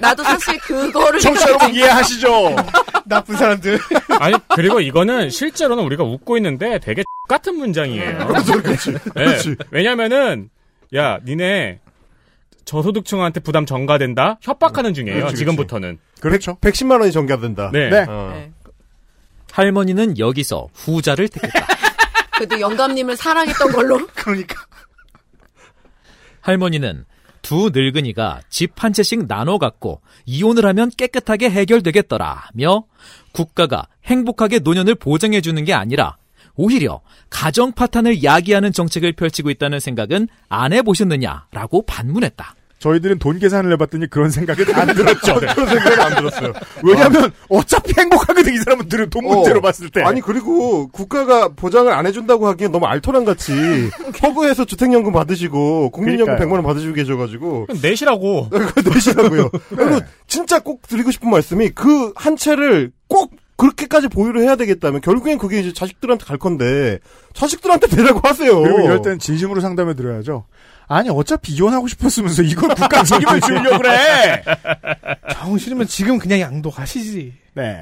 Speaker 7: 나도 사실 그거를
Speaker 3: 청취자 여러분
Speaker 5: *laughs*
Speaker 3: 이해하시죠?
Speaker 4: 나쁜 사람들.
Speaker 6: 아니, 그리고 이거는 실제로는 우리가 웃고 있는데 되게 같은 문장이에요. 네.
Speaker 3: 그렇지, 그렇지. 그렇지.
Speaker 6: 왜냐면은, 야, 니네 저소득층한테 부담 전가된다? 협박하는 중이에요,
Speaker 5: 그렇지, 그렇지.
Speaker 6: 지금부터는.
Speaker 3: 그렇죠.
Speaker 5: 110만 원이 전가된다.
Speaker 6: 네.
Speaker 5: 어.
Speaker 2: 할머니는 여기서 후자를 택했다.
Speaker 7: 그래도 영감님을 사랑했던 걸로.
Speaker 4: 그러니까.
Speaker 2: 할머니는 두 늙은이가 집 한 채씩 나눠 갖고 이혼을 하면 깨끗하게 해결되겠더라며 국가가 행복하게 노년을 보장해 주는 게 아니라 오히려 가정 파탄을 야기하는 정책을 펼치고 있다는 생각은 안 해보셨느냐라고 반문했다.
Speaker 3: 저희들은 돈 계산을 해봤더니 그런 생각은 안 들었죠.
Speaker 5: 네, *laughs* 그런 생각은 안 들었어요.
Speaker 3: *laughs* 왜냐하면 어차피 행복하거든 이 사람은 들은 돈 문제로
Speaker 5: 어.
Speaker 3: 봤을 때.
Speaker 5: 아니 그리고 국가가 보장을 안 해준다고 하기엔 너무 알토란
Speaker 3: *laughs*
Speaker 5: 같이 허구해서 주택연금 받으시고 국민연금
Speaker 6: 그러니까요.
Speaker 5: 100만 원 받으시고 계셔가지고
Speaker 6: 그럼 내시라고.
Speaker 3: *laughs* 네.
Speaker 5: 내시라고요. 그리고 진짜 꼭 드리고 싶은 말씀이 그 한 채를 꼭 그렇게까지 보유를 해야 되겠다면 결국엔 그게 이제 자식들한테 갈 건데 자식들한테 되라고 하세요.
Speaker 3: 그리고 이럴 땐 진심으로 상담해 드려야죠. 아니 어차피 이혼하고 싶었으면서 이걸 국가 책임을 주려고
Speaker 5: *laughs*
Speaker 3: 그래.
Speaker 4: 정 싫으면 지금 그냥 양도 가시지.
Speaker 3: 네.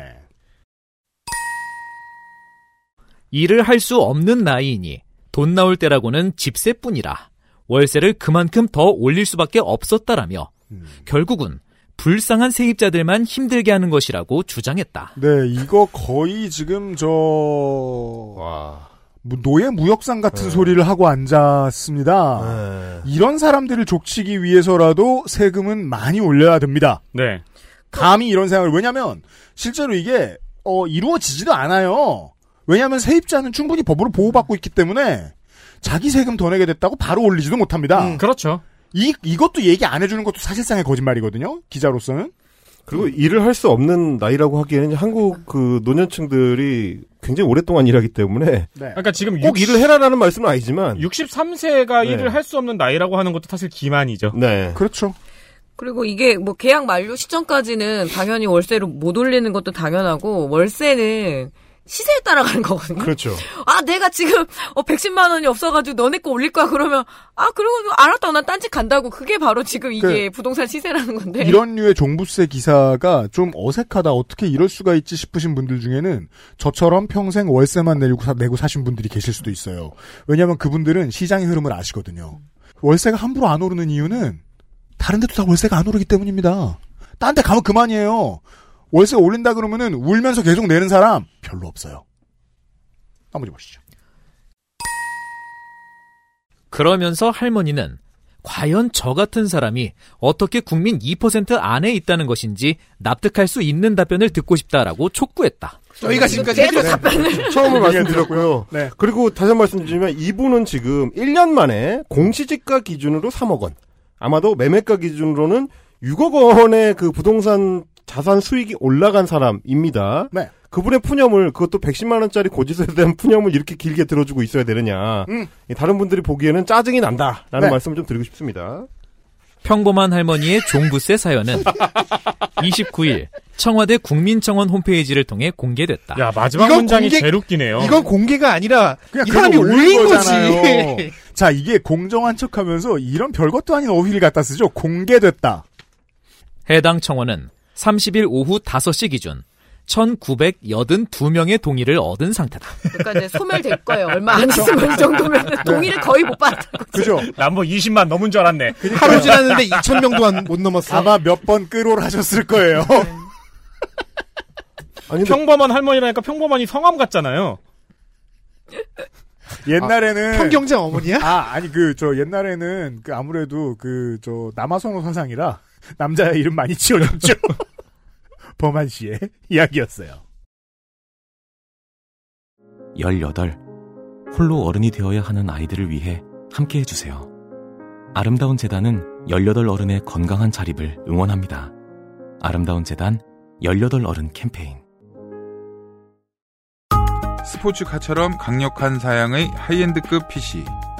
Speaker 2: 일을 할 수 없는 나이이니 돈 나올 때라고는 집세뿐이라 월세를 그만큼 더 올릴 수밖에 없었다라며
Speaker 6: 음.
Speaker 2: 결국은 불쌍한 세입자들만 힘들게 하는 것이라고 주장했다.
Speaker 3: 네 이거 거의 지금 저 뭐 노예 무역상 같은
Speaker 5: 네.
Speaker 3: 소리를 하고 앉았습니다. 이런 사람들을 족치기 위해서라도 세금은 많이 올려야 됩니다.
Speaker 6: 네.
Speaker 3: 감히 이런 생각을 왜냐하면 실제로 이게 어, 이루어지지도 않아요. 왜냐하면 세입자는 충분히 법으로 보호받고 있기 때문에 자기 세금 더 내게 됐다고 바로 올리지도 못합니다.
Speaker 6: 그렇죠.
Speaker 3: 이 이것도 얘기 안 해주는 것도 사실상의 거짓말이거든요. 기자로서는
Speaker 5: 그리고 일을 할 수 없는 나이라고 하기에는 한국 그 노년층들이 굉장히 오랫동안 일하기 때문에
Speaker 6: 그러니까 지금
Speaker 5: 꼭
Speaker 6: 60
Speaker 5: 일을 해라라는 말씀은 아니지만
Speaker 6: 63세가
Speaker 5: 네.
Speaker 6: 일을 할 수 없는 나이라고 하는 것도 사실 기만이죠.
Speaker 5: 네.
Speaker 3: 그렇죠.
Speaker 7: 그리고 이게 뭐 계약 만료 시점까지는 당연히 월세를 못 올리는 것도 당연하고 월세는 시세에 따라가는 거거든요.
Speaker 5: 그렇죠.
Speaker 7: 아, 내가 지금 어 110만 원이 없어가지고 너네 거 올릴 거야 그러면 아 그러고 알았다 난 딴 집 간다고 그게 바로 지금 이게 부동산 시세라는
Speaker 4: 네.
Speaker 7: 건데.
Speaker 3: 이런 류의 종부세 기사가 좀 어색하다 어떻게 이럴 수가 있지 싶으신 분들 중에는 저처럼 평생 월세만 내고, 사, 내고 사신 분들이 계실 수도 있어요. 왜냐하면 그분들은 시장의 흐름을 아시거든요. 월세가 함부로 안 오르는 이유는 다른 데도 다 월세가 안 오르기 때문입니다. 딴 데 가면 그만이에요. 월세 올린다 그러면은 울면서 계속 내는 사람 별로 없어요. 나머지 보시죠.
Speaker 2: 그러면서 할머니는 과연 저 같은 사람이 어떻게 국민 2% 안에 있다는 것인지 납득할 수 있는 답변을 듣고 싶다라고 촉구했다.
Speaker 4: 저희가 지금까지 해드렸-
Speaker 5: *laughs* 처음으로 말씀드렸고요. 네. 그리고 다시 한 번 말씀드리면 이분은 지금 1년 만에 공시지가 기준으로 3억 원, 아마도 매매가 기준으로는 6억 원의 그 부동산 자산 수익이 올라간 사람입니다. 그분의 푸념을 그것도 110만 원짜리 고지서에 대한 푸념을 이렇게 길게 들어주고 있어야 되느냐.
Speaker 3: 음.
Speaker 5: 이 다른 분들이 보기에는 짜증이 난다라는
Speaker 2: 네.
Speaker 5: 말씀을 좀 드리고 싶습니다.
Speaker 2: 평범한 할머니의 종부세 사연은 29일 청와대 국민청원 홈페이지를 통해 아, 공개됐다.
Speaker 6: 야 마지막 문장이 제일 웃기네요.
Speaker 4: 이건 공개가 아니라 이 사람이
Speaker 3: 그거
Speaker 4: 올린 *laughs*
Speaker 3: 거잖아요.
Speaker 4: 거지.
Speaker 3: 자, 이게 공정한 척 하면서 이런 별것도 아닌 어휘를 갖다 쓰죠. 공개됐다.
Speaker 2: 해당 청원은 30일 오후 5시 기준 1982명의 동의를 얻은 상태다.
Speaker 7: 그러니까 이제 소멸될 거예요. 얼마 안 있으면 이 정도면 동의를 거의 못 받았다.
Speaker 3: 그죠?
Speaker 6: 난뭐 20만 넘은 줄 알았네.
Speaker 3: 그러니까.
Speaker 4: 하루 지났는데 2천 명도 안- 못 넘었어.
Speaker 3: 아마 몇 번 끌올
Speaker 4: *laughs*
Speaker 3: 하셨을 거예요.
Speaker 6: 평범한 할머니라니까 평범한이 성함 같잖아요.
Speaker 4: 네.
Speaker 3: *laughs* 옛날에는
Speaker 6: 평경장 어머니야?
Speaker 3: 아 아니 그 저 옛날에는 그 아무래도 그 저 남아선호 사상이라 남자 이름 많이
Speaker 4: *laughs*
Speaker 3: 지어줬죠. *laughs* 범한 씨의 이야기였어요.
Speaker 16: 18. 홀로 어른이 되어야 하는 아이들을 위해 함께 해주세요. 아름다운 재단은 18 어른의 건강한 자립을 응원합니다. 아름다운 재단 18 어른 캠페인.
Speaker 12: 스포츠카처럼 강력한 사양의 하이엔드급 PC.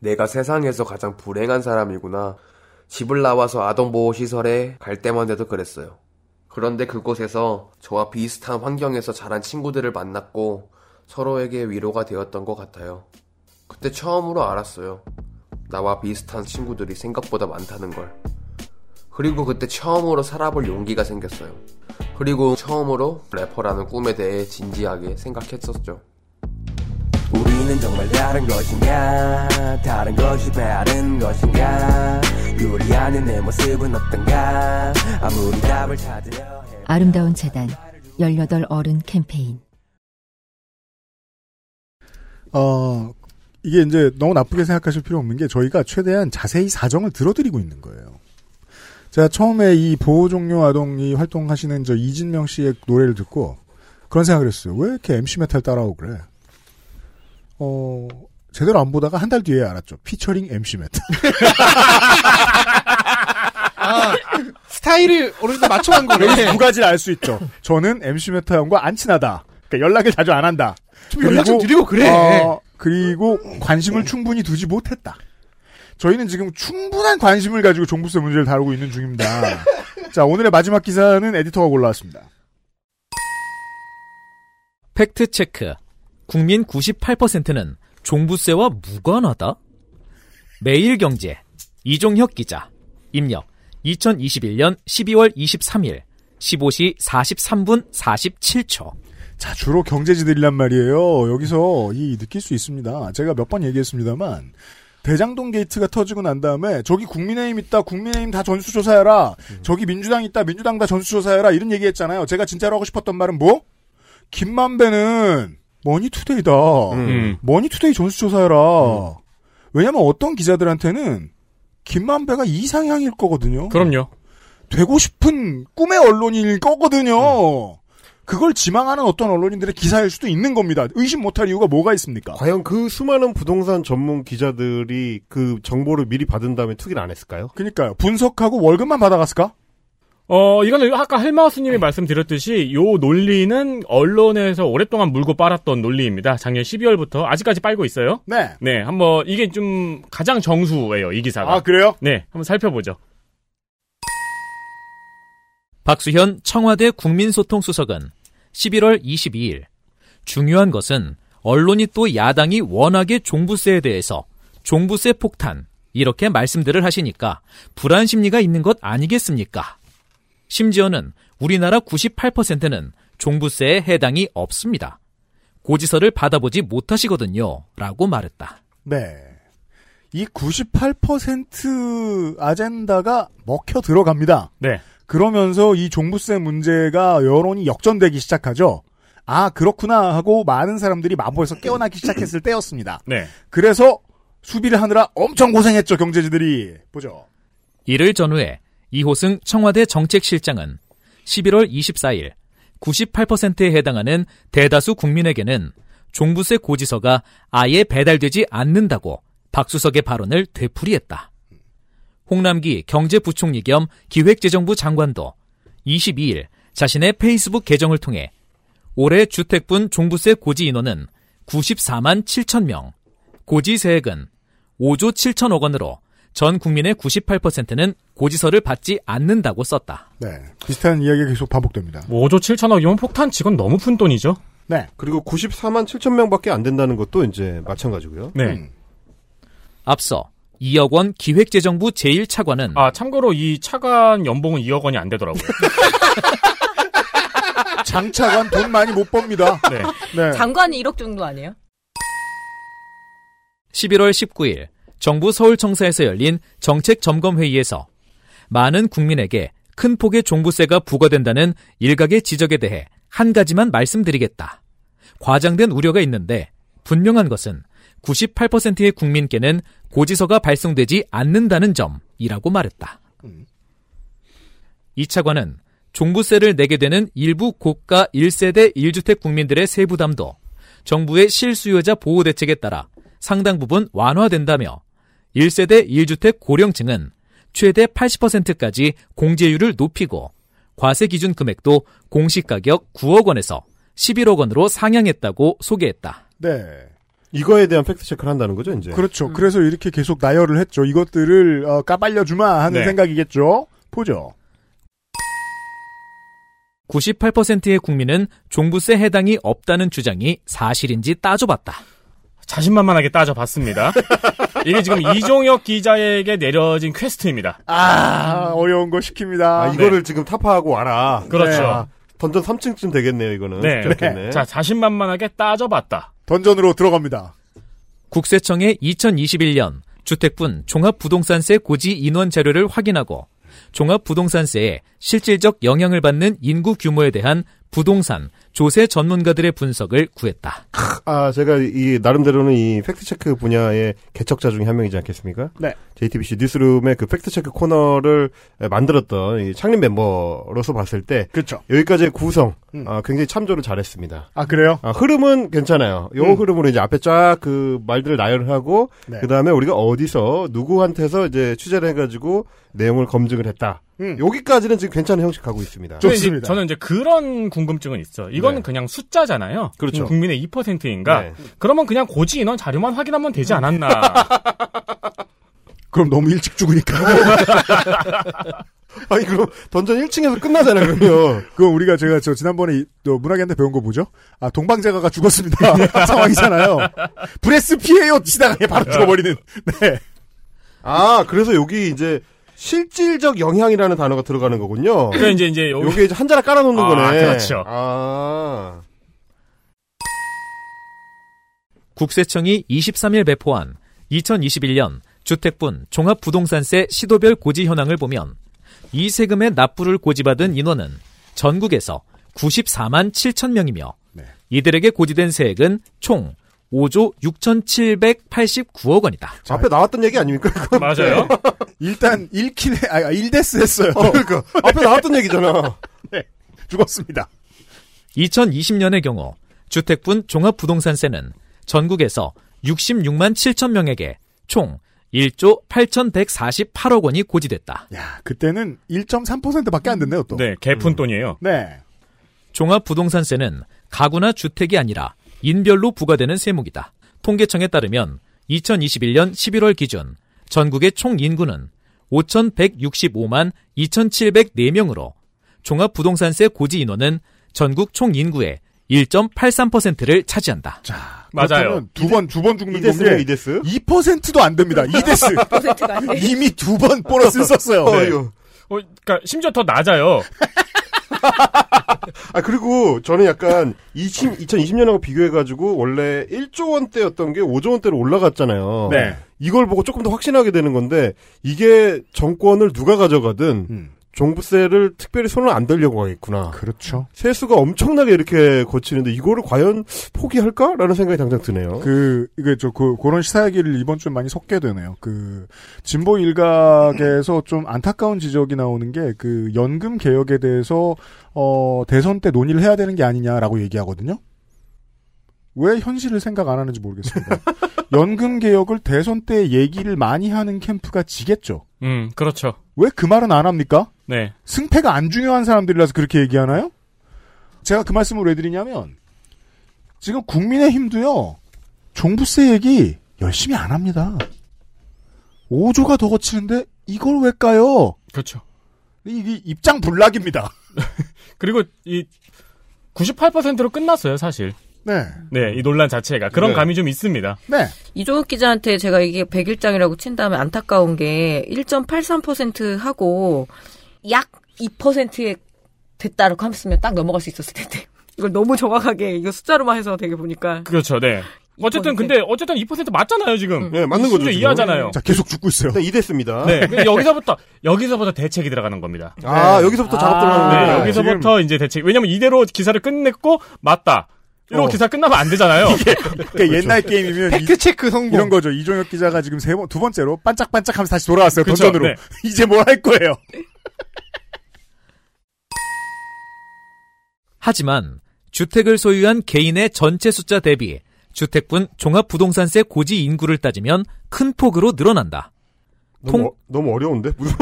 Speaker 17: 내가 세상에서 가장 불행한 사람이구나. 집을 나와서 아동보호시설에 갈 때만 돼도 그랬어요. 그런데 그곳에서 저와 비슷한 환경에서 자란 친구들을 만났고 서로에게 위로가 되었던 것 같아요. 그때 처음으로 알았어요. 나와 비슷한 친구들이 생각보다 많다는 걸. 그리고 그때 처음으로 살아볼 용기가 생겼어요. 그리고 처음으로 래퍼라는 꿈에 대해 진지하게 생각했었죠.
Speaker 18: 우리는 정말 다른 것인가 다른 것이 다른 것인가 요리하는 내 모습은 어떤가 아무리 답을 찾으려
Speaker 19: 아름다운 재단 18 어른 캠페인
Speaker 3: 어 이게 이제 너무 나쁘게 생각하실 필요 없는 게 저희가 최대한 자세히 사정을 들어드리고 있는 거예요. 제가 처음에 이 보호 종료 아동이 활동하시는 저 이진명 씨의 노래를 듣고 그런 생각을 했어요. 왜 이렇게 MC 메탈 따라오고 그래? 어 제대로 안 보다가 한 달 뒤에 알았죠. 피처링 MC 메탈.
Speaker 4: 아, 스타일을 어느 정도 맞춰간
Speaker 3: 여기서
Speaker 4: 거네.
Speaker 3: 두 가지를 알 수 있죠. 저는 MC 메타 형과 안 친하다. 그러니까 연락을 자주 안 한다. 어,
Speaker 4: 좀 연락 좀 드리고 그래.
Speaker 3: 그리고 관심을 충분히 두지 못했다. 저희는 지금 충분한 관심을 가지고 종부세 문제를 다루고 있는 중입니다. 자, 오늘의 마지막 기사는 에디터가 골라왔습니다.
Speaker 2: 팩트 체크. 국민 98%는 종부세와 무관하다? 매일경제 이종혁 기자 입력 2021년 12월 23일 15시 43분 47초
Speaker 3: 자, 주로 경제지들이란 말이에요. 여기서 이 느낄 수 있습니다. 제가 몇 번 얘기했습니다만 대장동 게이트가 터지고 난 다음에 저기 국민의힘 있다 국민의힘 다 전수조사해라 저기 민주당 있다 민주당 다 전수조사해라 이런 얘기했잖아요 제가 진짜로 하고 싶었던 말은 뭐 김만배는 머니투데이다 머니투데이 전수조사해라 왜냐면 어떤 기자들한테는 김만배가 이상향일
Speaker 4: 그렇죠.
Speaker 3: 거거든요
Speaker 6: 그럼요
Speaker 3: 되고 싶은 꿈의 언론인일 거거든요 그걸 지망하는 어떤 언론인들의 기사일 수도 있는 겁니다. 의심 못할 이유가 뭐가 있습니까?
Speaker 5: 과연 그 수많은 부동산 전문 기자들이 그 정보를 미리 받은 다음에 투기를 안 했을까요?
Speaker 3: 그러니까요. 분석하고 월급만 받아갔을까?
Speaker 6: 어, 이거는 아까 헬마우스님이 말씀드렸듯이 요 논리는 언론에서 오랫동안 물고 빨았던 논리입니다. 작년 12월부터 아직까지 빨고 있어요.
Speaker 3: 네.
Speaker 6: 네, 한번 이게 좀 가장 정수예요, 이 기사가.
Speaker 3: 아, 그래요?
Speaker 6: 네, 한번 살펴보죠.
Speaker 2: 박수현 청와대 국민소통수석은 11월 22일 중요한 것은 언론이 또 야당이 워낙에 종부세에 대해서 종부세 폭탄 이렇게 말씀들을 하시니까 불안 심리가 있는 것 아니겠습니까? 심지어는 우리나라 98%는 종부세에 해당이 없습니다. 고지서를 받아보지 못하시거든요. 라고 말했다.
Speaker 3: 네. 이 98% 아젠다가 먹혀 들어갑니다.
Speaker 6: 네.
Speaker 3: 그러면서 이 종부세 문제가 여론이 역전되기 시작하죠. 아, 그렇구나 하고 많은 사람들이 마보에서 깨어나기 시작했을 때였습니다.
Speaker 6: 네.
Speaker 3: 그래서 수비를 하느라 엄청 고생했죠, 경제지들이. 보죠.
Speaker 2: 이를 전후해 이호승 청와대 정책실장은 11월 24일 98%에 해당하는 대다수 국민에게는 종부세 고지서가 아예 배달되지 않는다고 박수석의 발언을 되풀이했다. 홍남기 경제부총리 겸 기획재정부 장관도 22일 자신의 페이스북 계정을 통해 올해 주택분 종부세 고지 인원은 94만 7천 명, 고지 세액은 5조 7천억 원으로 전 국민의 98%는 고지서를 받지 않는다고 썼다.
Speaker 3: 네. 비슷한 이야기가 계속 반복됩니다.
Speaker 6: 뭐 5조 7천억이면 폭탄 치곤 너무 푼 돈이죠?
Speaker 3: 네.
Speaker 5: 그리고 94만 7천 명밖에 안 된다는 것도 이제 마찬가지고요.
Speaker 6: 네.
Speaker 2: 앞서 2억 원 기획재정부 제1차관은
Speaker 6: 아, 참고로 이 차관 연봉은 2억 원이 안 되더라고요.
Speaker 3: 장차관 돈 많이 못 *laughs* 법니다.
Speaker 6: 네.
Speaker 7: 장관이 1억 정도 아니에요?
Speaker 2: 11월 19일 정부 서울청사에서 열린 정책 점검 회의에서 많은 국민에게 큰 폭의 종부세가 부과된다는 일각의 지적에 대해 한 가지만 말씀드리겠다. 과장된 우려가 있는데 분명한 것은 98%의 국민께는 고지서가 발송되지 않는다는 점이라고 말했다. 이 차관은 종부세를 내게 되는 일부 고가 1세대 1주택 국민들의 세부담도 정부의 실수요자 보호 대책에 따라 상당 부분 완화된다며 1세대 1주택 고령층은 최대 80%까지 공제율을 높이고 과세 기준 금액도 공시가격 9억 원에서 11억 원으로 상향했다고 소개했다.
Speaker 3: 네.
Speaker 5: 이거에 대한 팩트 체크를 한다는 거죠, 이제.
Speaker 3: 그렇죠. 그래서 이렇게 계속 나열을 했죠. 이것들을 어, 까발려주마 하는
Speaker 5: 네.
Speaker 3: 생각이겠죠. 보죠.
Speaker 2: 98%의 국민은 종부세 해당이 없다는 주장이 사실인지 따져봤다.
Speaker 6: 자신만만하게
Speaker 5: *laughs*
Speaker 6: 따져봤습니다. 이게 지금 이종혁 기자에게 내려진 퀘스트입니다.
Speaker 3: 아, 어려운 거 시킵니다.
Speaker 5: 아, 이거를 지금 타파하고 와라.
Speaker 6: 그렇죠.
Speaker 5: 아, 던전 3층쯤 되겠네요, 이거는.
Speaker 6: 네.
Speaker 5: 좋겠네.
Speaker 6: 자, 자신만만하게 따져봤다.
Speaker 3: 던전으로 들어갑니다.
Speaker 2: 국세청의 2021년 주택분 종합부동산세 고지 인원 자료를 확인하고 종합부동산세에 실질적 영향을 받는 인구 규모에 대한 부동산 조세 전문가들의 분석을 구했다.
Speaker 5: 아, 제가 이, 나름대로는 이 팩트체크 분야의 개척자 중에 한 명이지 않겠습니까?
Speaker 3: 네.
Speaker 5: JTBC 뉴스룸의 그 팩트체크 코너를 만들었던 이 창립 멤버로서 봤을 때.
Speaker 3: 그렇죠.
Speaker 5: 여기까지의 구성, 아, 굉장히 참조를 잘했습니다.
Speaker 3: 아, 그래요?
Speaker 5: 아, 흐름은 괜찮아요. 요
Speaker 3: 음.
Speaker 5: 흐름으로 이제 앞에 쫙 그 말들을 나열하고,
Speaker 3: 네.
Speaker 5: 그 다음에 우리가 어디서, 누구한테서 이제 취재를 해가지고 내용을 검증을 했다. 여기까지는 지금 괜찮은 형식 가고 있습니다.
Speaker 6: 저는 이제- 저는 이제 그런 궁금증은 있어. 이건
Speaker 5: 네.
Speaker 6: 그냥 숫자잖아요.
Speaker 5: 그렇죠.
Speaker 6: 국민의 2%인가?
Speaker 5: 네.
Speaker 6: 그러면 그냥 고지 인원 자료만 확인하면 되지
Speaker 5: *laughs*
Speaker 6: 않았나?
Speaker 3: 그럼 너무 일찍 죽으니까.
Speaker 5: 아니, 그럼 던전 1층에서 끝나잖아요, 그러면.
Speaker 3: *laughs* 그건 우리가 제가 저 지난번에 이- 또 문학인데 배운 거 뭐죠? 아, 동방제가가 죽었습니다. *laughs* 상황이잖아요. 브레스 피해요! 치다가 바로 죽어버리는. 네.
Speaker 5: 아, 그래서 여기 이제 실질적 영향이라는 단어가 들어가는 거군요.
Speaker 6: 그러니까 이제 이제 여기-
Speaker 5: 여기 이제 한자락 깔아놓는
Speaker 6: 아,
Speaker 5: 거네.
Speaker 6: 그렇죠.
Speaker 5: 아.
Speaker 2: 국세청이 23일 배포한 2021년 주택분 종합부동산세 시도별 고지 현황을 보면 이 세금의 납부를 고지받은 인원은 전국에서 94만 7천 명이며 이들에게 고지된 세액은 총 5조 6,789억 원이다.
Speaker 5: 앞에 나왔던
Speaker 6: *laughs*
Speaker 5: 얘기 아닙니까?
Speaker 6: 맞아요.
Speaker 3: 일단 1킬에 아 1데스 했어요.
Speaker 5: 어, 그러니까. 앞에 나왔던 얘기잖아.
Speaker 6: *laughs*
Speaker 3: 네. 죽었습니다.
Speaker 2: 2020년의 경우 주택분 종합부동산세는 전국에서 66만 7천 명에게 총 1조 8,148억 원이 고지됐다.
Speaker 3: 야, 그때는 1.3%밖에 안 됐네요, 또.
Speaker 6: 네,
Speaker 5: 음.
Speaker 6: 개푼 돈이에요.
Speaker 3: 네.
Speaker 2: 종합부동산세는 가구나 주택이 아니라 인별로 부과되는 세목이다. 통계청에 따르면 2021년 11월 기준 전국의 총 인구는 5,165만 2,704명으로 종합부동산세 고지 인원은 전국 총 인구의 1.83%를 차지한다.
Speaker 3: 맞아요. 두번 두 번 죽는
Speaker 5: 이데스네요,
Speaker 3: 건데
Speaker 5: 이데스.
Speaker 3: 2%도 안 됩니다.
Speaker 5: *laughs*
Speaker 3: 이데스. 이미 두 번 보너스 썼어요.
Speaker 6: 어, 그러니까 심지어 더 낮아요.
Speaker 5: 아 그리고 저는 약간 20, 2020년하고 비교해가지고 원래 1조 원대였던 게 5조 원대로 올라갔잖아요.
Speaker 3: 네.
Speaker 5: 이걸 보고 조금 더 확신하게 되는 건데 이게 정권을 누가 가져가든
Speaker 6: 음.
Speaker 5: 종부세를 특별히 손을 안 들려고 하겠구나.
Speaker 3: 그렇죠.
Speaker 5: 세수가 엄청나게 이렇게 거치는데 이거를 과연 포기할까라는 생각이 당장 드네요.
Speaker 3: 그 이게 저 그, 그런 시사 얘기를 이번 주에 많이 섞게 되네요. 그 진보 일각에서 좀 안타까운 지적이 나오는 게 그 연금 개혁에 대해서 어 대선 때 논의를 해야 되는 게 아니냐라고 얘기하거든요. 왜 현실을 생각 안 하는지 모르겠습니다. 연금 개혁을 대선 때 얘기를 많이 하는 캠프가 지겠죠.
Speaker 6: 음, 그렇죠.
Speaker 3: 왜 그 말은 안 합니까?
Speaker 6: 네.
Speaker 3: 승패가 안 중요한 사람들이라서 그렇게 얘기하나요? 제가 그 말씀을 왜 드리냐면 지금 국민의힘도요 종부세 얘기 열심히 안 합니다. 5조가 더 거치는데 이걸 왜 까요?
Speaker 6: 그렇죠.
Speaker 3: 이게 입장 불락입니다.
Speaker 6: 그리고 이 98%로 끝났어요, 사실.
Speaker 3: 네.
Speaker 6: 네, 이 논란 자체가 그런
Speaker 3: 네.
Speaker 6: 감이 좀 있습니다.
Speaker 3: 네.
Speaker 7: 이종욱 기자한테 제가 이게 100일장이라고 친 다음에 안타까운 게 1.83% 하고 약 2%에 됐다라고 하면 딱 넘어갈 수 있었을 텐데. *laughs* 이걸 너무 정확하게 이거 숫자로만 해서 되게 보니까
Speaker 6: 그렇죠, 네. 어쨌든 근데 어쨌든 2% 맞잖아요 지금.
Speaker 5: 네, 맞는 거죠.
Speaker 6: 심지어
Speaker 5: 지금.
Speaker 6: 이하잖아요.
Speaker 3: 자, 계속 죽고
Speaker 5: *laughs*
Speaker 3: 있어요.
Speaker 5: 일단 이됐습니다.
Speaker 6: 네, 근데 여기서부터 여기서부터 대책이 들어가는 겁니다.
Speaker 5: 아, 여기서부터 작업 들어가는
Speaker 6: 네,
Speaker 5: 거예요.
Speaker 6: 여기서부터 이제 대책. 왜냐면 이대로 기사를 끝냈고 맞다. 이러고
Speaker 3: 어.
Speaker 6: 기사 끝나면 안 되잖아요.
Speaker 3: 그러니까 옛날 게임이면 팩트
Speaker 4: 체크 성공
Speaker 3: 이런 거죠. 이종혁 기자가 지금 세 번, 두 번째로 반짝반짝하면서 다시 돌아왔어요.
Speaker 6: 그쵸,
Speaker 3: 본전으로
Speaker 6: 네.
Speaker 3: *laughs* 이제 뭘 할 거예요?
Speaker 2: 하지만 주택을 소유한 개인의 전체 숫자 대비 주택분 종합부동산세 고지 인구를 따지면 큰 폭으로 늘어난다.
Speaker 5: 너무, 어, 너무 어려운데? 무슨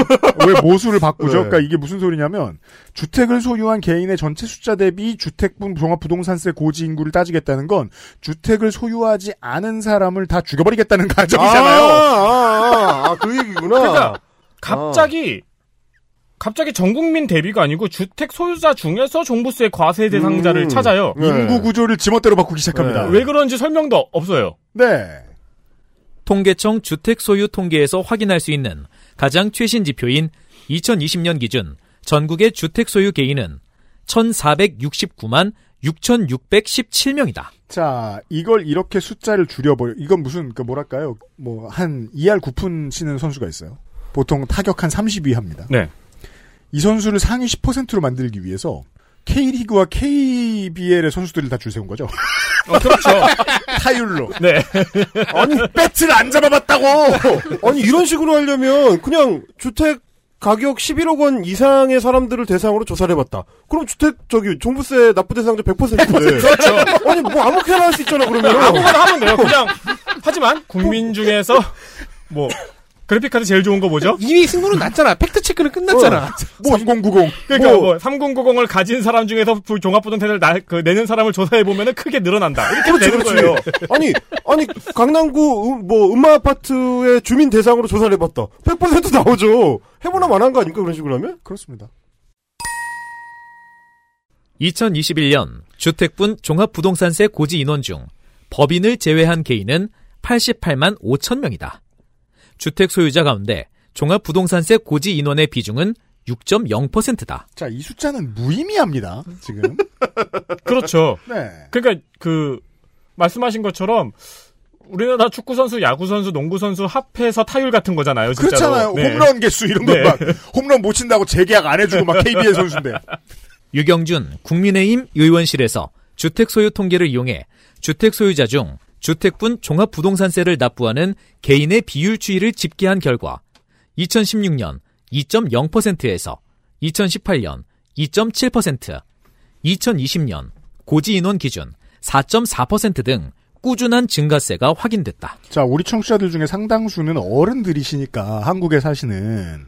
Speaker 3: 왜 모수를 바꾸죠?
Speaker 5: 네.
Speaker 3: 그러니까 이게 무슨 소리냐면 주택을 소유한 개인의 전체 숫자 대비 주택분 종합부동산세 고지 인구를 따지겠다는 건 주택을 소유하지 않은 사람을 다 죽여버리겠다는 *laughs* 가정이잖아요.
Speaker 5: 아, 아, 아, 그 얘기구나.
Speaker 6: 그러니까 갑자기 갑자기 전 국민 대비가 아니고 주택 소유자 중에서 종부세 과세 대상자를
Speaker 3: 음.
Speaker 6: 찾아요.
Speaker 3: 인구 구조를 지멋대로 바꾸기
Speaker 5: 네.
Speaker 3: 시작합니다.
Speaker 6: 네. 왜 그런지 설명도 없어요.
Speaker 3: 네.
Speaker 2: 통계청 주택 소유 통계에서 확인할 수 있는 가장 최신 지표인 2020년 기준 전국의 주택 소유 개인은 1,469만 6,617명이다.
Speaker 3: 자, 이걸 이렇게 숫자를 줄여버려. 이건 무슨, 그, 뭐랄까요. 뭐, 한 2할 9푼 치는 선수가 있어요. 보통 타격 한 30위 합니다.
Speaker 6: 네.
Speaker 3: 이 선수를 상위 10%로 만들기 위해서 K리그와 KBL의 선수들을 다 줄 세운 거죠.
Speaker 6: 그렇죠.
Speaker 3: *laughs* 타율로.
Speaker 6: 네. *laughs*
Speaker 3: 아니, 배트를 안 잡아봤다고!
Speaker 5: 어, 아니 이런 식으로 하려면 그냥 주택 가격 11억 원 이상의 사람들을 대상으로 조사를 해봤다. 그럼 주택 저기 종부세 납부 대상자 100%인데.
Speaker 6: *laughs* 그렇죠.
Speaker 5: 아니 뭐 아무렇게나 할 수 있잖아 그러면.
Speaker 6: 아무거나 하면 돼요. 그냥 하지만 국민 중에서 뭐 그래픽카드 제일 좋은 거 뭐죠?
Speaker 4: 이미 승부는 났잖아. 팩트 체크는 끝났잖아.
Speaker 3: 뭐 3090.
Speaker 6: 그러니까 뭐, 3090을 가진 사람 중에서 그 종합부동산을 나, 그 내는 사람을 조사해 보면은 크게 늘어난다. *laughs* 이렇게
Speaker 5: 그렇지,
Speaker 6: 되는
Speaker 5: 그렇죠, 그렇지.
Speaker 6: 거예요.
Speaker 5: 아니, 아니, 강남구, 음, 뭐, 음마 아파트의 주민 대상으로 조사를 해봤다. 100% 나오죠. 해보나 만한 거 아닙니까? 그런 식으로 하면?
Speaker 3: 그렇습니다.
Speaker 2: 2021년 주택분 종합부동산세 고지 인원 중 법인을 제외한 개인은 88만 5천 명이다. 주택 소유자 가운데 종합부동산세 고지 인원의 비중은 6.0%다.
Speaker 3: 자, 이 숫자는 무의미합니다. 지금.
Speaker 6: 그렇죠.
Speaker 3: 네.
Speaker 6: 그러니까 그 말씀하신 것처럼 우리나라 축구 선수, 야구 선수, 농구 선수 합해서 타율 같은 거잖아요. 진짜로.
Speaker 3: 그렇잖아요.
Speaker 6: 네.
Speaker 3: 홈런 개수 이런 것
Speaker 6: 네.
Speaker 3: 막 홈런 못 친다고 재계약 안 해주고 막 KBL 선수인데.
Speaker 2: 유경준 국민의힘 의원실에서 주택 소유 통계를 이용해 주택 소유자 중 주택분 종합 부동산세를 납부하는 개인의 비율 추이를 집계한 결과 2016년 2.0%에서 2018년 2.7%, 2020년 고지 인원 기준 4.4%등 꾸준한 증가세가 확인됐다.
Speaker 3: 자, 우리 청취자들 중에 상당수는 어른들이시니까 한국에 사시는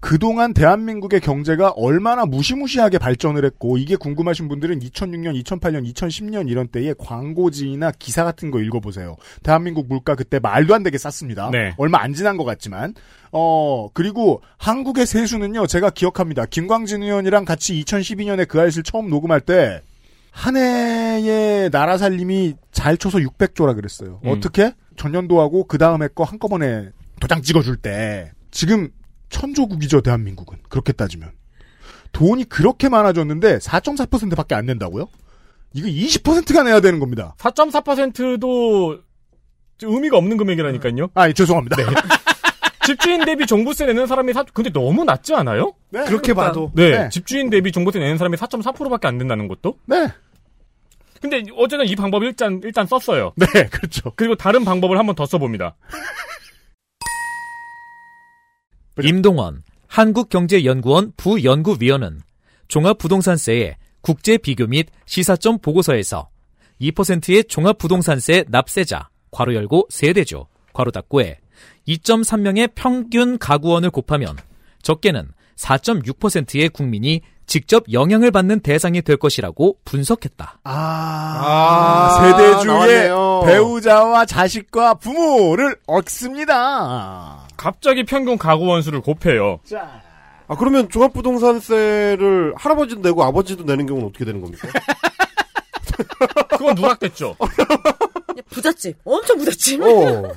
Speaker 3: 그동안 대한민국의 경제가 얼마나 무시무시하게 발전을 했고 이게 궁금하신 분들은 2006년, 2008년, 2010년 이런 때에 광고지나 기사 같은 거 읽어보세요. 대한민국 물가 그때 말도 안 되게 쌌습니다.
Speaker 6: 네.
Speaker 3: 얼마 안 지난 것 같지만 어 그리고 한국의 세수는요 제가 기억합니다. 김광진 의원이랑 같이 2012년에 그 아이실 처음 녹음할 때 한 해의 나라 살림이 잘 쳐서 600조라 그랬어요.
Speaker 5: 음.
Speaker 3: 어떻게? 전년도하고 그 다음에 거 한꺼번에 도장 찍어줄 때 지금 천조국이죠 대한민국은 그렇게 따지면 돈이 그렇게 많아졌는데 4.4%밖에 안 낸다고요? 이거 20%가 내야 되는 겁니다.
Speaker 6: 4.4%도 의미가 없는 금액이라니까요.
Speaker 3: 아, 죄송합니다.
Speaker 6: 집주인 대비 종부세 내는 사람이 사 근데 너무 낮지 않아요?
Speaker 3: *laughs* 네,
Speaker 4: 그렇게 그러니까. 봐도.
Speaker 6: 네,
Speaker 4: 네.
Speaker 6: 집주인 대비 종부세 내는 사람이 4.4%밖에 안 된다는 것도.
Speaker 3: 네.
Speaker 6: 근데 어쨌든 이 방법 일단 일단 썼어요.
Speaker 3: 네, 그렇죠.
Speaker 6: 그리고 다른 방법을 한번 더 써봅니다.
Speaker 2: 임동원 한국경제연구원 부연구위원은 종합부동산세의 국제 비교 및 시사점 보고서에서 2%의 종합부동산세 납세자 괄호 열고 세대주 괄호 닫고에 2.3명의 평균 가구원을 곱하면 적게는 4.6%의 국민이 직접 영향을 받는 대상이 될 것이라고 분석했다.
Speaker 3: 아, 세대주의
Speaker 6: 나왔네요.
Speaker 3: 배우자와 자식과 부모를 얻습니다.
Speaker 6: 갑자기 평균 가구 원수를 곱해요.
Speaker 5: 아 그러면 종합부동산세를 할아버지도 내고 아버지도 내는 경우는 어떻게 되는 *laughs* 겁니까?
Speaker 6: 그건 누락됐죠.
Speaker 7: 부잣집. 엄청 부잣집.
Speaker 5: 어.
Speaker 6: 어,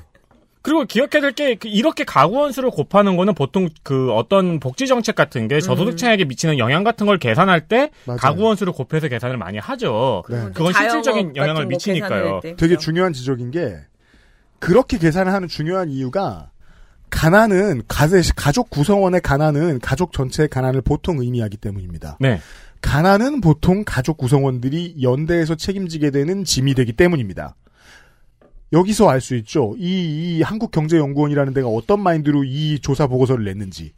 Speaker 6: 그리고 기억해야 될 게 이렇게 가구 원수를 곱하는 거는 보통 그 어떤 복지 정책 같은 게 저소득층에게 미치는 영향 같은 걸 계산할 때 가구 원수를 곱해서 계산을 많이 하죠.
Speaker 7: 네.
Speaker 6: 그건
Speaker 7: 뭐 자영업
Speaker 6: 실질적인 영향을
Speaker 7: 같은 거
Speaker 6: 미치니까요.
Speaker 7: 계산할 때.
Speaker 3: 되게 중요한 지적인 게 그렇게 계산을 하는 중요한 이유가 가난은 가세- 가족 구성원의 가난은 가족 전체의 가난을 보통 의미하기 때문입니다.
Speaker 6: 네.
Speaker 3: 가난은 보통 가족 구성원들이 연대해서 책임지게 되는 짐이 되기 때문입니다. 여기서 알 수 있죠. 이, 이 한국경제연구원이라는 데가 어떤 마인드로 이 조사 보고서를 냈는지.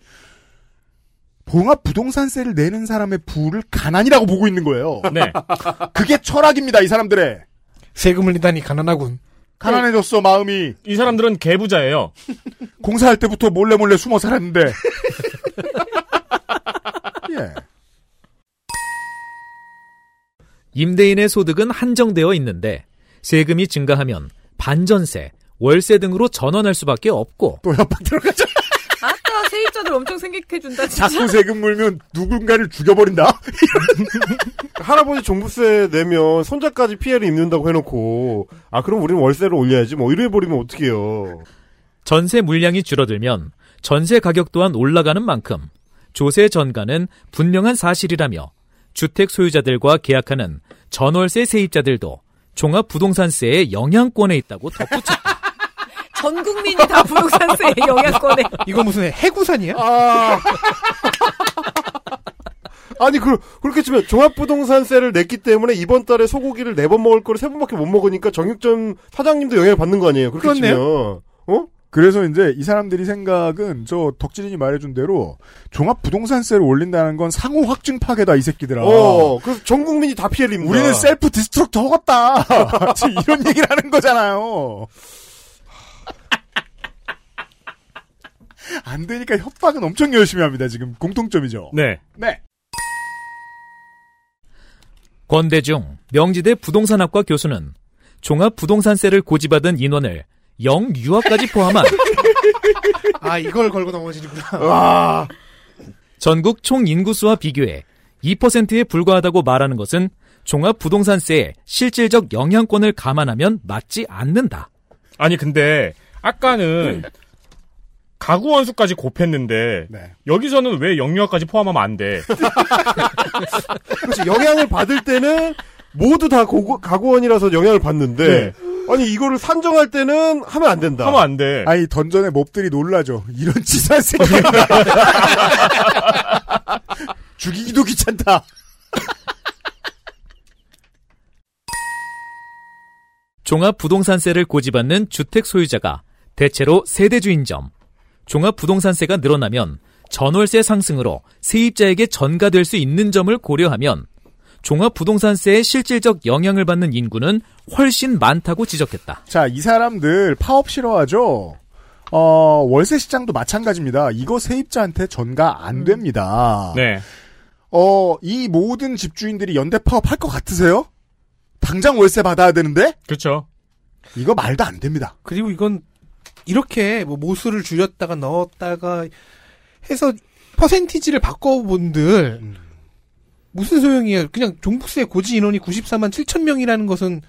Speaker 3: 봉합부동산세를 내는 사람의 부를 가난이라고 보고 있는 거예요.
Speaker 6: 네.
Speaker 3: 그게 철학입니다, 이 사람들의.
Speaker 11: 세금을 내다니 가난하군.
Speaker 3: 가난해졌어, 마음이.
Speaker 6: 이 사람들은 개부자예요.
Speaker 3: 공사할 때부터 몰래 몰래 숨어 살았는데. *laughs* 예.
Speaker 2: 임대인의 소득은 한정되어 있는데 세금이 증가하면 반전세, 월세 등으로 전환할 수밖에 없고
Speaker 3: 또 협박 들어가죠.
Speaker 7: 아까 세입자들 엄청 생각해준다, 진짜.
Speaker 3: 자꾸 세금 물면 누군가를 죽여버린다?
Speaker 5: 할아버지 종부세 내면 손자까지 피해를 입는다고 해놓고 아 그럼 우리는 월세를 올려야지 뭐 이래 버리면 어떡해요
Speaker 2: 전세 물량이 줄어들면 전세 가격 또한 올라가는 만큼 조세 전가는 분명한 사실이라며 주택 소유자들과 계약하는 전월세 세입자들도 종합 부동산세의 영향권에 있다고 덧붙였다.
Speaker 7: *laughs*
Speaker 2: *laughs*
Speaker 7: 전 국민이 다
Speaker 6: *laughs*
Speaker 7: 부동산세의 영향권에.
Speaker 4: 이거 무슨 해구산이야?
Speaker 3: 아.
Speaker 5: *laughs* 아니 그 그렇게 치면 종합부동산세를 냈기 때문에 이번 달에 소고기를 네 번 먹을 거를 세 번밖에 못 먹으니까 정육점 사장님도 영향을 받는 거 아니에요 그렇게 치면 어?
Speaker 3: 그래서 이제 이 사람들이 생각은 저 덕진이 말해준 대로 종합 부동산세를 올린다는 건 상호 확증 파괴다 이 새끼들아.
Speaker 5: 어, 아. 그래서 전 국민이 다 피해를 입는다
Speaker 3: 우리는 셀프 디스트럭트 허겄다. *laughs* 지금 이런 얘기를 하는 거잖아요. 안 되니까 협박은 엄청 열심히 합니다. 지금 공통점이죠.
Speaker 6: 네.
Speaker 3: 네.
Speaker 2: 권대중 명지대 부동산학과 교수는 종합 부동산세를 고지받은 인원을 영유아까지 포함한
Speaker 11: 아 이걸 걸고 넘어지는구나.
Speaker 2: 전국 총 인구수와 비교해 2%에 불과하다고 말하는 것은 종합 부동산세의 실질적 영향권을 감안하면 맞지 않는다.
Speaker 6: 아니 근데 아까는 가구 원수까지 곱했는데 여기서는 왜 영유아까지 포함하면 안 돼?
Speaker 5: 그렇지 영향을 받을 때는 모두 다 고고- 가구원이라서 영향을 받는데 아니 이거를 산정할 때는 하면 안 된다.
Speaker 6: 하면 안 돼.
Speaker 3: 아니 던전의 몹들이 놀라죠. 이런 *laughs* 치사한 새끼. 죽이기도 귀찮다.
Speaker 2: 종합부동산세를 고지받는 주택 소유자가 대체로 세대주인 점. 종합부동산세가 늘어나면 전월세 상승으로 세입자에게 전가될 수 있는 점을 고려하면 종합부동산세의 실질적 영향을 받는 인구는 훨씬 많다고 지적했다.
Speaker 3: 자, 이 사람들 파업 싫어하죠? 어, 월세 시장도 마찬가지입니다. 이거 세입자한테 전가 안 됩니다.
Speaker 6: 음. 네.
Speaker 3: 어, 이 모든 집주인들이 연대 파업 할 것 같으세요? 당장 월세 받아야 되는데?
Speaker 6: 그렇죠.
Speaker 3: 이거 말도 안 됩니다.
Speaker 4: 그리고 이건 이렇게 뭐 모수를 줄였다가 넣었다가 해서 퍼센티지를 바꿔본들
Speaker 3: 음.
Speaker 4: 무슨 소용이에요? 그냥 종북세 고지 인원이 94만 7천 명이라는 것은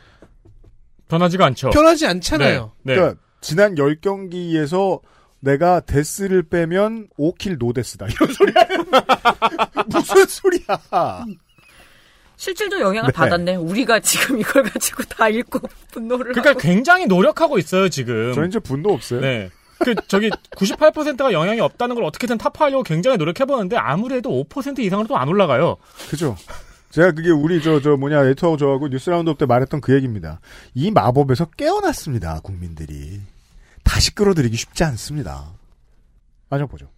Speaker 6: 변하지가
Speaker 3: 어.
Speaker 6: 않죠.
Speaker 4: 변하지 않잖아요.
Speaker 6: 네. 네.
Speaker 3: 그러니까 지난 10경기에서 내가 데스를 빼면 5킬 노데스다. *laughs* 이런 소리 하는 무슨 소리야.
Speaker 7: 실질적 영향을
Speaker 6: 네.
Speaker 7: 받았네. 우리가 지금 이걸 가지고 다 읽고 분노를.
Speaker 6: 그러니까
Speaker 7: 하고.
Speaker 6: 굉장히 노력하고 있어요 지금.
Speaker 3: 저 이제 분노 없어요.
Speaker 6: 네. 그 저기 98%가 영향이 없다는 걸 어떻게든 타파하려고 굉장히 노력해 보는데 아무래도 5% 이상으로 또 안 올라가요.
Speaker 3: 그죠. 제가 그게 우리 저, 저 뭐냐, 에터하고 저하고 뉴스 라운드업 때 말했던 그 얘기입니다. 이 마법에서 깨어났습니다, 국민들이. 다시 끌어들이기 쉽지 않습니다. 마셔보죠.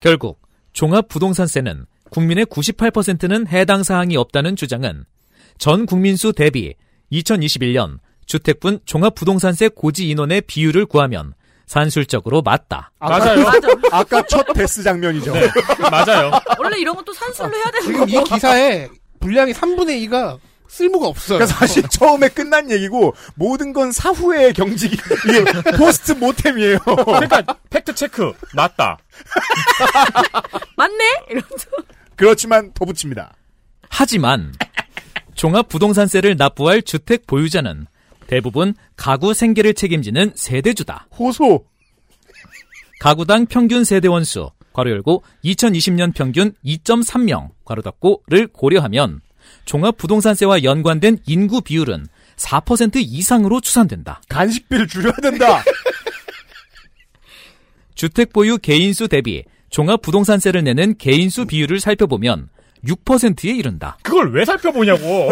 Speaker 2: 결국 종합부동산세는 국민의 98%는 해당 사항이 없다는 주장은 전 국민수 대비 2021년 주택분 종합부동산세 고지 인원의 비율을 구하면 산술적으로 맞다.
Speaker 3: 아까 첫 데스 장면이죠.
Speaker 6: 아, 네. 맞아요.
Speaker 7: 원래 이런 것도 산술로 해야
Speaker 3: 네.
Speaker 7: 되는 거.
Speaker 4: 지금 이 기사의 분량이 3분의 2가 쓸모가 없어요.
Speaker 3: 그러니까 사실 처음에 끝난 얘기고 모든 건 사후의 경직 이게 포스트 모템이에요.
Speaker 6: 그러니까 팩트 체크 맞다.
Speaker 7: 맞네. 이러면서.
Speaker 3: 그렇지만 더 붙입니다.
Speaker 2: 하지만 종합부동산세를 납부할 주택 보유자는 대부분 가구 생계를 책임지는 세대주다.
Speaker 3: 호소.
Speaker 2: 가구당 평균 세대 원수 괄호 열고 2020년 평균 2.3명 괄호 닫고를 고려하면 종합부동산세와 연관된 인구 비율은 4% 이상으로 추산된다.
Speaker 3: 간식비를 줄여야 된다.
Speaker 2: 주택 보유 개인수 대비 종합부동산세를 내는 개인수 비율을 살펴보면 6%에 이른다.
Speaker 6: 그걸 왜 살펴보냐고.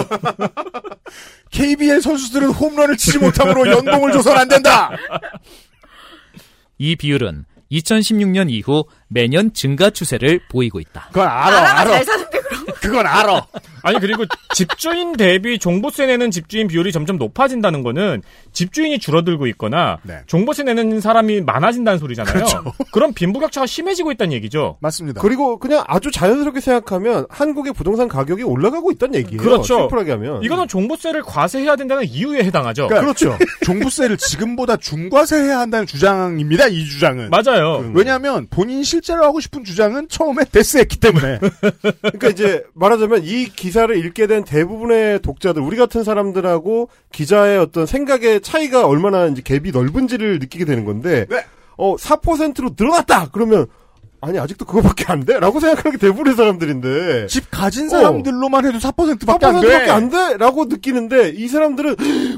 Speaker 3: KBL 선수들은 홈런을 치지 못함으로 연봉을 줘선 안 된다.
Speaker 2: 이 비율은 2016년 이후 매년 증가 추세를 보이고 있다.
Speaker 3: 그건
Speaker 7: 나라가 잘 사는데 그럼.
Speaker 3: 그건 알아.
Speaker 6: 아니 그리고 집주인 대비 종부세 내는 집주인 비율이 점점 높아진다는 거는 집주인이 줄어들고 있거나
Speaker 3: 네.
Speaker 6: 종부세 내는 사람이 많아진다는 소리잖아요.
Speaker 3: 그렇죠.
Speaker 6: 그럼 빈부격차가 심해지고 있다는 얘기죠.
Speaker 3: 맞습니다.
Speaker 5: 그리고 그냥 아주 자연스럽게 생각하면 한국의 부동산 가격이 올라가고 있다는 얘기예요.
Speaker 6: 그렇죠.
Speaker 5: 심플하게 하면.
Speaker 6: 이거는 종부세를 과세해야 된다는 이유에 해당하죠.
Speaker 3: 음. 그러니까 *laughs* 그렇죠. 종부세를 지금보다 중과세해야 한다는 주장입니다. 이 주장은 그러니까
Speaker 6: 맞아요.
Speaker 3: 왜냐하면 본인 실제로 하고 싶은 주장은 처음에 데스했기 때문에
Speaker 5: 그러니까 이제 말하자면 이 기사를 읽게 된 대부분의 독자들, 우리 같은 사람들하고 기자의 어떤 생각의 차이가 얼마나 이제 갭이 넓은지를 느끼게 되는 건데, 어, 4%로 늘어났다! 그러면, 아니, 아직도 그거밖에 안 돼? 라고 생각하는 게 대부분의 사람들인데.
Speaker 3: 집 가진 사람들로만 해도 4%밖에 안 돼.
Speaker 5: 4%밖에 안 돼! 라고 느끼는데, 이 사람들은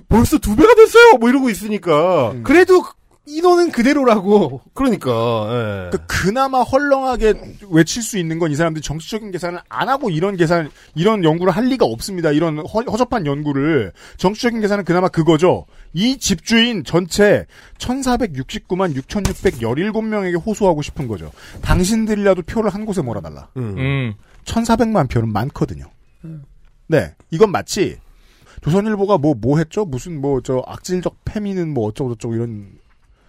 Speaker 5: 벌써 두 배가 됐어요! 뭐 이러고 있으니까.
Speaker 4: 그래도 인원은 그대로라고.
Speaker 5: 그러니까, 예.
Speaker 3: 그나마 헐렁하게 외칠 수 있는 건 이 사람들이 정치적인 계산을 안 하고 이런 계산, 이런 연구를 할 리가 없습니다. 이런 허, 허접한 연구를. 정치적인 계산은 그나마 그거죠. 이 집주인 전체 1469만 6617명에게 호소하고 싶은 거죠. 당신들이라도 표를 한 곳에 몰아달라.
Speaker 6: 음.
Speaker 3: 1400만 표는 많거든요. 네. 이건 마치 조선일보가 뭐, 뭐 했죠? 무슨 뭐, 저, 악질적 페미는 뭐 어쩌고저쩌고 이런,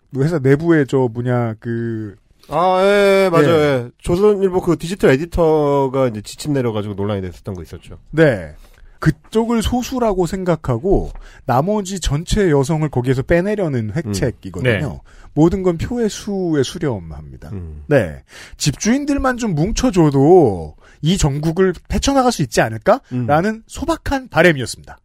Speaker 3: 뭐 회사 내부에 저, 뭐냐, 그,
Speaker 5: 아, 예, 예, 맞아요.
Speaker 3: 예.
Speaker 5: 예. 조선일보 그 디지털 에디터가 이제 지침 내려가지고 논란이 됐었던 거 있었죠.
Speaker 3: 네. 그쪽을 소수라고 생각하고 나머지 전체 여성을 거기에서 빼내려는 획책이거든요.
Speaker 5: 네. 음.
Speaker 3: 모든 건 표의 수에 수렴합니다. 네. 집주인들만 좀 뭉쳐줘도 이 전국을 헤쳐나갈 수 있지 않을까라는 소박한 바람이었습니다.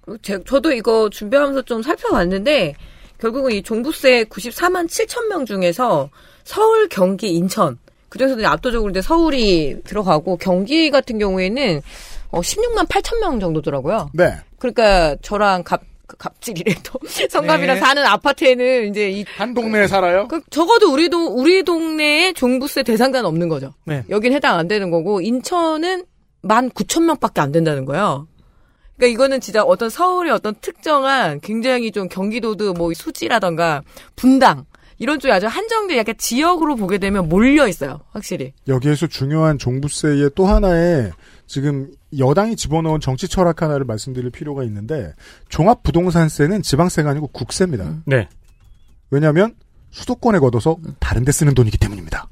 Speaker 7: 그리고 제- 저도 이거 준비하면서 좀 살펴봤는데 결국은 이 종부세 94만 7천 명 중에서 서울, 경기, 인천 그중에서 도 압도적으로 이제 서울이 들어가고 경기 같은 경우에는 어, 16만 8천 명 정도더라고요.
Speaker 3: 네.
Speaker 7: 그러니까 저랑 갑 갑질이래 또 *laughs* 성갑이랑
Speaker 3: 네.
Speaker 7: 사는 아파트에는 이제 이 한
Speaker 3: 동네에 살아요?
Speaker 7: 그, 적어도 우리 동 우리 동네에 종부세 대상자는 없는 거죠.
Speaker 4: 네.
Speaker 7: 여긴 해당 안 되는 거고 인천은 만 9천 명밖에 안 된다는 거예요. 그러니까 이거는 진짜 어떤 서울의 어떤 특정한 굉장히 좀 경기도도 뭐 수지라던가 분당 이런 쪽에 아주 한정된 약간 지역으로 보게 되면 몰려 있어요. 확실히.
Speaker 3: 여기에서 중요한 종부세의 또 하나의 지금 여당이 집어넣은 정치 철학 하나를 말씀드릴 필요가 있는데 종합부동산세는 지방세가 아니고 국세입니다.
Speaker 6: 네.
Speaker 3: 왜냐하면 수도권에 걷어서 다른 데 쓰는 돈이기 때문입니다.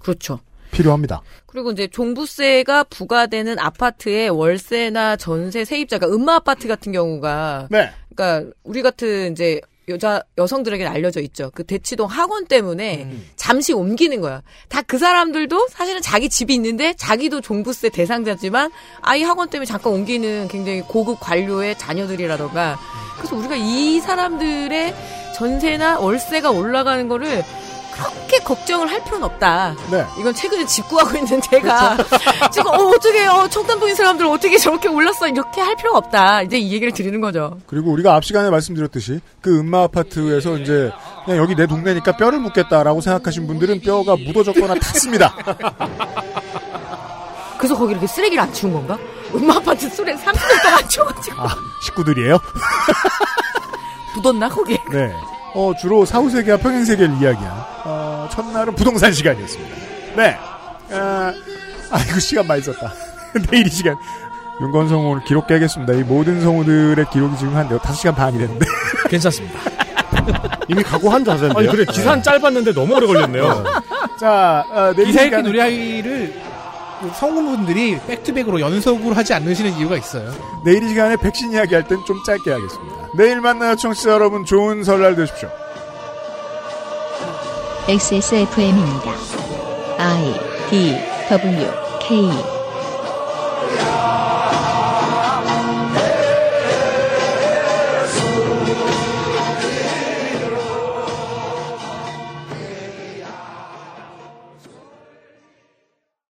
Speaker 7: 그렇죠.
Speaker 3: 필요합니다.
Speaker 7: 그리고 이제 종부세가 부과되는 아파트의 월세나 전세 세입자, 가 음마 아파트 같은 경우가,
Speaker 3: 네.
Speaker 7: 그러니까 우리 같은 이제 여자 여성들에게 는 알려져 있죠. 그 대치동 학원 때문에 잠시 옮기는 거야. 다 그 사람들도 사실은 자기 집이 있는데 자기도 종부세 대상자지만 아이 학원 때문에 잠깐 옮기는 굉장히 고급 관료의 자녀들이라던가. 그래서 우리가 이 사람들의 전세나 월세가 올라가는 거를 그렇게 걱정을 할 필요는 없다. 이건 최근에 직구하고 있는 제가 지금 어, 어떻게 어, 청담동인 사람들 어떻게 저렇게 올랐어 이렇게 할 필요가 없다. 이제 이 얘기를 드리는 거죠.
Speaker 3: 그리고 우리가 앞 시간에 말씀드렸듯이 그 음마 아파트에서 이제 그냥 여기 내 동네니까 뼈를 묻겠다라고 생각하신 분들은 뼈가 묻어졌거나 탔습니다.
Speaker 7: 그래서 거기 이렇게 쓰레기를 안 치운 건가? 엄마 아파트 쓰레기 30년 *laughs* 동안 안 치워가지고
Speaker 3: 아, 식구들이에요?
Speaker 7: 묻었나 거기에?
Speaker 3: 네. 어, 주로 사후세계와 평행세계를 이야기한 어, 첫날은 부동산 시간이었습니다. 네. 아, 아이고 시간 많이 썼다. *laughs* 내일 이 시간 윤건성 오늘 기록 깨겠습니다. 이 모든 성우들의 기록이 지금 한 네, 5시간 반이 됐는데 *laughs*
Speaker 2: 괜찮습니다.
Speaker 5: 이미 각오한
Speaker 6: 아니,
Speaker 5: 자세인데요.
Speaker 6: 그래. 기사는 짧았는데 너무 오래 걸렸네요.
Speaker 3: 자, 어, 내일 이
Speaker 4: 기사 읽기
Speaker 3: 시간은-
Speaker 4: 노래하기를 성우분들이 백투백으로 연속으로 하지 않으시는 이유가 있어요.
Speaker 3: 내일 이 시간에 백신 이야기 할 땐 좀 짧게 하겠습니다. 내일 만나요 청취자 여러분 좋은 설날 되십시오.
Speaker 1: XSFM입니다. I D W K